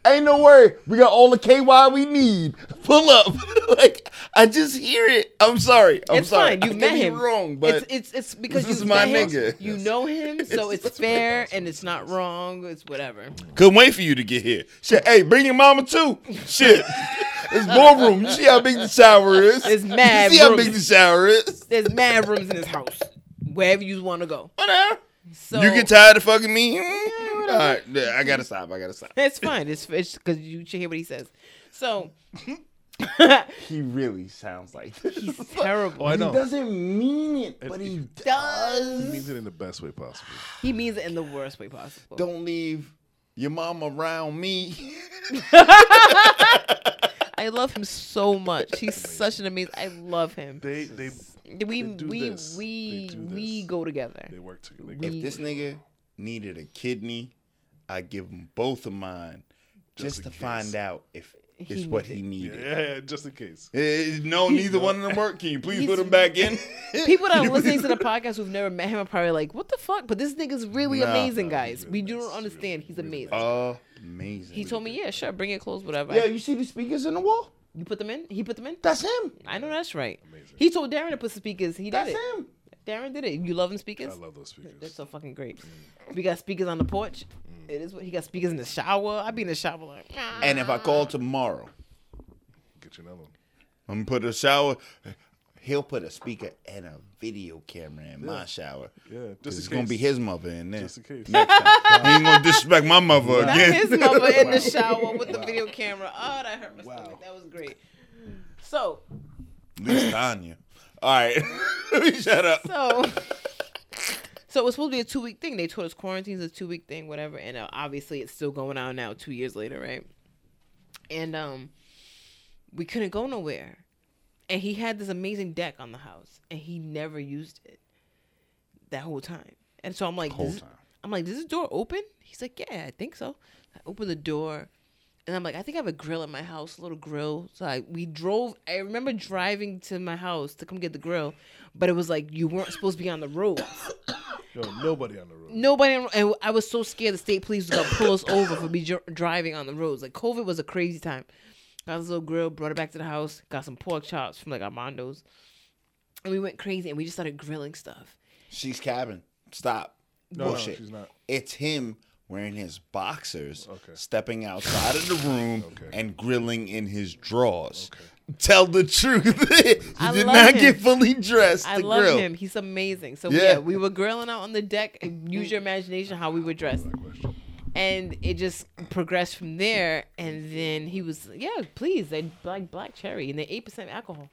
A: yeah. Ain't no worry. We got all the KY we need. Pull up. like I just hear it. I'm sorry. I'm
C: it's
A: sorry.
C: fine. You
A: I
C: met
A: could
C: him.
A: Be wrong, but
C: it's it's, it's because
A: this
C: you
A: is my
C: met him,
A: nigga.
C: You know him, so
A: It's-
C: it's,
A: it's
C: fair and it's not wrong. It's whatever.
A: Couldn't wait for you to get here. Shit, hey, bring your mama too. Shit. It's boardroom. You see how big the shower is.
C: It's mad
A: You see how
C: rooms.
A: big the shower is.
C: There's mad rooms in this house. Wherever you want to go,
A: Whatever.
C: so
A: you get tired of fucking me? Mm, All right, yeah, I gotta stop. I gotta stop.
C: It's fine. It's it's because you should hear what he says. So
A: He really sounds like this.
C: he's terrible.
B: Oh, I know.
A: doesn't mean it, but he
B: He
A: does.
B: means it in the best way possible.
C: He means it in the worst way possible.
A: Don't leave your mom around me.
C: I love him so much. He's such an amazing. I love him.
B: They they
C: We
B: do
C: we
B: this. They
C: we
B: do
C: we
B: this.
C: go together.
B: they work together. They
A: If this nigga needed a kidney, I give him both of mine just,
B: Just
A: to
B: in
A: find
B: case.
A: out if it's
C: He
A: what he needed.
B: Yeah, yeah, just in case.
A: Eh, no, neither one of them work. Can you please
C: He's-
A: put them back in?
C: People that are listening to the podcast who've never met him are probably like, "What the fuck?" But this nigga's really
A: Nah.
C: amazing,
B: Nah, he's
C: guys.
B: really
C: We do
B: nice.
C: not understand. He's amazing.
A: Amazing.
C: he told me, "Yeah, sure, bring your clothes, whatever."
A: Yeah, you see the speakers in the wall?
C: You put them in. He put them in.
A: That's him.
C: I know that's right. He told Darren to put speakers. He did
A: That's
C: it.
A: him.
C: Darren did it. You love him
B: I
C: speakers.
B: love those
C: That's
B: speakers.
C: so fucking great. We got speakers on the porch. It is what he got speakers in the shower. I be in the shower like, "Ah."
A: And if I call tomorrow,
B: Get you another one.
A: I'm gonna put a shower. He'll put a speaker and a video camera in my shower.
B: Yeah, just in
A: It's gonna
B: case.
A: be his mother in there.
B: Just in case.
A: He ain't gonna disrespect my mother
C: Not
A: again.
C: his mother in the shower with the video camera. Oh, that hurt my stomach. That was great. So,
A: It's Tanya. All right, shut up.
C: so, so it was supposed to be a two week thing. They told us quarantine's a two week thing, whatever. And uh, obviously, it's still going on now, two years later, right? And um, we couldn't go nowhere. And he had this amazing deck on the house, and he never used it that whole time. And so I'm like,
A: Whole
C: this-
A: time.
C: I'm like, does the door open? He's like, yeah, I think so. I open the door, and I'm like, I think I have a grill in my house, a little grill. So I, we drove. I remember driving to my house to come get the grill, but it was like you weren't supposed to be on the road.
B: Yo, nobody on the road.
C: Nobody, and I was so scared the state police was gonna pull us over for me dr- driving on the roads. Like COVID was a crazy time. Got this little grill, brought it back to the house, got some pork chops from like Armando's, and we went crazy and we just started grilling stuff.
A: She's cabin. Stop.
B: No, no,
A: Bullshit.
B: she's not.
A: It's him wearing his boxers,
B: Okay.
A: stepping outside of the room
B: Okay.
A: and grilling in his drawers. tell the truth. he
C: I
A: did
C: love
A: not
C: him.
A: get fully dressed
C: I
A: to
C: love
A: grill.
C: him. He's amazing. So
A: Yeah.
C: yeah. we were grilling out on the deck. and Use your imagination how we were dressed, and it just progressed from there. And then he was yeah, please, they like black cherry and they eight percent alcohol,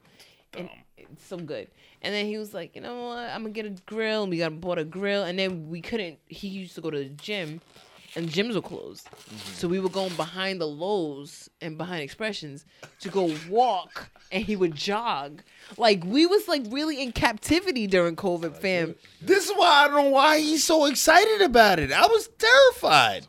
C: and it's so good. And then he was like, you know what, I'm gonna get a grill. And we got bought a grill, and then we couldn't. He used to go to the gym. And gyms were closed, so we were going behind the Lowe's and behind Expressions to go walk, and he would jog. Like we was like really in captivity during COVID, fam.
A: This is why I don't know why he's so excited about it. I was terrified.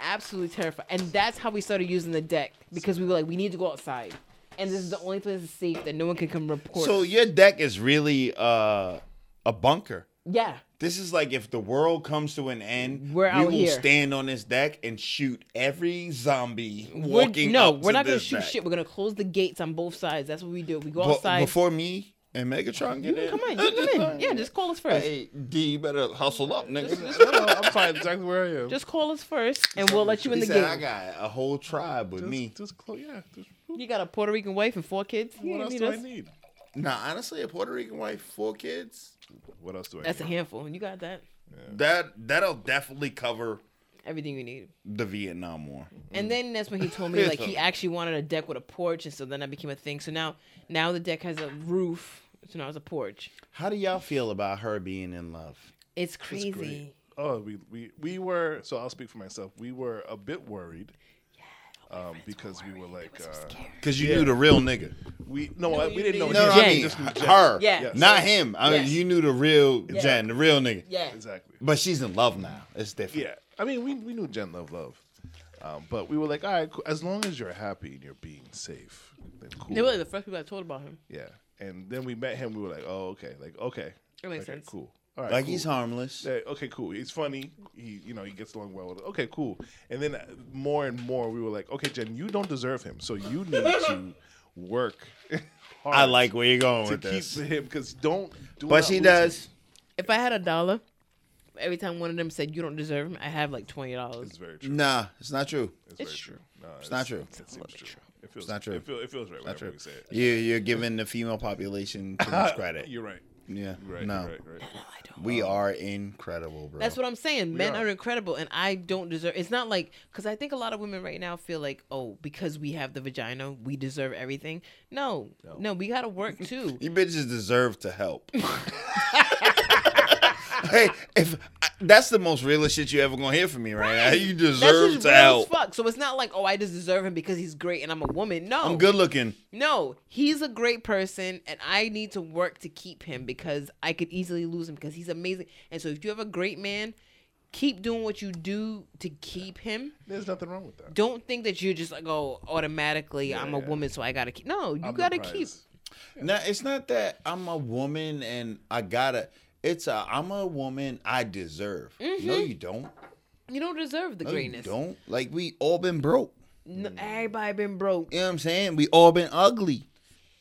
C: absolutely terrified. And that's how we started using the deck because we were like, we need to go outside. And this is the only place that's safe that no one can come report.
A: So your deck is really uh, a bunker.
C: yeah,
A: This is like if the world comes to an end,
C: We're
A: we
C: out
A: will
C: here.
A: stand on this deck and shoot every zombie
C: we're,
A: walking.
C: no,
A: up
C: we're
A: to
C: not gonna
A: this
C: shoot
A: deck.
C: shit. We're gonna close the gates on both sides. That's what we do. We go
A: But
C: outside.
A: before me and Megatron get in,
C: come on, you can come in. Yeah, just call us first.
A: Hey, D, you better hustle up, nigga.
B: No, no, I'm fine. Exactly where I am.
C: Just call us first, and we'll let you in
A: He
C: the
A: said, I
C: game.
A: got a whole tribe with
B: just,
A: me.
B: Just close. Yeah. Just,
C: You got a Puerto Rican wife and four kids. You
B: what
C: ain't
B: else
C: need
B: do I
C: us.
B: need?
A: Nah, honestly, a Puerto Rican wife, four kids,
B: What else do I
C: That's a
B: need?
C: handful. You got that.
A: that that'll definitely cover
C: Everything you need.
A: the Vietnam War.
C: And then that's when he told me like he
A: Yeah.
C: actually wanted a deck with a porch, and so then that became a thing. So now, now the deck has a roof. So now it's a porch.
A: How do y'all feel about her being in love?
C: It's crazy.
B: Great. Oh, we, we we were. So I'll speak for myself. We were a bit worried. Um, because we were like, uh,
A: Because you knew the real nigga.
B: we no, I, we didn't know.
C: didn't.
A: No, no,
B: him.
A: I
C: Jen.
A: mean
B: Just knew Jen.
A: her.
C: Yeah.
B: Yes.
A: Not him. I mean,
C: Yes.
A: you knew the real Jen, the real nigga.
C: Yeah.
B: Exactly.
A: But she's in love now. It's different.
B: Yeah, I mean, we, we knew Jen loved love, um, but we were like, all right, cool. as long as you're happy and you're being safe, then cool.
C: They were like the first people I told about him.
B: yeah, and then we met him. We were like, oh, okay, like okay,
C: It makes
B: okay,
C: sense.
B: Cool. All right,
A: Like
B: cool.
A: he's harmless.
B: Yeah, okay, cool. He's funny. He, you know, he gets along well with. Okay, cool. And then uh, more and more, we were like, okay, Jen, you don't deserve him, so you need to work. hard
A: I like where you're going
B: to
A: with
B: keep
A: this.
B: him because don't. Do
A: But
B: not
A: she
B: lose him.
A: does.
C: If I had a dollar, for every time one of them said you don't deserve him, I have like twenty
B: It's
C: dollars.
B: very true.
A: Nah, it's not true.
B: It's,
C: It's
B: very
C: true.
B: No, it's,
A: not true.
B: It seems true. It feels
A: not true.
B: It, feel, it feels right.
A: Not
B: whenever
A: true.
B: we say it.
A: You you're giving the female population too much credit.
B: You're right.
A: Yeah.
B: You're right.
A: no.
B: You're right. Uh-huh. You're right.
A: We are incredible, bro.
C: That's what I'm saying. Men
B: are.
C: are incredible, and I don't deserve. It's not like because I think a lot of women right now feel like, oh, because we have the vagina, we deserve everything. No, no, we gotta work too.
A: You bitches deserve to help. hey, if I, that's the most realest shit you ever gonna hear from me right, now, you
C: That's
A: deserve
C: just
A: to
C: real as
A: help.
C: fuck. So it's not like, oh, I just deserve him because he's great and I'm a woman. No,
A: I'm good looking.
C: No, he's a great person, and I need to work to keep him because I could easily lose him because he's amazing. And so, if you have a great man, keep doing what you do to keep him.
B: There's nothing wrong with that.
C: Don't think that you're just like, oh, automatically, I'm a
B: yeah.
C: woman, so I gotta keep. No, you
B: I'm the
C: gotta
B: prize.
C: keep.
A: No, it's not that I'm a woman and I gotta. It's a I'm a woman I deserve. No, you don't.
C: You don't deserve the
A: No, you
C: greatness.
A: don't. Like we all been broke.
C: No, everybody been broke.
A: You know what I'm saying? We all been ugly,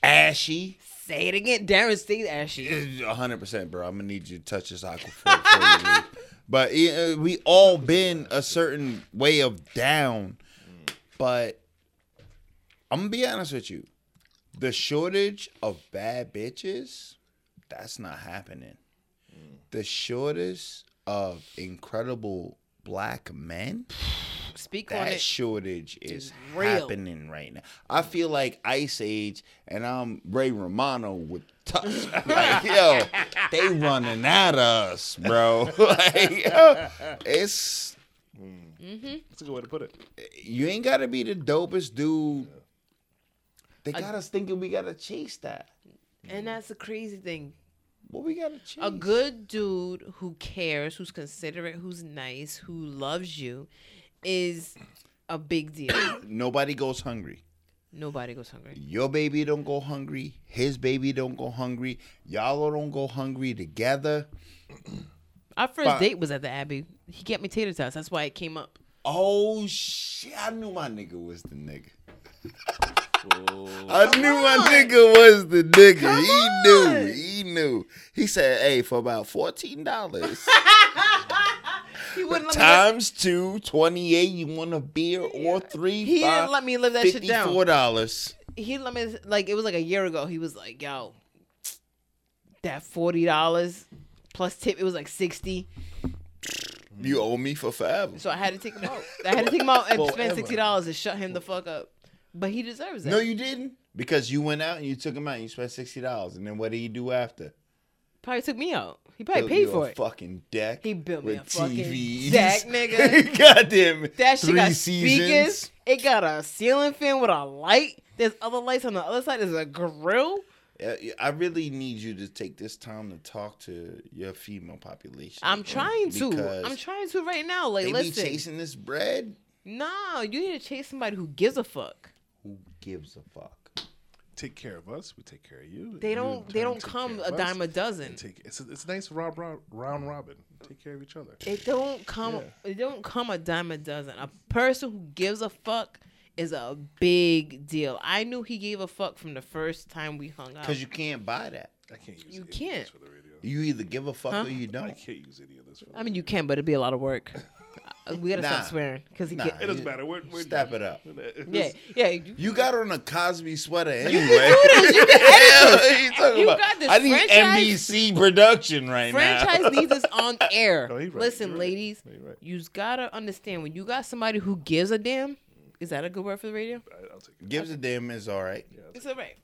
A: ashy.
C: Say it again, Darren. Say Ashley.
A: eh, hundred percent, bro. I'm gonna need you to touch this aqua for before you leave. But uh, we all been a certain way of down. But I'm gonna be honest with you, the shortage of bad bitches, that's not happening. The shortage of incredible black men,
C: Speak on
A: that
C: it.
A: shortage is
C: real.
A: happening right now. I feel like Ice Age, and I'm Ray Romano with Tusk. like yo, they running at us, bro. like yo, it's
B: That's a good way to put it.
A: you ain't gotta be the dopest dude. They got us thinking we gotta chase that.
C: and that's the crazy thing.
A: What we gotta chase?
C: A good dude who cares, who's considerate, who's nice, who loves you is a big deal.
A: Nobody goes hungry.
C: Nobody goes hungry.
A: Your baby don't go hungry. His baby don't go hungry. Y'all don't go hungry together.
C: Our first
A: But-
C: date was at the Abbey. He got me tater tots. That's why it came up.
A: Oh shit! I knew my nigga was the nigga. I knew my nigga was the nigga. he knew. He knew. He said, "Hey, for about fourteen dollars
C: He wouldn't let me.
A: times two, 28, You want a beer or three?
C: He didn't let me live that shit down.
A: Fifty-four dollars.
C: he let me like it was like a year ago. He was like, "Yo, that forty dollars plus tip, it was like sixty.
A: You owe me for forever.
C: Mm-hmm. So I had to take him out. I had to take him out and spend
B: Forever.
C: sixty dollars to shut him the fuck up. But he deserves that.
A: No, you didn't. Because you went out and you took him out and you spent sixty dollars, and then what did he do after?
C: probably took me out. He probably
A: Built
C: paid
A: you
C: for
A: a
C: it.
A: Fucking deck.
C: He built me
A: with
C: a fucking
A: TVs.
C: deck, nigga.
A: Goddamn. it.
C: That shit
A: Three
C: got
A: seasons.
C: speakers. It got a ceiling fan with a light. There's other lights on the other side. There's a grill.
A: Uh, I really need you to take this time to talk to your female population.
C: I'm trying to.
A: Because
C: I'm trying to right now. Like,
A: They be
C: listen,
A: chasing this bread.
C: nah, you need to chase somebody who gives a fuck.
A: Who gives a fuck?
C: Oh.
B: Take care of us. We take care of you.
C: They
B: You in
C: don't. They
B: turn
C: don't
B: take
C: come
B: care
C: a
B: of us.
C: dime a dozen.
B: And Take it's a, it's a nice round, round, round robin. Take care of each other.
C: It don't come. It don't come a dime a dozen. A person who gives a fuck is a big deal. I knew he gave a fuck from the first time we hung out.
A: Because you can't buy that.
B: I can't use any
C: You
B: of
C: can't.
B: this for the radio.
A: You either give a fuck or you
B: I
A: don't.
B: can't use any of this. For the
C: I mean, you can, but it'd be a lot of work. Uh, we gotta
A: Nah.
C: stop swearing because he.
A: Nah,
C: Get,
B: It doesn't
A: you-
B: matter. We're, we're
A: Step it up.
C: yeah, yeah. You,
A: You got on a Cosby sweater anyway.
C: you can
A: Hell, what you talking
C: You
A: about?
C: got this
A: I need
C: franchise-
A: NBC production right now.
C: franchise needs us on air.
B: No, he right,
C: Listen,
B: he right,
C: ladies,
B: he right.
C: you gotta understand when you got somebody who gives a damn. Is that a good word for the radio?
B: I- I'll take it.
A: Gives a damn is all right.
C: It's all right.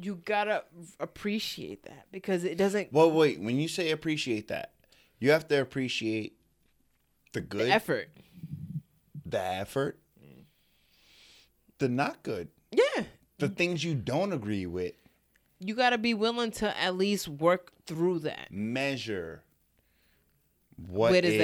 C: You gotta appreciate that because it doesn't
A: Well, wait. When you say appreciate that, you have to appreciate the good, the effort,
C: effort.
A: the, not good,
C: Yeah,
A: the things you don't agree with.
C: you gotta be willing to at least work through that.
A: Measure what
C: Where
A: is
C: does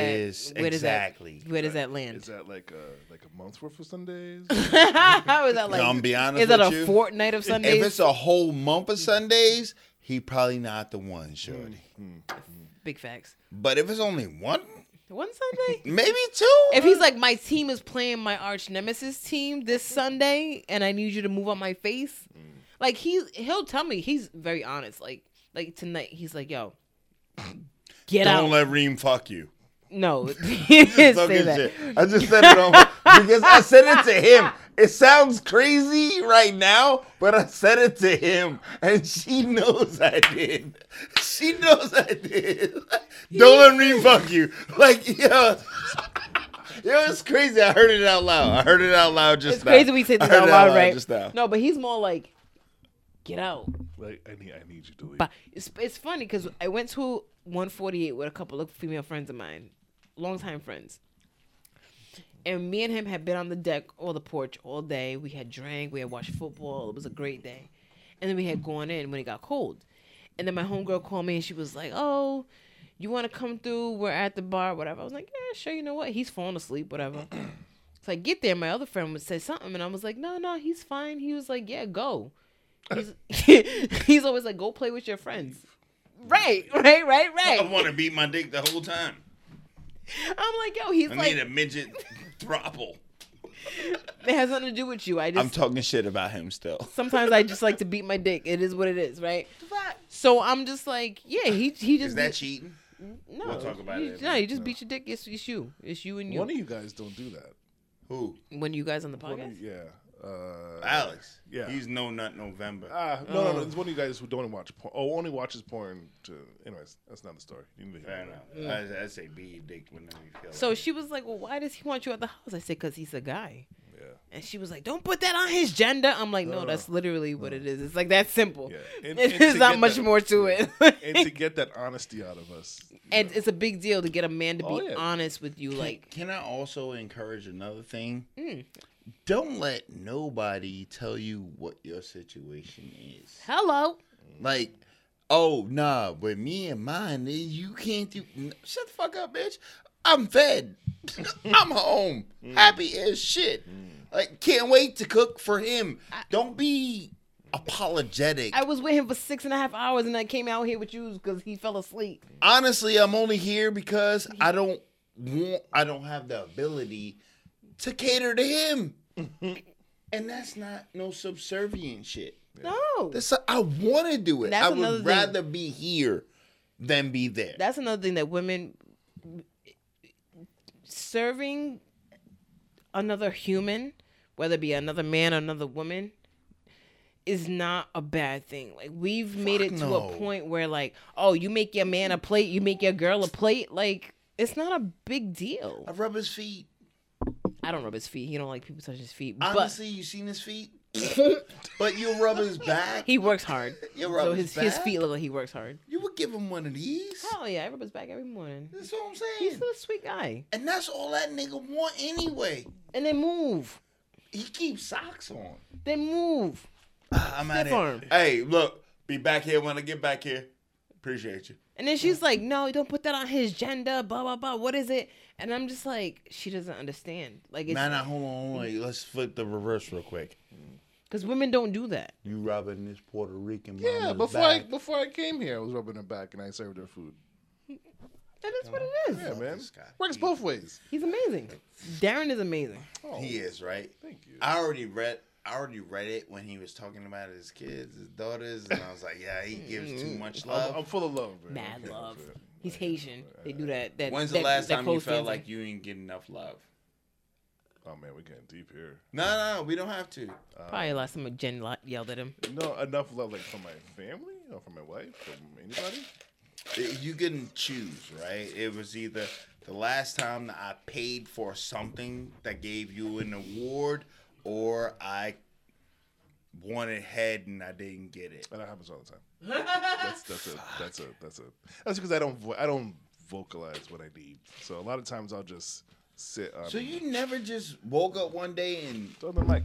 C: that- where does that-
A: exactly.
C: Where does that
B: Is
C: land?
B: that like a like a month's worth of Sundays?
C: How is that like?
A: I'm gonna be honest
C: is that
A: with
C: a
A: you.
C: fortnight of
A: if
C: Sundays?
A: it's a whole month of Sundays, he probably not the one,
C: Mm.
A: shorty.
C: Big facts.
A: But if it's only one,
C: One Sunday.
A: maybe two.
C: If he's like, my team is playing my arch nemesis team this Sunday, and I need you to move on my face,
A: Mm.
C: like he he'll tell me he's very honest. Like like tonight, he's like, yo, get
A: don't
C: out.
A: let Reem fuck you.
C: no, he didn't say
A: Fucking
C: that.
A: shit. I just said it on because I said it to him. It sounds crazy right now, but I said it to him, and she knows I did. She knows I did. Don't let me fuck you. Like yo, yo, it's crazy. I heard it out loud. I heard it out loud just
C: It's
A: now.
C: crazy we said
A: I
C: this
A: heard
C: out
A: it
C: loud, right?
A: Just now.
C: No, but he's more like, get out.
B: like I need I need you to leave.
C: But it's it's funny because I went to 148 with a couple of female friends of mine, longtime friends. And me and him had been on the deck or the porch all day. We had drank, we had watched football. It was a great day. And then we had gone in when it got cold. And then my homegirl called me and she was like, "Oh, you want to come through? We're at the bar, whatever." I was like, "Yeah, sure. You know what? He's falling asleep, whatever." so I get there, my other friend would say something, and I was like, "No, no, he's fine." He was like, "Yeah, go." He's, he's always like, "Go play with your friends." Right, right, right, right.
A: I want to beat my dick the whole time.
C: I'm like, yo, he's
A: I
C: like,
A: need a midget throttle.
C: it has nothing to do with you. I just
A: I'm talking shit about him still.
C: sometimes I just like to beat my dick. It is what it is, right? So I'm just like, yeah, he he just
A: Is that cheating?
C: no,
A: we'll talk about
C: you,
A: it,
C: no, you just beat your dick. It's, it's you, it's you and you.
B: One of you guys don't do that.
A: Who?
C: when you guys on the
B: One
C: podcast,
B: of you, yeah. Uh,
A: Alex.
B: Yeah.
A: He's no nut November.
B: Ah, no, no, no.
A: Um,
B: It's one of you guys who don't watch porn. Oh, only watches porn. To anyways, that's not the story. You need to hear
A: Fair
B: that.
A: enough. I, I say be your dick whenever you feel
C: so
A: like
C: she was like, well, why does he want you at the house? I said, cause he's a guy.
B: Yeah,
C: And she was like, "Don't put that on his gender." I'm like, "No, that's literally what it is. It's like that simple.
B: Uh, yeah. And- and
C: There's
B: to
C: not
B: get
C: much
B: that-
C: more to it."
B: and to get that honesty out of us,
C: and it's a big deal to get a man to be
B: Oh, yeah.
C: honest with you.
A: it.
C: Like, Mm.
A: can I also encourage another thing? Don't let nobody tell you what your situation is.
C: hello,
A: Like, oh nah, with me and mine, eh, you can't do. n- Shut the fuck up, bitch. I'm fed. I'm home, happy as shit. Like, can't wait to cook for him. Don't be apologetic.
C: I was with him for six and a half hours, and I came out here with you because he fell asleep.
A: honestly, I'm only here because I don't want, I don't have the ability to cater to him. and that's not no subservient shit.
C: No,
A: That's I want to do it.
C: That's
A: I
C: another
A: would
C: thing.
A: rather be here than be there.
C: that's another thing that women serving another human, whether it be another man or another woman,
D: is not a bad thing. Like we've made
A: Fuck
D: it to
A: no.
D: a point where like, oh, you make your man a plate, you make your girl a plate, like it's not a big deal.
A: I rub his feet.
D: I don't rub his feet. He don't like people touching his feet. But
A: Honestly, you seen his feet? but you'll rub his back.
D: he works hard.
A: You'll rub
D: So
A: his,
D: his his
A: back?
D: feet look like he works hard.
A: You would give him one of these.
D: Oh yeah, I rub his back every morning.
A: That's what I'm
D: He's
A: saying.
D: a sweet guy.
A: And that's all that nigga want anyway.
D: And then move.
A: He keeps socks on.
D: Then move.
A: I'm out
D: Step on
A: here.
D: him.
A: Hey, look, be back here when I get back here. Appreciate you.
D: And then she's like, "No, don't put that on his agenda." Blah blah blah. What is it? And I'm just like, she doesn't understand. Like,
A: Nah,
D: it's
A: nah, hold on, hold on. Let's flip the reverse real quick.
D: because women don't do that.
A: You robbing this Puerto Rican
B: Yeah,
A: mama's
B: before I
A: back.
B: before I came here, I was rubbing her back and I served her food.
D: That is what it is.
B: Yeah, man,
A: this guy.
B: works both ways.
D: He's amazing. Darren is amazing.
B: Oh,
A: He is right.
B: Thank you.
A: I already read. I already read it when he was talking about his kids, his daughters, and I was like, yeah, he gives too much
B: I'm, I'm
A: love.
B: full of love, man.
D: Mad
B: Yeah,
D: love.
B: man.
D: He's Haitian. They do that. that
A: When's the
D: that,
A: last
D: that
A: time you
D: close
A: felt
D: dancing.
A: like you didn't get enough love?
B: Oh man, we're getting deep here.
A: No, no, we don't have to.
D: Probably last time a Jen lo- yelled at him.
B: No, enough love like from my family or from my wife, from anybody.
A: It- you couldn't choose, right? It was either the last time that I paid for something that gave you an award, or I wanted head and I didn't get it.
B: And that happens all the time. that's that's a that's a that's a that's because I don't vo- I don't vocalize what I need. So a lot of times I'll just sit on,
A: So you never just woke up one day and
B: on the mic.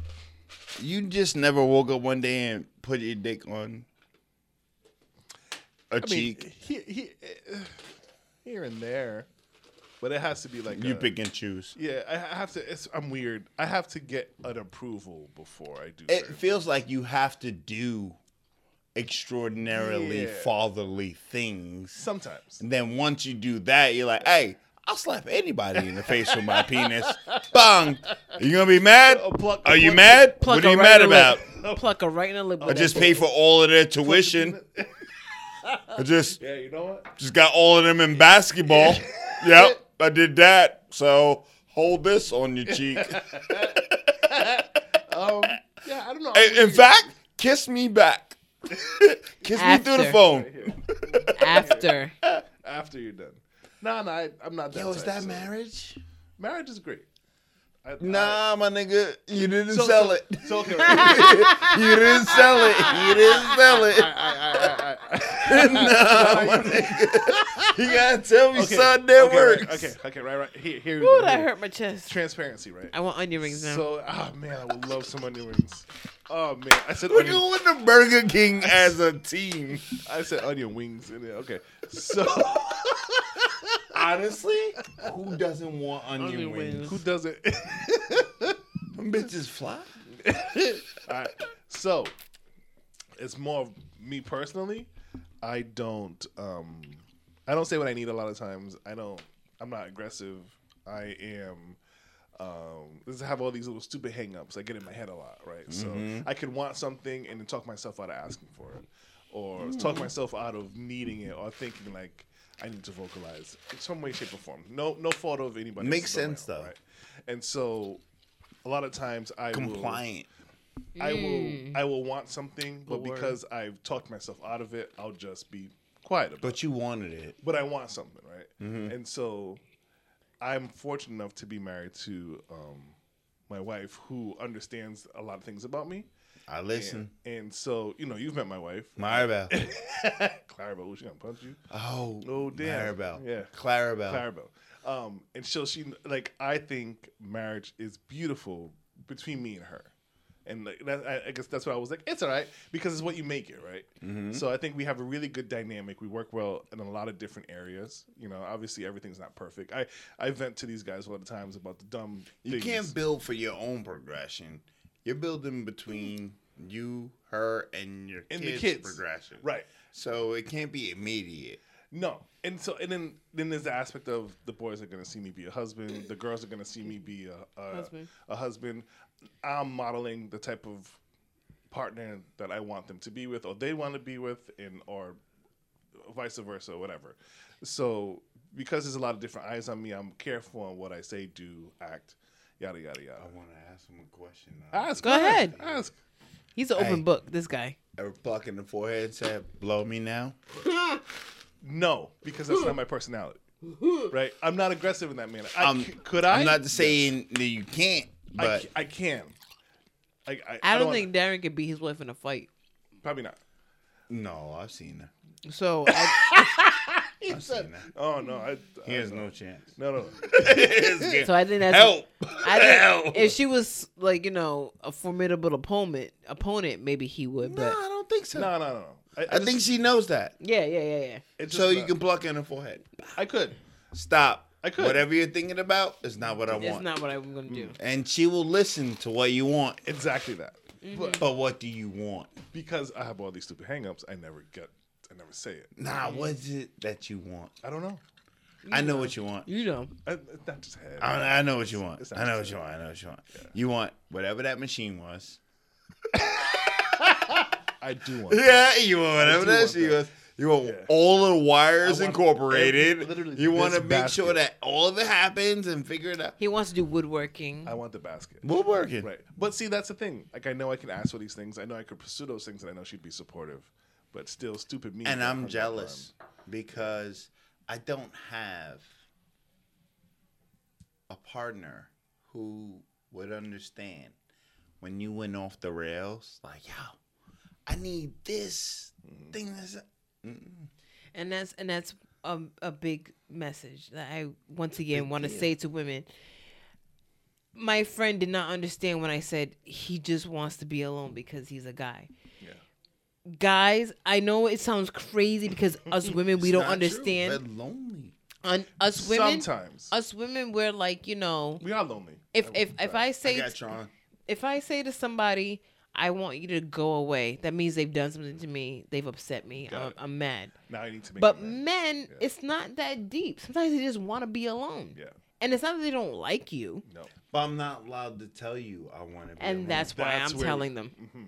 A: you just never woke up one day and put your dick on a
B: I mean,
A: cheek.
B: he, he, uh, here and there, but it has to be like
A: you
B: a-
A: pick and choose.
B: Yeah, I I have to. It's, I'm weird. I have to get an approval before I do.
A: It
B: certain-
A: feels like you have to do extraordinarily
B: Yeah.
A: fatherly things.
B: Sometimes.
A: And then once you do that, you're like, hey, I'll slap anybody in the face with my penis. Bang! Are you gonna be mad?
B: A pluck- a
A: Are you
B: pluck-
A: mad? What
D: her
A: are you
D: right
A: mad
D: in the
A: about?
D: lip. Pluck her right in the lip.
A: I just paid for all of their tuition. I just
B: Yeah, you know what?
A: just got all of them in basketball. Yep, I did that. So hold this on your cheek.
B: Um, yeah, I don't know.
A: In- in fact, kiss me back. kiss me through
D: After.
A: the phone.
D: after.
B: after you're done. No, no, I, I'm not that.
A: Yo, is
B: type,
A: that
B: so-
A: marriage?
B: Marriage is great. I, I-
A: Nah, my nigga, you didn't
B: so-
A: sell
B: so-
A: it.
B: So, okay, right.
A: You didn't sell it. You didn't sell it.
B: I, I, I, I,
A: nah, my nigga. You gotta tell me, son, that
B: okay,
A: works.
B: Right, okay, okay, right, right. Here, here. we
D: Ooh,
B: go,
D: that
B: here.
D: hurt my chest.
B: Transparency, right?
D: I want onion rings now.
B: So, oh man, I would love some onion rings. Oh man, I said
A: We're
B: onion,
A: going to Burger King as a team.
B: I said onion wings in there. Okay, so
A: Honestly, who doesn't want onion, wings?
B: who doesn't?
A: Them bitches fly.
B: All right. So it's more of me personally. I don't um I don't say what I need a lot of times. I don't I'm not aggressive. I am um this I have all these little stupid hangups. I get in my head a lot, right?
A: Mm-hmm.
B: So I could want something and then talk myself out of asking for it. Or talk
A: Mm.
B: myself out of needing it or thinking like I need to vocalize in some way, shape, or form. No, no fault of anybody.
A: Makes
B: else's but my
A: sense,
B: own,
A: though.
B: And so, a lot of times I will-
A: Compliant.
B: I will I will want something, but because I've talked myself out of it, I'll just be quiet about it.
A: But you wanted it.
B: But I want something, right? And so I'm fortunate enough to be married to um, my wife who understands a lot of things about me.
A: I listen.
B: And so, you know, you've met my wife.
A: Maribel.
B: Clarabelle, ooh, she gonna punch you.
A: Oh,
B: Oh, damn.
A: Maribel.
B: Yeah.
A: Clarabelle.
B: Clarabelle. Um, and so she like I think marriage is beautiful between me and her, and like, that, I, I guess that's why I was like it's all right because it's what you make it, right?
A: Mm-hmm.
B: So I think we have a really good dynamic. We work well in a lot of different areas. You know, obviously everything's not perfect. I I vent to these guys a lot of times about the dumb.
A: You
B: things.
A: can't build for your own progression. You're building between you, her, and your
B: And
A: kids',
B: the kids.
A: progression.
B: right.
A: So it can't be immediate.
B: No, and so and then then there's the aspect of the boys are gonna see me be a husband, the girls are gonna see me be a a husband. A husband. I'm modeling the type of partner that I want them to be with, or they want to be with, and or vice versa, whatever. So because there's a lot of different eyes on me, I'm careful on what I say, do, act, yada yada yada.
A: want to ask him a question.
B: Ask,
E: Go ahead.
B: Ask.
E: He's an open
A: Hey.
E: book. This guy.
A: Ever pluck in the forehead said, blow me now?
B: No, because that's not my personality. Right? I'm not aggressive in that manner. I,
A: Um,
B: c- could I?
A: I'm not saying that you can't,
B: I,
A: but
B: c- I can. I, I,
C: I don't
B: wanna-
C: think Darren could beat his wife in a fight.
B: Probably not.
A: no, I've seen that.
C: So I,
A: I've seen that.
B: Oh no, I,
A: He
B: I-
A: has no chance.
B: no no.
C: so I think that's
A: Help!
C: I think
A: Help!
C: if she was like you know a formidable opponent, opponent maybe he
A: No,
C: would. But
A: I don't think so.
B: No, no, no. I, I
A: I
B: just-
A: think she knows that.
C: yeah, yeah, yeah, yeah.
B: it's
A: So
B: just
A: you
B: not-
A: can pluck in the forehead.
B: I could.
A: Stop.
B: I could.
A: Whatever you're thinking about is not what I
C: It's
A: want.
C: not what I'm gonna do.
A: and she will listen to what you want.
B: Exactly that.
C: Mm-hmm.
B: But
A: But what do you want?
B: because I have all these stupid hangups, I never get. I never say it.
A: Nah, what is it that you want?
B: I don't know.
C: Mm-hmm.
A: I know what you want.
C: You know,
B: I, it's not just head.
A: I, I know what you want.
B: it's not
A: I know
B: the
A: what you
B: same.
A: want. I know what you want. You want whatever that machine was.
B: I do want.
A: Yeah, you want
B: do
A: whatever that
B: want
A: machine
B: that.
A: was. You want
B: Yeah.
A: all the wires
B: I want every-
A: incorporated.
B: literally
A: You want to
B: this
A: make sure that all of it happens and figure it out.
C: he wants to do woodworking.
A: Uh.
B: I want the basket.
A: Woodworking.
B: Right. But see, that's the thing. Like, I know I can ask for these things. I know I could pursue those things, and I know she'd be supportive. But still, stupid me.
A: And
B: for
A: I'm
B: hundred
A: jealous because I don't have a partner who would understand when you went off the rails. Like, yo, I need this
C: Mm.
A: thing. That's
C: and that's and that's a, a big message that I once again want to say to women. My friend did not understand when I said he just wants to be alone because he's a guy. Guys, I know it sounds crazy because us women we don't
A: not true.
C: understand.
A: We're lonely.
C: Un- us
B: times.
C: women,
B: Sometimes
C: us women, we're like you know,
B: we are lonely.
C: if
B: I-
C: if if I
A: I
C: say
A: got you on.
C: if I say to somebody, I want you to go away, that means they've done something to me. They've upset me. I'm,
B: it.
C: I'm mad.
B: now I need to make.
C: But
B: amends.
C: men, it's not that deep. Sometimes they just want to be alone.
B: yeah,
C: And it's not that they don't like you.
B: no,
A: But I'm not allowed to tell you I want to be.
C: And
A: alone.
C: that's why
B: That's
C: I'm
B: where-
C: telling them.
A: Mm-hmm.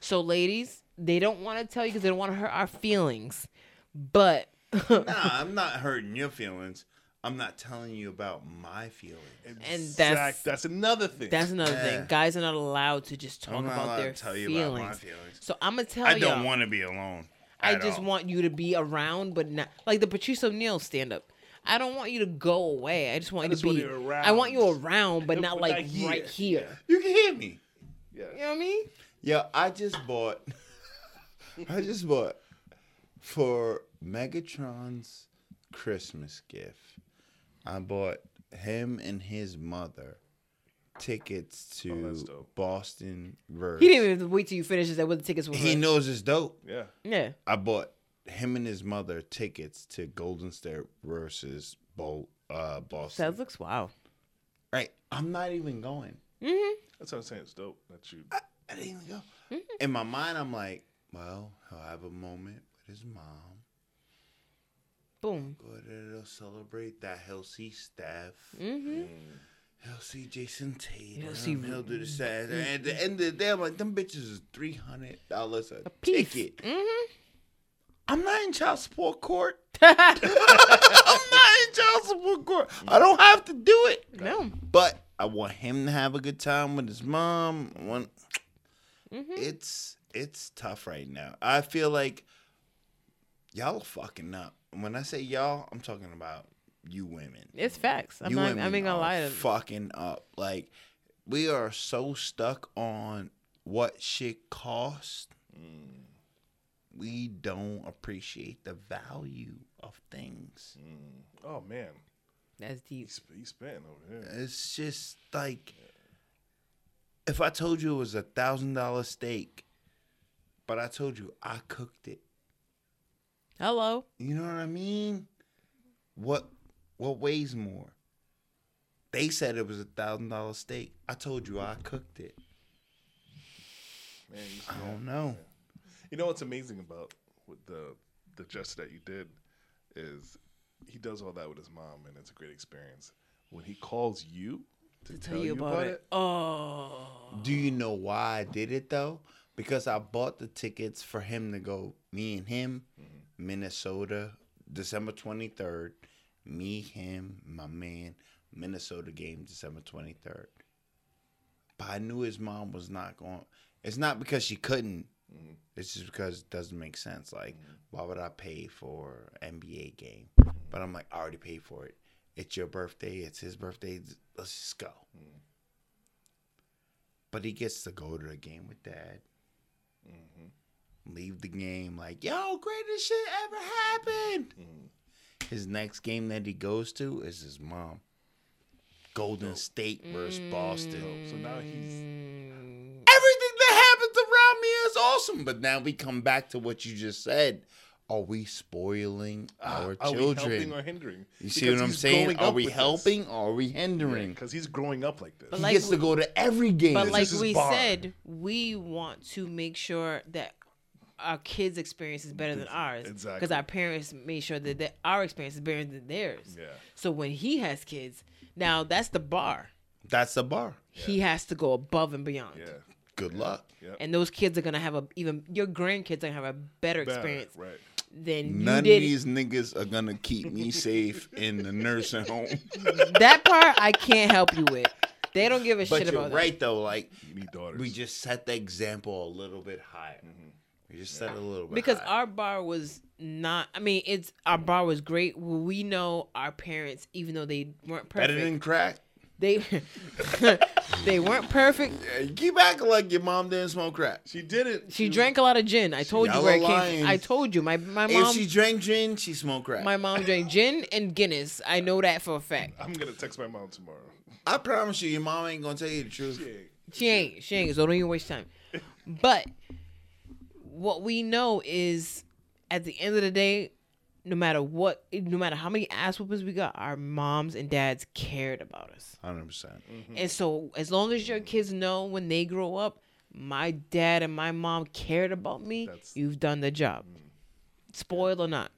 C: So, ladies, they don't want to tell you because they don't want to hurt our feelings. But
A: nah, I'm not hurting your feelings. I'm not telling you about my feelings.
C: And
B: Exact-
C: that's-
B: that's another thing.
C: that's another
A: Yeah.
C: thing. Guys are not allowed to just talk
A: I'm not
C: about
A: allowed
C: their
A: to tell you
C: feelings.
A: about my feelings.
C: So I'm gonna tell
A: I
C: you.
A: don't want to be alone.
C: I
A: at
C: just
A: all.
C: want you to be around, but not like the Patrice O'Neill stand up. I don't want you to go away. I just want you
B: just
C: to
B: want
C: be.
B: you
C: I want you
B: around.
C: around, but not
B: But
C: like
B: not here.
C: right here.
A: You can hear me.
B: yeah.
C: You know what I mean?
A: Yeah, I just bought. I just bought for Megatron's Christmas gift. I bought him and his mother tickets
B: Oh, that's
A: to
B: dope.
A: Boston Verse.
C: He didn't even have to wait till you finish that with the tickets were.
A: He
C: for.
A: knows it's dope.
B: yeah.
C: yeah.
A: I bought him and his mother tickets to Golden State versus Bo- uh, Boston.
C: That looks wow.
A: right, I'm not even going.
B: That's what I'm saying. It's dope that you.
A: I didn't even go.
C: Mm-hmm.
A: In my mind, I'm like, well, he'll have a moment with his mom.
C: Boom.
A: But it'll celebrate that he'll see Steph. He'll see Jason Tatum. He'll,
C: see-
A: do the sad. And at the end of the day, I'm like, them bitches is three hundred dollars a,
C: piece.
A: ticket. I'm not in child support court. I'm not in child support court. I don't have to do it.
C: No.
A: But I want him to have a good time with his mom. I want
C: Mm-hmm.
A: it's it's tough right now. I feel like y'all are fucking up. When I say y'all, I'm talking about you women.
C: It's facts. I'm
A: you
C: not.
A: women
C: I ain't gonna
A: are
C: lie to.
A: Fucking up. Like we are so stuck on what shit costs.
C: Mm.
A: We don't appreciate the value of things.
B: Oh man,
C: That's deep.
B: he's, he's spitting over here.
A: It's just like if I told you it was a thousand dollar steak, but I told you I cooked it.
C: Hello.
A: You know what I mean? What what weighs more? They said it was a thousand dollar steak. I told you I cooked it.
B: Man, you
A: I don't know.
B: You know what's amazing about with the the gesture that you did is he does all that with his mom, and it's a great experience. When he calls you to,
C: To tell you about, it. Oh.
A: Do you know why I did it though? Because I bought the tickets for him to go. Me and him, Minnesota, December twenty third. Me, him, my man, Minnesota game, December twenty third. But I knew his mom was not going. It's not because she couldn't. It's just because it doesn't make sense. Like, why would I pay for an NBA game? But I'm like, I already paid for it. It's your birthday. It's his birthday. Let's just go. But he gets to go to the game with dad. Leave the game like, yo, greatest shit ever happened. His next game that he goes to is his mom. Golden State versus Boston.
B: So now
C: Mm.
B: he's
A: Everything that happens around me is awesome. But now we come back to what you just said. Are we spoiling our
B: ah, are we
A: children?
B: helping or hindering?
A: you see what I'm saying? Are we helping or are we hindering?
B: Because he's growing up like this.
A: he
C: like-
A: gets to go to every game.
C: But like
B: is
C: we
B: bar.
C: said, we want to make sure that our kids' experience is better than ours. Because
B: Exactly.
C: our parents made sure that, that our experience is better than theirs.
B: Yeah.
C: So when he has kids, now that's the bar.
A: That's the bar.
C: He has to go above and beyond.
B: yeah.
A: Good luck.
B: Yeah.
C: And those kids are gonna have a even your grandkids are gonna have a better,
B: Bad,
C: experience
B: Right.
C: than
A: None of
C: you did.
A: these niggas are gonna keep me safe in the nursing home.
C: That part I can't help you with. They don't give a
A: But
C: shit
A: you're
C: about that.
A: right though, like
B: You need daughters.
A: we just set the example a little bit higher.
B: Mm-hmm.
A: We just set it a little bit
C: because
A: higher.
C: our bar was not i mean it's our bar was great we know our parents even though they weren't perfect
A: better than crack.
C: they they weren't perfect
A: Yeah, you keep acting like your mom didn't smoke crack.
B: she did it.
C: she drank a lot of gin i told you
A: y'all
C: where
A: are
C: it
A: lying.
C: came i told you my my
A: If
C: mom
A: she drank gin, she smoked crack.
C: my mom drank gin and guinness i know that for a fact
B: I'm gonna text my mom tomorrow.
A: I promise you, your mom ain't gonna tell you the truth.
C: she ain't she ain't so don't even waste time but what we know is at the end of the day no matter what no matter how many ass whoopings we got our moms and dads cared about us
A: Hundred percent.
C: And so, as long as your kids know when they grow up, my dad and my mom cared about me,
B: That's-
C: you've done the job.
A: Mm.
C: Spoiled or not.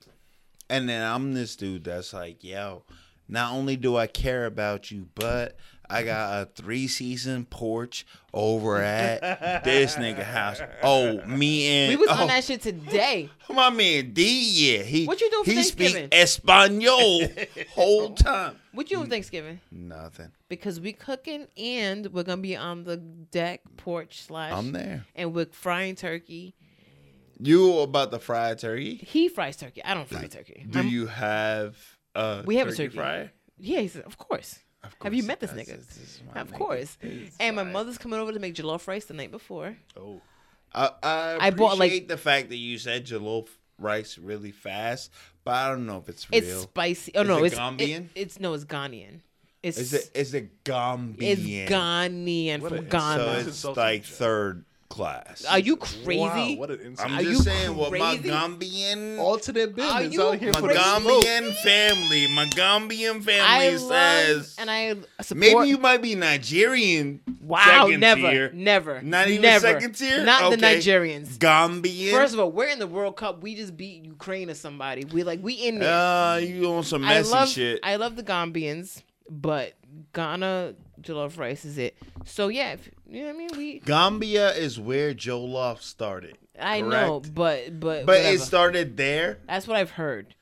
A: And then I'm this dude that's like, yo, not only do I care about you, but I got a three season porch over at this nigga house. Oh, me and
C: We was
A: oh,
C: on that shit today.
A: my man D. Yeah, he
C: What you do for
A: he speak
C: Thanksgiving?
A: Espanol whole time.
C: What you on Thanksgiving?
A: Nothing.
C: Because we cooking and we're gonna be on the deck porch slash,
A: I'm there.
C: and we're frying turkey.
A: You about the fried turkey?
C: He fries turkey. I don't fry turkey.
A: Do
C: I'm-
A: you have? Uh,
C: We have a turkey.
A: fryer?
C: yeah, he said, of course.
A: Of
C: Have you
A: course
C: met
A: he
C: this
A: does.
C: nigga?
A: This is my
C: Of
A: nigga.
C: course. And my
A: fire.
C: mother's coming over to make jollof rice the night before.
B: Oh,
A: I, I
C: I bought, like-
A: appreciate the fact that you said jollof rice really fast, but I don't know if it's real.
C: It's spicy. Oh
A: Is
C: no,
A: it
C: it's
A: Gambian?
C: it- it's no, it's Ghanaian. It's
A: is it is it Gambian?
C: It's Ghanaian
B: What
C: from
B: a-
A: So
C: Ghana.
B: That's
A: it's
B: insulting,
A: like
B: Jack.
A: third class.
C: Are you crazy?
B: Wow, what an insult.
A: I'm
C: are
A: just
C: you
A: saying what my
C: crazy?
A: Gambian
B: all to their business
C: Are you
B: out here.
A: my
B: for the smoke.
A: Gambian family, my Gambian
C: I
A: family
C: love
A: says
C: and I support.
A: maybe you might be Nigerian.
C: wow,
A: second
C: never,
A: tier.
C: never,
A: Not even
C: never.
A: second tier?
C: Not the
A: Okay.
C: Nigerians.
A: Gambian.
C: First of all, we're in the World Cup. We just beat Ukraine or somebody. We like we in there.
A: uh, you on some
C: I
A: messy
C: love
A: shit.
C: I love the Gambians, but Ghana jollof rice is it. So yeah, if, you know what I mean. We
A: Gambia is where Jollof started.
C: I know,
A: correct?
C: but but
A: But it
C: whatever.
A: started there.
C: that's what I've heard.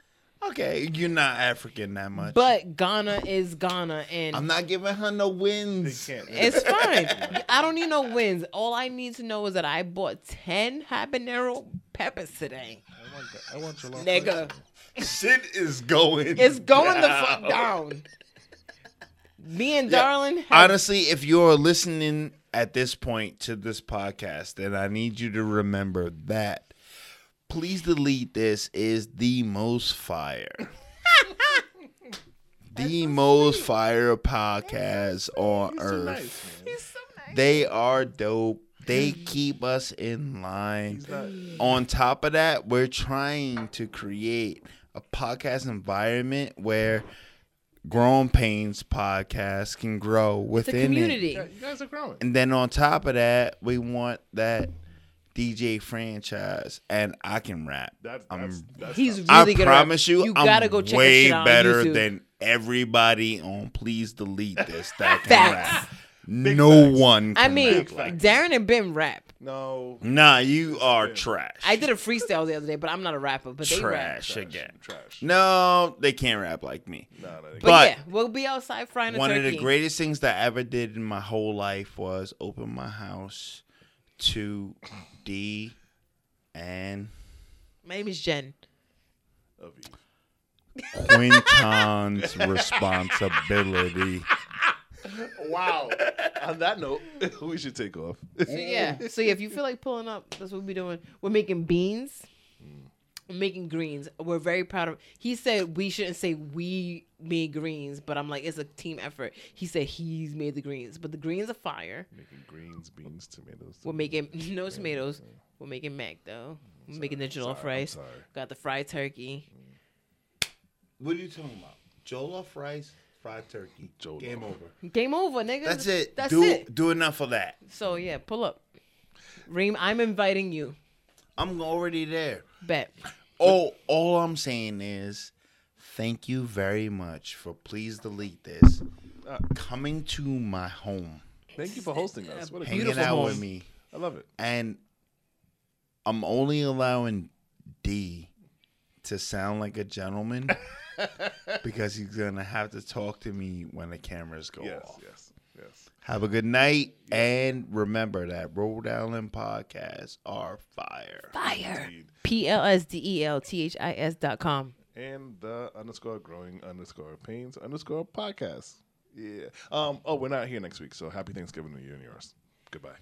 A: Okay, you're not African that much.
C: But Ghana is Ghana, and
A: I'm not giving her no wins.
B: They can't.
C: It's fine. I don't need no wins. All I need to know is that I bought 10 habanero peppers today.
B: I want, that. I want your love.
C: Nigga,
A: Shit is going.
C: it's going the
A: down.
C: fuck down. Me and Darlin have-
A: Honestly, if you're listening at this point to this podcast, then I need you to remember that. Please delete this is the most fire. the most fire podcast on
B: Too
A: earth.
B: nice, man.
A: They are dope. They keep us in line.
B: He's not.
A: on top of that, we're trying to create a podcast environment where Grown Pains podcast can grow
C: the
A: within It.
C: community.
B: Yeah, you guys are growing.
A: And then on top of that, we want that DJ franchise, and I can rap.
B: That's,
A: I'm-
B: that's, that's
C: He's
B: not-
C: really good
A: I
C: at-
A: promise you,
C: you
A: I'm
C: gotta go check
A: way
C: this shit out
A: better
C: on YouTube.
A: than everybody on. Please delete this. That can
C: Facts.
A: rap. No
B: facts.
A: one.
C: I
A: Can
C: mean,
A: rap like
C: Darren and Ben rap.
B: No.
A: Nah, you are trash.
C: I did a freestyle the other day, but I'm not a rapper. But they rap.
A: trash again.
B: Trash.
A: No, they can't rap like me.
B: No, no, they-
C: But,
A: But-
C: yeah, we'll be outside frying a
A: One
C: turkey.
A: of the greatest things that I ever did in my whole life was open my house to D and
C: My name is Jen.
B: of you.
A: Quinton's responsibility.
B: Wow. On that note, we should take off.
C: So yeah. So yeah, if you feel like pulling up, that's what we're doing. We're making beans. We're making greens. We're very proud of. He said we shouldn't say we made greens, but I'm like it's a team effort. He said he's made the greens, but the greens are fire.
B: Making greens, beans, tomatoes.
C: We're making no tomatoes. We're making mac though. We're making the jollof
B: sorry, I'm
C: rice.
B: sorry.
C: Got the fried turkey.
A: What are you talking about? Jollof rice, fried turkey.
B: Jollof.
A: Game over.
C: Game over, nigga.
A: That's it.
C: That's
A: do
C: it.
A: do enough of that.
C: So yeah, pull up. Reem, I'm inviting you.
A: I'm already there.
C: Bet.
A: Oh, all I'm saying is thank you very much for please delete this.
B: Uh,
A: Coming to my home,
B: Thank you for hosting us. What a
A: hanging
B: beautiful
A: out
B: home.
A: with me.
B: I love it.
A: And I'm only allowing D to sound like a gentleman because he's going to have to talk to me when the cameras go
B: Yes,
A: off.
B: yes, yes.
A: Have a good night. And remember that Road Island podcasts are fire.
C: Fire. P L S D E L T H I S dot com.
B: And the underscore growing underscore pains underscore podcast. Yeah. Um. Oh, we're not here next week, so happy Thanksgiving to you and yours. Goodbye.